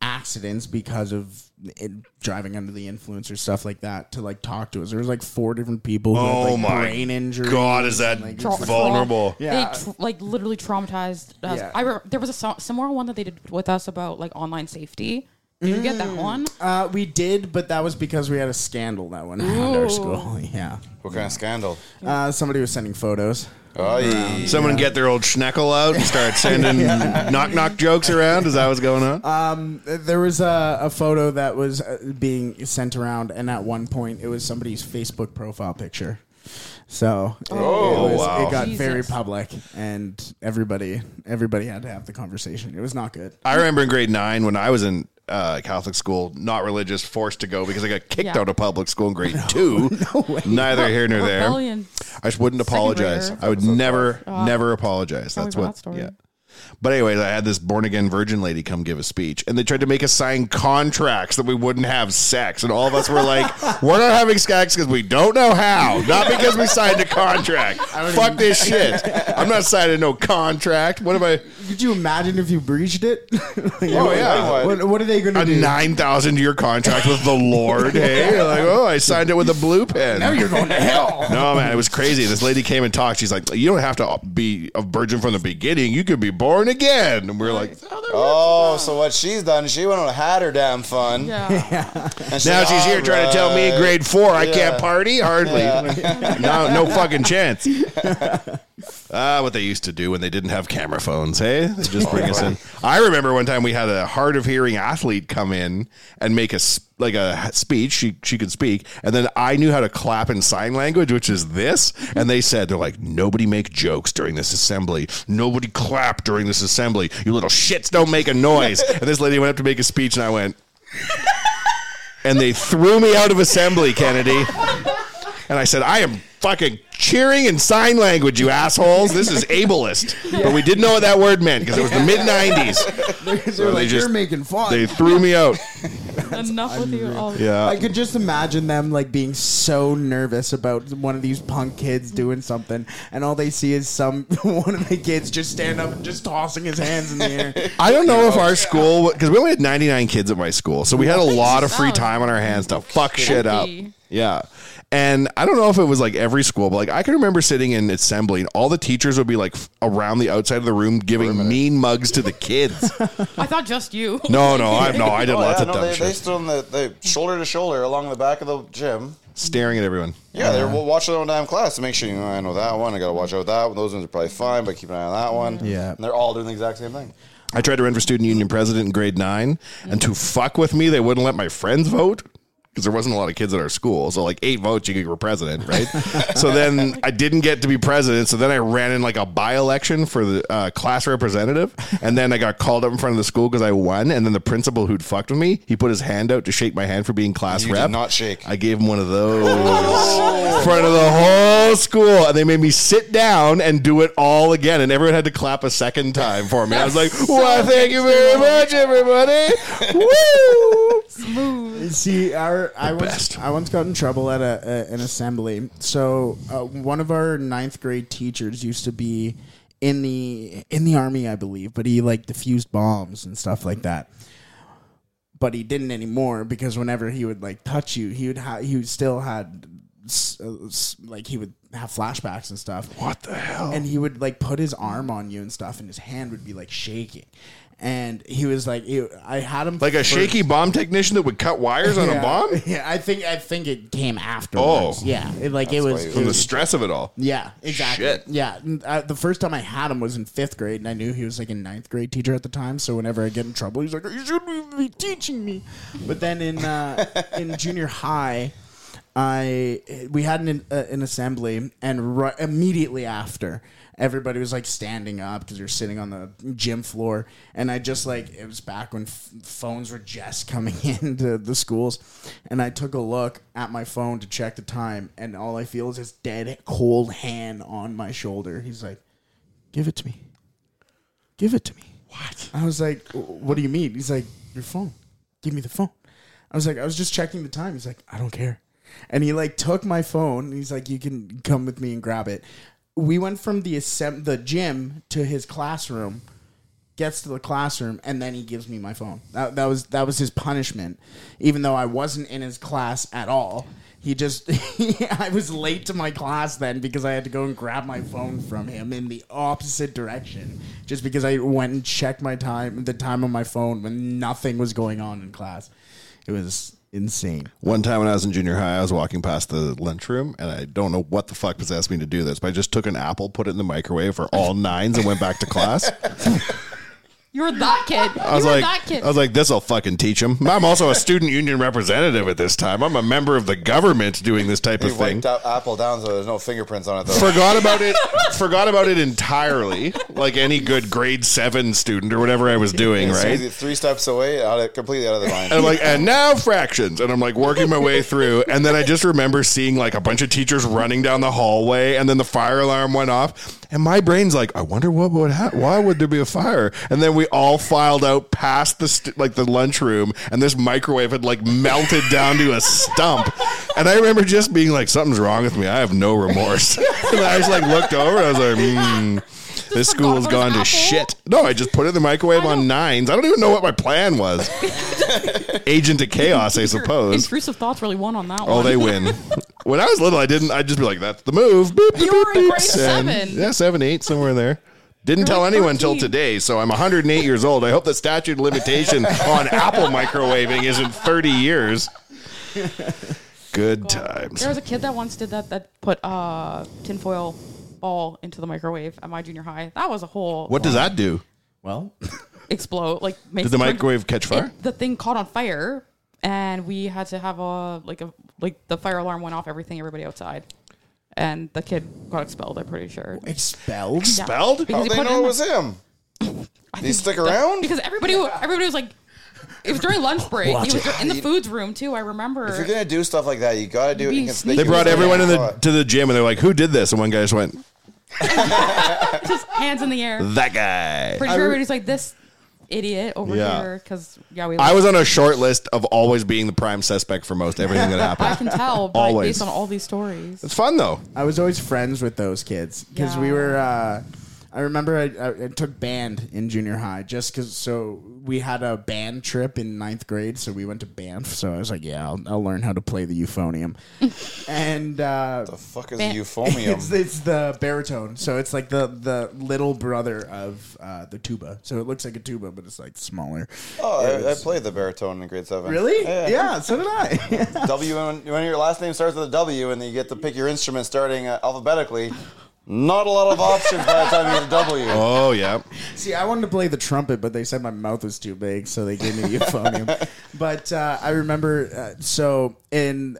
[SPEAKER 2] accidents because of it, driving under the influence or stuff like that to like talk to us there was like four different people who had
[SPEAKER 1] Oh
[SPEAKER 2] like
[SPEAKER 1] my
[SPEAKER 2] brain injury
[SPEAKER 1] God, is that
[SPEAKER 4] Tra-
[SPEAKER 1] vulnerable?
[SPEAKER 4] tra-
[SPEAKER 2] Yeah.
[SPEAKER 4] they tr- like literally traumatized us.
[SPEAKER 2] Yeah.
[SPEAKER 4] I re- there was a so- similar one that they did with us about like online safety. Did you get that one?
[SPEAKER 2] uh, we did but that was because we had a scandal that went around our school yeah
[SPEAKER 3] What kind of scandal?
[SPEAKER 2] Uh, somebody was sending photos.
[SPEAKER 3] Oh, yeah.
[SPEAKER 1] Someone get their old schneckle out and start sending knock knock jokes around. Is that what's going on?
[SPEAKER 2] There was a, a photo that was uh, being sent around, and at one point, it was somebody's Facebook profile picture. So it-
[SPEAKER 3] Oh,
[SPEAKER 2] it, was,
[SPEAKER 1] wow.
[SPEAKER 2] it got very
[SPEAKER 4] Jesus.
[SPEAKER 2] public, and everybody everybody had to have the conversation. It was not good.
[SPEAKER 1] I remember in grade nine when I was in uh, Catholic school, not religious, forced to go because I got kicked
[SPEAKER 4] Yeah.
[SPEAKER 1] out of public school in grade two. Neither here nor there.
[SPEAKER 4] Rebellion.
[SPEAKER 1] I just wouldn't
[SPEAKER 4] Second
[SPEAKER 1] apologize.
[SPEAKER 4] grader.
[SPEAKER 1] I would never,
[SPEAKER 4] Oh,
[SPEAKER 1] never apologize.
[SPEAKER 4] tell me
[SPEAKER 1] That's
[SPEAKER 4] about
[SPEAKER 1] what.
[SPEAKER 4] that story.
[SPEAKER 1] Yeah. But anyways, I had this born again virgin lady come give a speech, and they tried to make us sign contracts that we wouldn't have sex, and all of us were like, "We're not having sex because we don't know how, not because we signed a contract. Fuck this shit. I'm not signing no contract. What am I?
[SPEAKER 2] Could you imagine if you breached it? oh
[SPEAKER 1] yeah.
[SPEAKER 2] What, what are they going to
[SPEAKER 1] A
[SPEAKER 2] do?
[SPEAKER 1] nine thousand year contract with the Lord? hey, You're like, oh, I signed it with a blue pen. Now you're going to hell. No, man, it was crazy. This lady came and talked. She's like, you don't have to be a virgin from the beginning. You could be born again. And we are like,
[SPEAKER 3] Oh, so what she's done, she went and had her damn fun.
[SPEAKER 4] Yeah.
[SPEAKER 3] And she-
[SPEAKER 1] Now she's here trying to tell me in grade four I
[SPEAKER 3] Yeah.
[SPEAKER 1] can't party? Hardly.
[SPEAKER 3] Yeah.
[SPEAKER 1] no, no fucking chance. Ah, what they used to do when they didn't have camera phones, hey? They
[SPEAKER 3] Oh,
[SPEAKER 1] just bring us in. I remember one time we had a hard of hearing athlete come in and make a s- like a speech. She she could speak, and then I knew how to clap in sign language, which is this. And they said they're like, nobody make jokes during this assembly. Nobody clap during this assembly. You little shits don't make a noise. And this lady went up to make a speech, and I went and they threw me out of assembly, Kennedy. And I said, I am fucking cheering in sign language, you assholes. This is ableist. But we didn't know what that word meant because it was the mid 90s.
[SPEAKER 2] They're
[SPEAKER 1] So
[SPEAKER 2] like,
[SPEAKER 1] they just-
[SPEAKER 2] you're making fun.
[SPEAKER 1] They threw me out.
[SPEAKER 4] Enough with you. Oh, all.
[SPEAKER 2] I
[SPEAKER 1] Yeah.
[SPEAKER 2] could just imagine them like being so nervous about one of these punk kids doing something, and all they see is some one of the kids just stand up and just tossing his hands in the air.
[SPEAKER 1] I don't know if our school, because we only had 99 kids at my school. So we had a lot of free time on our hands to fuck shit up.
[SPEAKER 4] Empty.
[SPEAKER 1] Yeah. And I don't know if it was like every school, but like I can remember sitting in assembly and all the teachers would be like f- around the outside of the room giving mean mugs to the kids.
[SPEAKER 4] I thought just you.
[SPEAKER 1] No, no, I no, I did
[SPEAKER 3] Oh,
[SPEAKER 1] lots
[SPEAKER 3] yeah,
[SPEAKER 1] of
[SPEAKER 3] no,
[SPEAKER 1] dumb
[SPEAKER 3] they,
[SPEAKER 1] shit.
[SPEAKER 3] they stood on the they shoulder to shoulder along the back of the gym.
[SPEAKER 1] staring at everyone.
[SPEAKER 3] Yeah, they're watching their own damn class to make sure you know, I know that one. I got to watch out that one. Those ones are probably fine, but keep an eye on that one.
[SPEAKER 2] Yeah.
[SPEAKER 3] and they're all doing the exact same thing.
[SPEAKER 1] I tried to run for student union president in grade nine, and to fuck with me, they wouldn't let my friends vote because there wasn't a lot of kids at our school. So like eight votes, you could- you were president, right? so then I didn't get to be president. So then I ran in like a by election for the uh, class representative, and then I got called up in front of the school because I won. And then the principal who'd fucked with me, he put his hand out to shake my hand for being class
[SPEAKER 3] You did
[SPEAKER 1] rep.
[SPEAKER 3] not shake.
[SPEAKER 1] I gave him one of those in front of the whole school, and they made me sit down and do it all again. And everyone had to clap a second time for me. I was like, "Well, thank you very much, everybody." Woo!
[SPEAKER 2] See, our I once,
[SPEAKER 1] best.
[SPEAKER 2] I once got in trouble at a, a an assembly. So uh, one of our ninth grade teachers used to be in the in the army, I believe, but he like defused bombs and stuff like that. But he didn't anymore because whenever he would like touch you, he would ha- he would still had s- uh, s- like he would have flashbacks and stuff.
[SPEAKER 1] What the hell?
[SPEAKER 2] And he would like put his arm on you and stuff, and his hand would be like shaking. And he was like, he- I had him
[SPEAKER 1] Like a
[SPEAKER 2] first-
[SPEAKER 1] shaky bomb technician that would cut wires on a
[SPEAKER 2] yeah.
[SPEAKER 1] bomb
[SPEAKER 2] Yeah, I think I think it came afterwards.
[SPEAKER 1] Oh.
[SPEAKER 2] yeah, it, like it was.
[SPEAKER 1] from
[SPEAKER 2] it
[SPEAKER 1] the
[SPEAKER 2] was-
[SPEAKER 1] stress of it all.
[SPEAKER 2] yeah, exactly.
[SPEAKER 1] Shit.
[SPEAKER 2] Yeah, n- uh, the first time I had him was in fifth grade, and I knew he was like a ninth grade teacher at the time. So whenever I get in trouble, he's like, "You shouldn't be teaching me." But then in uh, in junior high, I we had an uh, an assembly, and ri- immediately after, everybody was like standing up because you're sitting on the gym floor, and I just like it was back when f- phones were just coming into the schools, and I took a look at my phone to check the time, and all I feel is his dead cold hand on my shoulder. He's like, "Give it to me, give it to me." What? I was like, "W- "What do you mean?" He's like, "Your phone. Give me the phone." I was like, "I was just checking the time." He's like, "I don't care," and he like took my phone. And he's like, "You can come with me and grab it." We went from the assemb- the gym to his classroom gets to the classroom and then he gives me my phone. That, that was that was his punishment, even though I wasn't in his class at all. He just I was late to my class then because I had to go and grab my phone from him in the opposite direction, just because I went and checked my time, the time on my phone when nothing was going on in class. It was insane.
[SPEAKER 1] One time when I was in junior high, I was walking past the lunchroom, and I don't know what the fuck possessed me to do this, but I just took an apple, put it in the microwave for all nines, and went back to class.
[SPEAKER 4] You were that kid.
[SPEAKER 1] I was
[SPEAKER 4] you were
[SPEAKER 1] like,
[SPEAKER 4] that kid.
[SPEAKER 1] I was like, this will fucking teach him. I'm also a student union representative at this time. I'm a member of the government doing this type
[SPEAKER 3] He
[SPEAKER 1] of thing.
[SPEAKER 3] wiped out Apple down so there's no fingerprints on it though.
[SPEAKER 1] Forgot about it. Forgot about it entirely. Like any good grade seven student or whatever I was doing, right? Oh.
[SPEAKER 3] Three steps away, out of, completely out of the mind.
[SPEAKER 1] And I'm like, and now fractions. And I'm like working my way through. And then I just remember seeing like a bunch of teachers running down the hallway. And then the fire alarm went off. And my brain's like, I wonder what would happen. Why would there be a fire? And then we all filed out past the st- like the lunchroom. And this microwave had like melted down to a stump. And I remember just being like, something's wrong with me. I have no remorse. and I just like looked over. And I was like, hmm. This
[SPEAKER 4] forgot
[SPEAKER 1] school has
[SPEAKER 4] about
[SPEAKER 1] gone to
[SPEAKER 4] apple.
[SPEAKER 1] shit. No, I just put it in the microwave on nines. I don't even know what my plan was. Agent of Chaos, I
[SPEAKER 4] Your
[SPEAKER 1] suppose.
[SPEAKER 4] Intrusive thoughts really won on that one.
[SPEAKER 1] Oh, they win. When I was little, I didn't. I'd just be like, "That's the move." Boop, boop,
[SPEAKER 4] You were
[SPEAKER 1] boop,
[SPEAKER 4] in
[SPEAKER 1] boop.
[SPEAKER 4] grade
[SPEAKER 1] And-
[SPEAKER 4] seven.
[SPEAKER 1] yeah, seven, eight, somewhere in there. Didn't tell
[SPEAKER 4] like
[SPEAKER 1] anyone till
[SPEAKER 4] 13.
[SPEAKER 1] today, so I'm 108 years old. I hope the statute of limitation on Apple microwaving isn't 30 years. Good times.
[SPEAKER 4] There was a kid that once did that. That put uh tinfoil ball into the microwave at my junior high. That was a whole
[SPEAKER 1] What does that do?
[SPEAKER 2] Well,
[SPEAKER 4] explode. Like make
[SPEAKER 1] Did the microwave catch fire?
[SPEAKER 4] it- the thing caught on fire, and we had to have a like a like the fire alarm went off. Everything, everybody outside, and the kid got expelled. I'm pretty sure.
[SPEAKER 2] expelled.
[SPEAKER 4] Yeah.
[SPEAKER 1] Expelled?
[SPEAKER 4] Because
[SPEAKER 3] How
[SPEAKER 4] he
[SPEAKER 3] they
[SPEAKER 4] put
[SPEAKER 3] know
[SPEAKER 4] in
[SPEAKER 3] it
[SPEAKER 4] the-
[SPEAKER 3] was him?
[SPEAKER 4] I
[SPEAKER 3] Did he
[SPEAKER 4] think
[SPEAKER 3] stick
[SPEAKER 4] that-
[SPEAKER 3] around?
[SPEAKER 4] Because everybody, everybody was like, it was during lunch break. He was in the foods room too. I remember.
[SPEAKER 3] If you're gonna do stuff like that, you gotta do it.
[SPEAKER 4] Be
[SPEAKER 3] in-
[SPEAKER 4] sneaky.
[SPEAKER 1] They brought
[SPEAKER 4] Yeah.
[SPEAKER 1] everyone in
[SPEAKER 3] Oh,
[SPEAKER 1] the to the gym, and they're like, "Who did this?" And one guy just went,
[SPEAKER 4] just hands in the air.
[SPEAKER 1] "That guy."
[SPEAKER 4] Pretty sure everybody's like this idiot over
[SPEAKER 1] Yeah.
[SPEAKER 4] here because yeah, we.
[SPEAKER 1] I was on a short list of always being the prime suspect for most everything that happened.
[SPEAKER 4] I can tell by,
[SPEAKER 1] Always.
[SPEAKER 4] based on all these stories.
[SPEAKER 1] It's fun though.
[SPEAKER 2] I was always friends with those kids because we
[SPEAKER 4] Yeah.
[SPEAKER 2] were. Uh, I remember I, I, I took band in junior high just because. So we had a band trip in ninth grade, so we went to Banff. So I was like, yeah, I'll, I'll learn how to play the euphonium, and uh,
[SPEAKER 3] the fuck is
[SPEAKER 4] Ban-
[SPEAKER 3] a
[SPEAKER 2] it's,
[SPEAKER 3] euphonium?
[SPEAKER 2] it's the baritone. So it's like the the little brother of uh, the tuba. So it looks like a tuba, but it's like smaller.
[SPEAKER 3] oh, I, I played the baritone in grade seven.
[SPEAKER 2] Really?
[SPEAKER 3] Yeah.
[SPEAKER 2] Yeah. so did I.
[SPEAKER 3] W when, when your last name starts with a W, and then you get to pick your instrument starting uh, alphabetically. Not a lot of options by the time you get to W.
[SPEAKER 1] Oh yeah.
[SPEAKER 2] See, I wanted to play the trumpet, but they said my mouth was too big, so they gave me the euphonium. but uh, I remember, uh, so in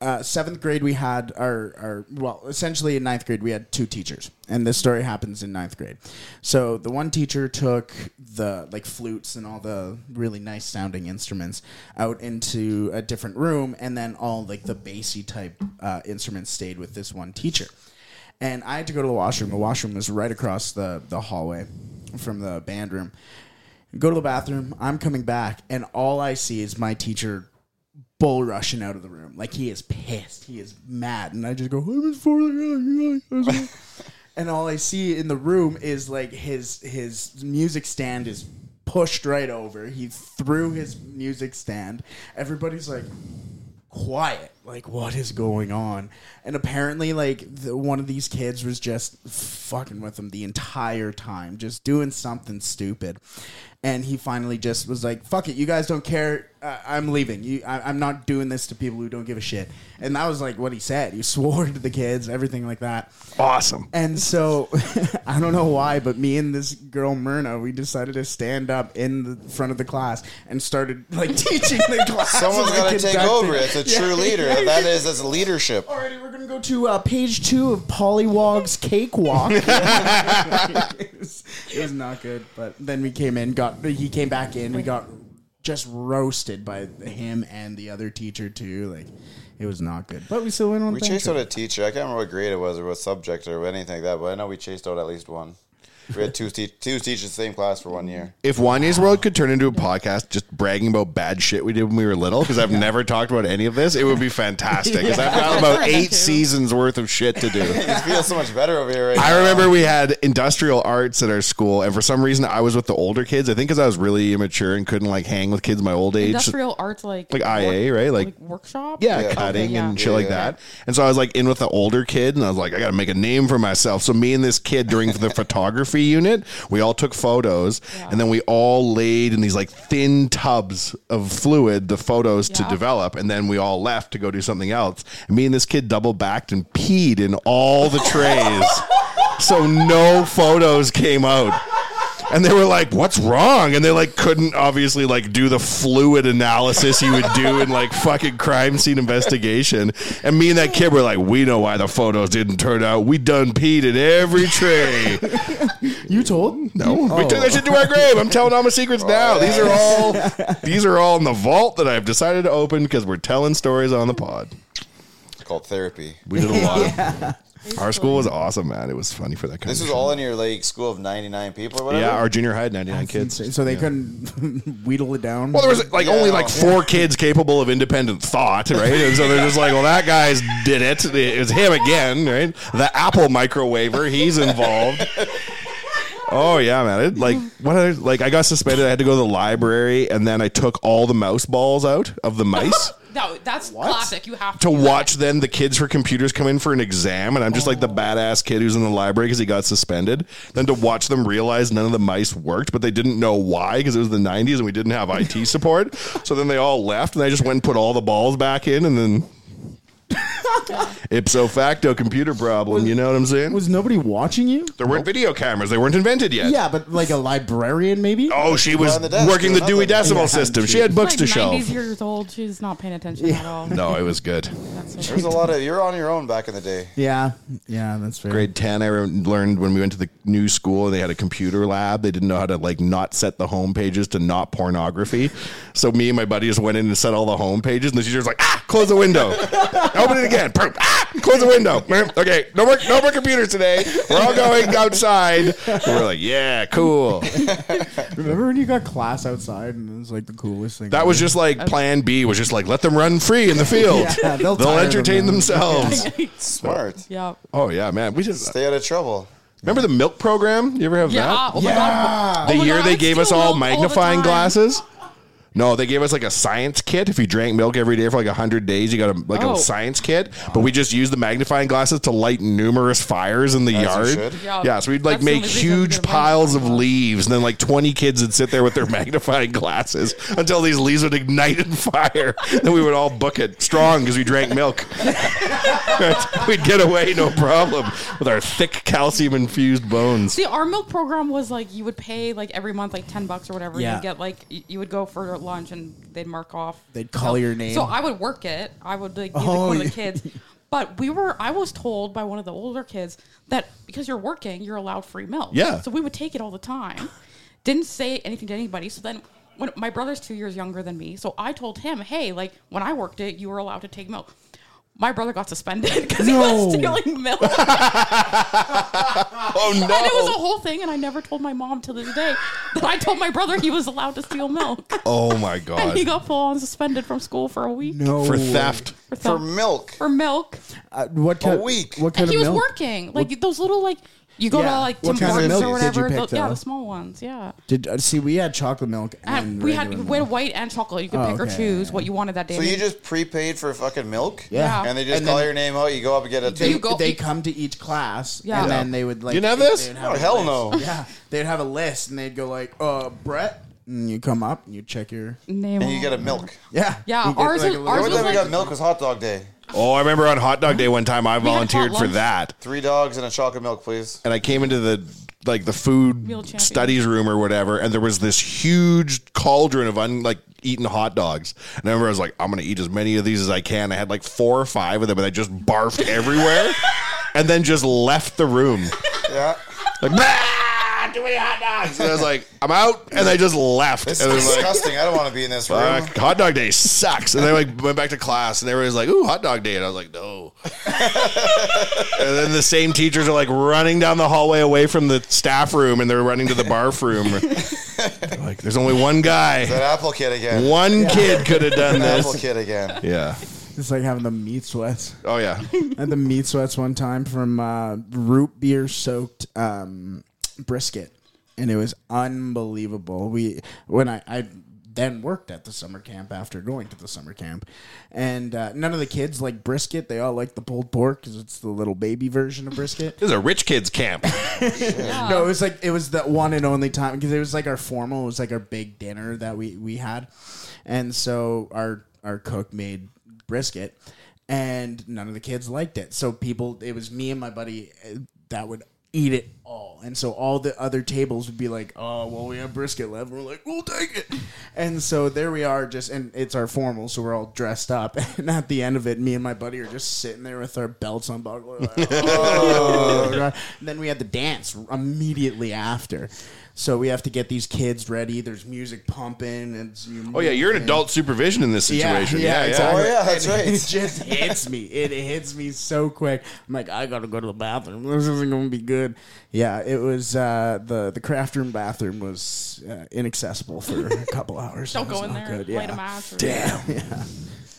[SPEAKER 2] uh, seventh grade, we had our, our, well, essentially in ninth grade, we had two teachers. And this story happens in ninth grade. So the one teacher took the, like, flutes and all the really nice sounding instruments out into a different room, and then all, like, the bassy type uh, instruments stayed with this one teacher and I had to go to the washroom. The washroom was right across the, the hallway from the band room. Go to the bathroom. I'm coming back, and all I see is my teacher bull rushing out of the room. Like he is pissed. He is mad, and I just go, "I'm in fourth grade." and all I see in the room is like his his music stand is pushed right over. He threw his music stand. Everybody's like quiet. Like, what is going on? And apparently, like, the, one of these kids was just fucking with him the entire time, just doing something stupid. And he finally just was like, fuck it, you guys don't care. Uh, I'm leaving. You, I, I'm not doing this to people who don't give a shit. And that was like what he said. He swore to the kids, everything like that.
[SPEAKER 1] Awesome.
[SPEAKER 2] And so I don't know why, but me and this girl Myrna, we decided to stand up in the front of the class and started like teaching the class.
[SPEAKER 3] Someone's
[SPEAKER 2] and, like,
[SPEAKER 3] got to take
[SPEAKER 2] conducting-
[SPEAKER 3] over. It's a true
[SPEAKER 2] Yeah.
[SPEAKER 3] leader. That is, that's leadership.
[SPEAKER 1] Oh,
[SPEAKER 2] Alrighty, we're gonna go to uh, page two of Pollywog's Cakewalk. it, was, it was not good, but then we came in, got he came back in, we got just roasted by him and the other teacher too. Like it was not good, but we still went on.
[SPEAKER 3] We
[SPEAKER 2] the
[SPEAKER 3] chased out
[SPEAKER 2] trip.
[SPEAKER 3] a teacher. I can't remember what grade it was or what subject or anything like that, but I know we chased out at least one. We had two te- two teachers in the same class for one year.
[SPEAKER 1] If Wanya's World could turn into a podcast just bragging about bad shit we did when we were little, because I've never talked about any of this, it would be fantastic. Because I've got about eight seasons worth of shit to do.
[SPEAKER 3] I feel so much better over here right
[SPEAKER 1] I
[SPEAKER 3] now.
[SPEAKER 1] remember we had industrial arts at our school, and for some reason I was with the older kids. I think because I was really immature and couldn't like hang with kids my old age.
[SPEAKER 4] Industrial arts, like
[SPEAKER 1] Like IA, right? Like-
[SPEAKER 4] workshop.
[SPEAKER 1] Yeah,
[SPEAKER 3] Yeah.
[SPEAKER 1] cutting
[SPEAKER 4] Okay, yeah.
[SPEAKER 1] and shit like
[SPEAKER 3] Yeah.
[SPEAKER 1] that. And so I was like in with the older kid, and I was like, I got to make a name for myself. So me and this kid during the photography unit, we all took photos, and then we all laid in these like thin tubs of fluid the photos to
[SPEAKER 4] Yeah.
[SPEAKER 1] develop, and then we all left to go do something else. And me and this kid double backed and peed in all the trays, so no photos came out. and they were like, "What's wrong?" And they like couldn't obviously like do the fluid analysis you would do in like fucking crime scene investigation. And me and that kid were like, "We know why the photos didn't turn out. We done peed in every tree.
[SPEAKER 2] You told?
[SPEAKER 1] No, we took that shit to our grave. I'm telling all my secrets now. These are all these are all in the vault that I've decided to open because we're telling stories on the pod.
[SPEAKER 3] It's called therapy.
[SPEAKER 1] We did a lot. of Our school was awesome, man. It was funny for that kind
[SPEAKER 3] This
[SPEAKER 1] of
[SPEAKER 3] was
[SPEAKER 1] shit.
[SPEAKER 3] all in your like school of ninety nine people or whatever.
[SPEAKER 1] Yeah, our junior high had 99 kids.
[SPEAKER 2] So they couldn't wheedle it down.
[SPEAKER 1] Well, there was like
[SPEAKER 3] Yeah,
[SPEAKER 1] only
[SPEAKER 3] no,
[SPEAKER 1] like four kids capable of independent thought, right? And so they're just like, well, that guy's did it. It was him again, right? The Apple microwaver, he's involved. Oh yeah, man! It, like what? I, like I got suspended. I had to go to the library, and then I took all the mouse balls out of the mice.
[SPEAKER 4] No, that's classic. You have
[SPEAKER 1] to
[SPEAKER 4] do that.
[SPEAKER 1] watch then the kids for computers come in for an exam and i'm just like the badass kid who's in the library because he got suspended then to watch them realize none of the mice worked but they didn't know why because it was the 90s and we didn't have it support so then they all left and i just went and put all the balls back in and then ipso facto computer problem you know what i'm saying
[SPEAKER 2] was nobody watching you?
[SPEAKER 1] there weren't video cameras they weren't invented yet
[SPEAKER 2] Yeah, but like a librarian, maybe.
[SPEAKER 1] oh she was
[SPEAKER 3] on the desk
[SPEAKER 1] working the
[SPEAKER 3] doing
[SPEAKER 1] dewey
[SPEAKER 3] nothing.
[SPEAKER 1] decimal system she had books
[SPEAKER 4] like
[SPEAKER 1] to
[SPEAKER 4] 90s
[SPEAKER 1] shelf
[SPEAKER 4] years old. She's not paying attention at all.
[SPEAKER 1] no it was good
[SPEAKER 4] That's what-
[SPEAKER 3] There's a lot of you're on your own back in the day.
[SPEAKER 2] Yeah, yeah, that's fair.
[SPEAKER 1] grade 10 i re- learned when we went to the new school and they had a computer lab they didn't know how to like not set the home pages to not pornography so me and my buddy just went in and set all the home pages and the teacher's like ah close the window open it again Perp. ah close the window Perp. okay no more no more computers today we're all going outside And we're like yeah cool
[SPEAKER 2] Remember when you got class outside and it was like the coolest thing?
[SPEAKER 1] that was just like plan b was just like let them run free in the field
[SPEAKER 2] Yeah,
[SPEAKER 1] they'll,
[SPEAKER 2] they'll tire them
[SPEAKER 1] entertain
[SPEAKER 2] out.
[SPEAKER 1] themselves
[SPEAKER 3] Smart.
[SPEAKER 4] yeah.
[SPEAKER 1] oh yeah man we just
[SPEAKER 3] Stay out of trouble.
[SPEAKER 1] remember the milk program you ever have
[SPEAKER 4] Yeah.
[SPEAKER 1] that
[SPEAKER 4] Oh my god.
[SPEAKER 1] the
[SPEAKER 4] Oh my
[SPEAKER 1] year
[SPEAKER 4] God,
[SPEAKER 1] they
[SPEAKER 4] I'd
[SPEAKER 1] gave
[SPEAKER 4] steal
[SPEAKER 1] us all
[SPEAKER 4] milk all the
[SPEAKER 1] magnifying
[SPEAKER 4] time.
[SPEAKER 1] glasses. No, they gave us like a science kit. If you drank milk every day for like hundred days, you got a like
[SPEAKER 4] Oh.
[SPEAKER 1] a science kit. But we just used the magnifying glasses to light numerous fires in the
[SPEAKER 3] you
[SPEAKER 1] yard.
[SPEAKER 3] should.
[SPEAKER 1] Yeah.
[SPEAKER 4] Yeah.
[SPEAKER 1] so we'd like
[SPEAKER 4] That's the
[SPEAKER 1] make
[SPEAKER 4] only reason we
[SPEAKER 1] huge
[SPEAKER 4] get a
[SPEAKER 1] piles of
[SPEAKER 4] magnifying glass.
[SPEAKER 1] leaves, and then like twenty kids would sit there with their magnifying glasses until these leaves would ignite in fire. then we would all book it strong because we drank milk. We'd get away no problem with our thick calcium infused bones.
[SPEAKER 4] See, our milk program was like you would pay like every month like ten bucks or whatever.
[SPEAKER 2] Yeah.
[SPEAKER 4] You'd get like y- you would go for lunch and they'd mark off.
[SPEAKER 2] They'd call
[SPEAKER 4] So-
[SPEAKER 2] your name.
[SPEAKER 4] So I would work it. I would like be like
[SPEAKER 2] Oh,
[SPEAKER 4] one of
[SPEAKER 2] yeah.
[SPEAKER 4] the kids. But we were I was told by one of the older kids that because you're working, you're allowed free milk.
[SPEAKER 1] Yeah.
[SPEAKER 4] So we would take it all the time. Didn't say anything to anybody. So then when my brother's two years younger than me, so I told him, Hey, like when I worked it, you were allowed to take milk. My brother got suspended because he
[SPEAKER 2] No.
[SPEAKER 4] was stealing milk.
[SPEAKER 1] Oh no!
[SPEAKER 4] And it was a whole thing, and I never told my mom till this day that I told my brother he was allowed to steal milk.
[SPEAKER 1] Oh my god!
[SPEAKER 4] And he got full on suspended from school for a week.
[SPEAKER 2] no
[SPEAKER 1] for theft.
[SPEAKER 4] For,
[SPEAKER 3] For
[SPEAKER 4] thou-
[SPEAKER 3] milk.
[SPEAKER 4] For milk.
[SPEAKER 2] Uh, what kind,
[SPEAKER 3] week.
[SPEAKER 2] What kind
[SPEAKER 4] And he
[SPEAKER 2] of
[SPEAKER 4] was
[SPEAKER 2] milk?
[SPEAKER 4] working. Like those little, like, you go
[SPEAKER 2] Yeah.
[SPEAKER 4] to like
[SPEAKER 2] What
[SPEAKER 4] Tim
[SPEAKER 2] kind
[SPEAKER 3] of
[SPEAKER 4] Hortons
[SPEAKER 3] milk
[SPEAKER 4] or
[SPEAKER 3] did you
[SPEAKER 4] whatever.
[SPEAKER 2] pick,
[SPEAKER 4] the- yeah,
[SPEAKER 2] though?
[SPEAKER 4] the small ones. Yeah.
[SPEAKER 2] Did uh, see? We had chocolate milk, and,
[SPEAKER 4] And we had
[SPEAKER 2] regular
[SPEAKER 4] we had
[SPEAKER 2] milk.
[SPEAKER 4] white and chocolate. You could pick or
[SPEAKER 2] Okay.
[SPEAKER 4] choose what you wanted that day.
[SPEAKER 3] So
[SPEAKER 4] And
[SPEAKER 3] you
[SPEAKER 4] then-
[SPEAKER 3] just prepaid for fucking milk?
[SPEAKER 2] Yeah.
[SPEAKER 3] And they just
[SPEAKER 2] And
[SPEAKER 3] call
[SPEAKER 2] then-
[SPEAKER 3] your name out, you go up and get a
[SPEAKER 2] They,
[SPEAKER 4] You go-
[SPEAKER 2] they
[SPEAKER 4] you-
[SPEAKER 2] come to each class,
[SPEAKER 4] Yeah.
[SPEAKER 2] and then they would like.
[SPEAKER 1] You didn't have
[SPEAKER 2] they-
[SPEAKER 1] this?
[SPEAKER 2] they'd
[SPEAKER 3] Oh
[SPEAKER 2] a
[SPEAKER 3] hell
[SPEAKER 2] list.
[SPEAKER 3] no.
[SPEAKER 2] Yeah, they'd have a list, and they'd go like, "Uh, Brett," and you come up and you check your.
[SPEAKER 4] Name
[SPEAKER 3] And you get a
[SPEAKER 4] on-
[SPEAKER 3] milk.
[SPEAKER 2] Yeah,
[SPEAKER 4] Yeah,
[SPEAKER 2] you get,
[SPEAKER 4] ours
[SPEAKER 2] like,
[SPEAKER 4] was-
[SPEAKER 2] a little-
[SPEAKER 3] The
[SPEAKER 4] ours
[SPEAKER 3] only
[SPEAKER 4] was
[SPEAKER 3] time we
[SPEAKER 4] like-
[SPEAKER 3] got milk was hot dog day.
[SPEAKER 1] Oh, I remember on Hot Dog Day one time I
[SPEAKER 4] had
[SPEAKER 1] volunteered
[SPEAKER 4] hot
[SPEAKER 1] for
[SPEAKER 4] lunch.
[SPEAKER 1] that,
[SPEAKER 3] Three dogs and a chocolate milk, please.
[SPEAKER 1] and I came into the like the
[SPEAKER 4] Meal
[SPEAKER 1] food
[SPEAKER 4] champion.
[SPEAKER 1] studies room or whatever, and there was this huge cauldron of un like eaten hot dogs. And I remember I was like, I'm gonna eat as many of these as I can. I had like four or five of them, and I just barfed everywhere, and then just left the room.
[SPEAKER 3] Yeah.
[SPEAKER 1] Like, "Bah, too many hot dogs. And I was like, I'm out, and I just left.
[SPEAKER 3] This
[SPEAKER 1] And I
[SPEAKER 3] is
[SPEAKER 1] was like,
[SPEAKER 3] disgusting. I don't want to be in this room.
[SPEAKER 1] Fuck, Uh, hot dog day sucks. And then like went back to class and everybody's like, ooh, hot dog day. And I was like, no. and then the same teachers are like running down the hallway away from the staff room and they're running to the barf room. They're like, there's only one
[SPEAKER 3] That
[SPEAKER 1] guy.
[SPEAKER 3] apple kid again.
[SPEAKER 1] One kid could have done
[SPEAKER 3] That apple
[SPEAKER 1] this.
[SPEAKER 3] kid again.
[SPEAKER 1] Yeah.
[SPEAKER 2] It's like having the meat sweats.
[SPEAKER 1] Oh yeah.
[SPEAKER 2] I had the meat sweats one time from uh, root beer soaked um, brisket, and it was unbelievable. We when I, I then worked at the summer camp after going to the summer camp, and uh, none of the kids like brisket. They all like the pulled pork because it's the little baby version of brisket.
[SPEAKER 1] This is a rich kid's camp.
[SPEAKER 2] No, it was like it was the one and only time because it was like our formal. It was like our big dinner that we we had, and so our our cook made brisket, and none of the kids liked it. So people, it was me and my buddy uh, that would eh, eat it all. And so all the other tables would be like, oh, well, we have brisket left. We're like, we'll take it. And so there we are, just, and it's our formal, so we're all dressed up. And at the end of it, me and my buddy are just sitting there with our belts unbuckled. Like, oh, God. And then we had the dance immediately after. So we have to get these kids ready. There's music pumping. and
[SPEAKER 1] Oh yeah, you're in adult supervision in this situation. Yeah, yeah.
[SPEAKER 3] exactly. Oh, yeah, that's
[SPEAKER 2] And
[SPEAKER 3] right.
[SPEAKER 2] It just hits me. It hits me so quick. I'm like, I gotta go to the bathroom. This isn't gonna be good. Yeah, it was uh, the the craft room bathroom was uh, inaccessible for a couple hours.
[SPEAKER 4] Don't
[SPEAKER 2] It was
[SPEAKER 4] go in
[SPEAKER 2] not
[SPEAKER 4] there.
[SPEAKER 2] good.
[SPEAKER 4] Light a
[SPEAKER 2] Yeah.
[SPEAKER 4] match. Or,
[SPEAKER 2] Damn.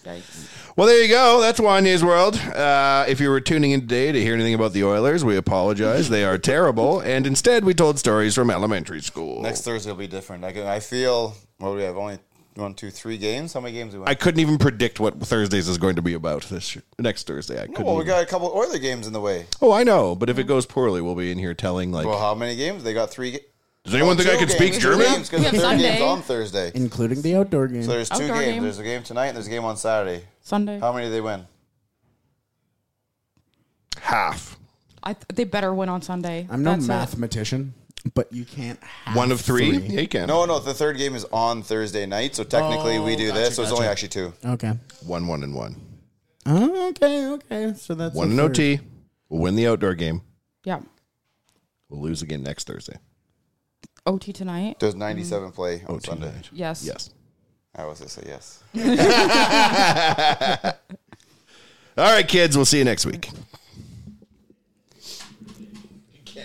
[SPEAKER 4] Yikes.
[SPEAKER 1] Well, there you go. That's Wanye's world. Uh, if you were tuning in today to hear anything about the Oilers, we apologize. They are terrible, and instead we told stories from elementary school.
[SPEAKER 3] Next Thursday will be different. I, can, I feel. What do we have? Only one, two, three games. How many games do we?
[SPEAKER 1] I
[SPEAKER 3] Have?
[SPEAKER 1] couldn't even predict what Thursdays is going to be about this year. next Thursday. I couldn't.
[SPEAKER 3] well, we
[SPEAKER 1] even-
[SPEAKER 3] got a couple Oiler games in the way.
[SPEAKER 1] oh, I know. But if it goes poorly, we'll be in here telling like,
[SPEAKER 3] Well, how many games? They got three. Ga-
[SPEAKER 1] does anyone think I can speak German?
[SPEAKER 3] Because
[SPEAKER 4] We
[SPEAKER 3] the
[SPEAKER 4] have
[SPEAKER 3] third
[SPEAKER 4] Sunday.
[SPEAKER 3] game's on Thursday.
[SPEAKER 2] Including the outdoor game.
[SPEAKER 3] So there's two
[SPEAKER 4] Outdoor
[SPEAKER 3] games.
[SPEAKER 4] game.
[SPEAKER 3] There's a game tonight and there's a game on Saturday.
[SPEAKER 4] Sunday.
[SPEAKER 3] How many do they win?
[SPEAKER 1] Half.
[SPEAKER 4] I th- they better win on Sunday.
[SPEAKER 2] I'm no
[SPEAKER 4] That's it.
[SPEAKER 2] mathematician, but you can't have
[SPEAKER 1] One of three. Yeah, you can.
[SPEAKER 3] Oh, No, no. The third game is on Thursday night, so technically we do this. So it's only actually two.
[SPEAKER 2] Okay.
[SPEAKER 1] One, one, and one.
[SPEAKER 2] Oh, okay, okay. So that's
[SPEAKER 1] One
[SPEAKER 2] a
[SPEAKER 1] and
[SPEAKER 2] third.
[SPEAKER 1] OT. We'll win the outdoor game.
[SPEAKER 4] Yeah.
[SPEAKER 1] We'll lose again next Thursday.
[SPEAKER 4] OT tonight.
[SPEAKER 3] Does 97 play on
[SPEAKER 1] OT
[SPEAKER 3] Sunday?
[SPEAKER 1] night.
[SPEAKER 4] Yes.
[SPEAKER 1] Yes.
[SPEAKER 3] I was gonna say yes.
[SPEAKER 1] All right, kids. We'll see you next week.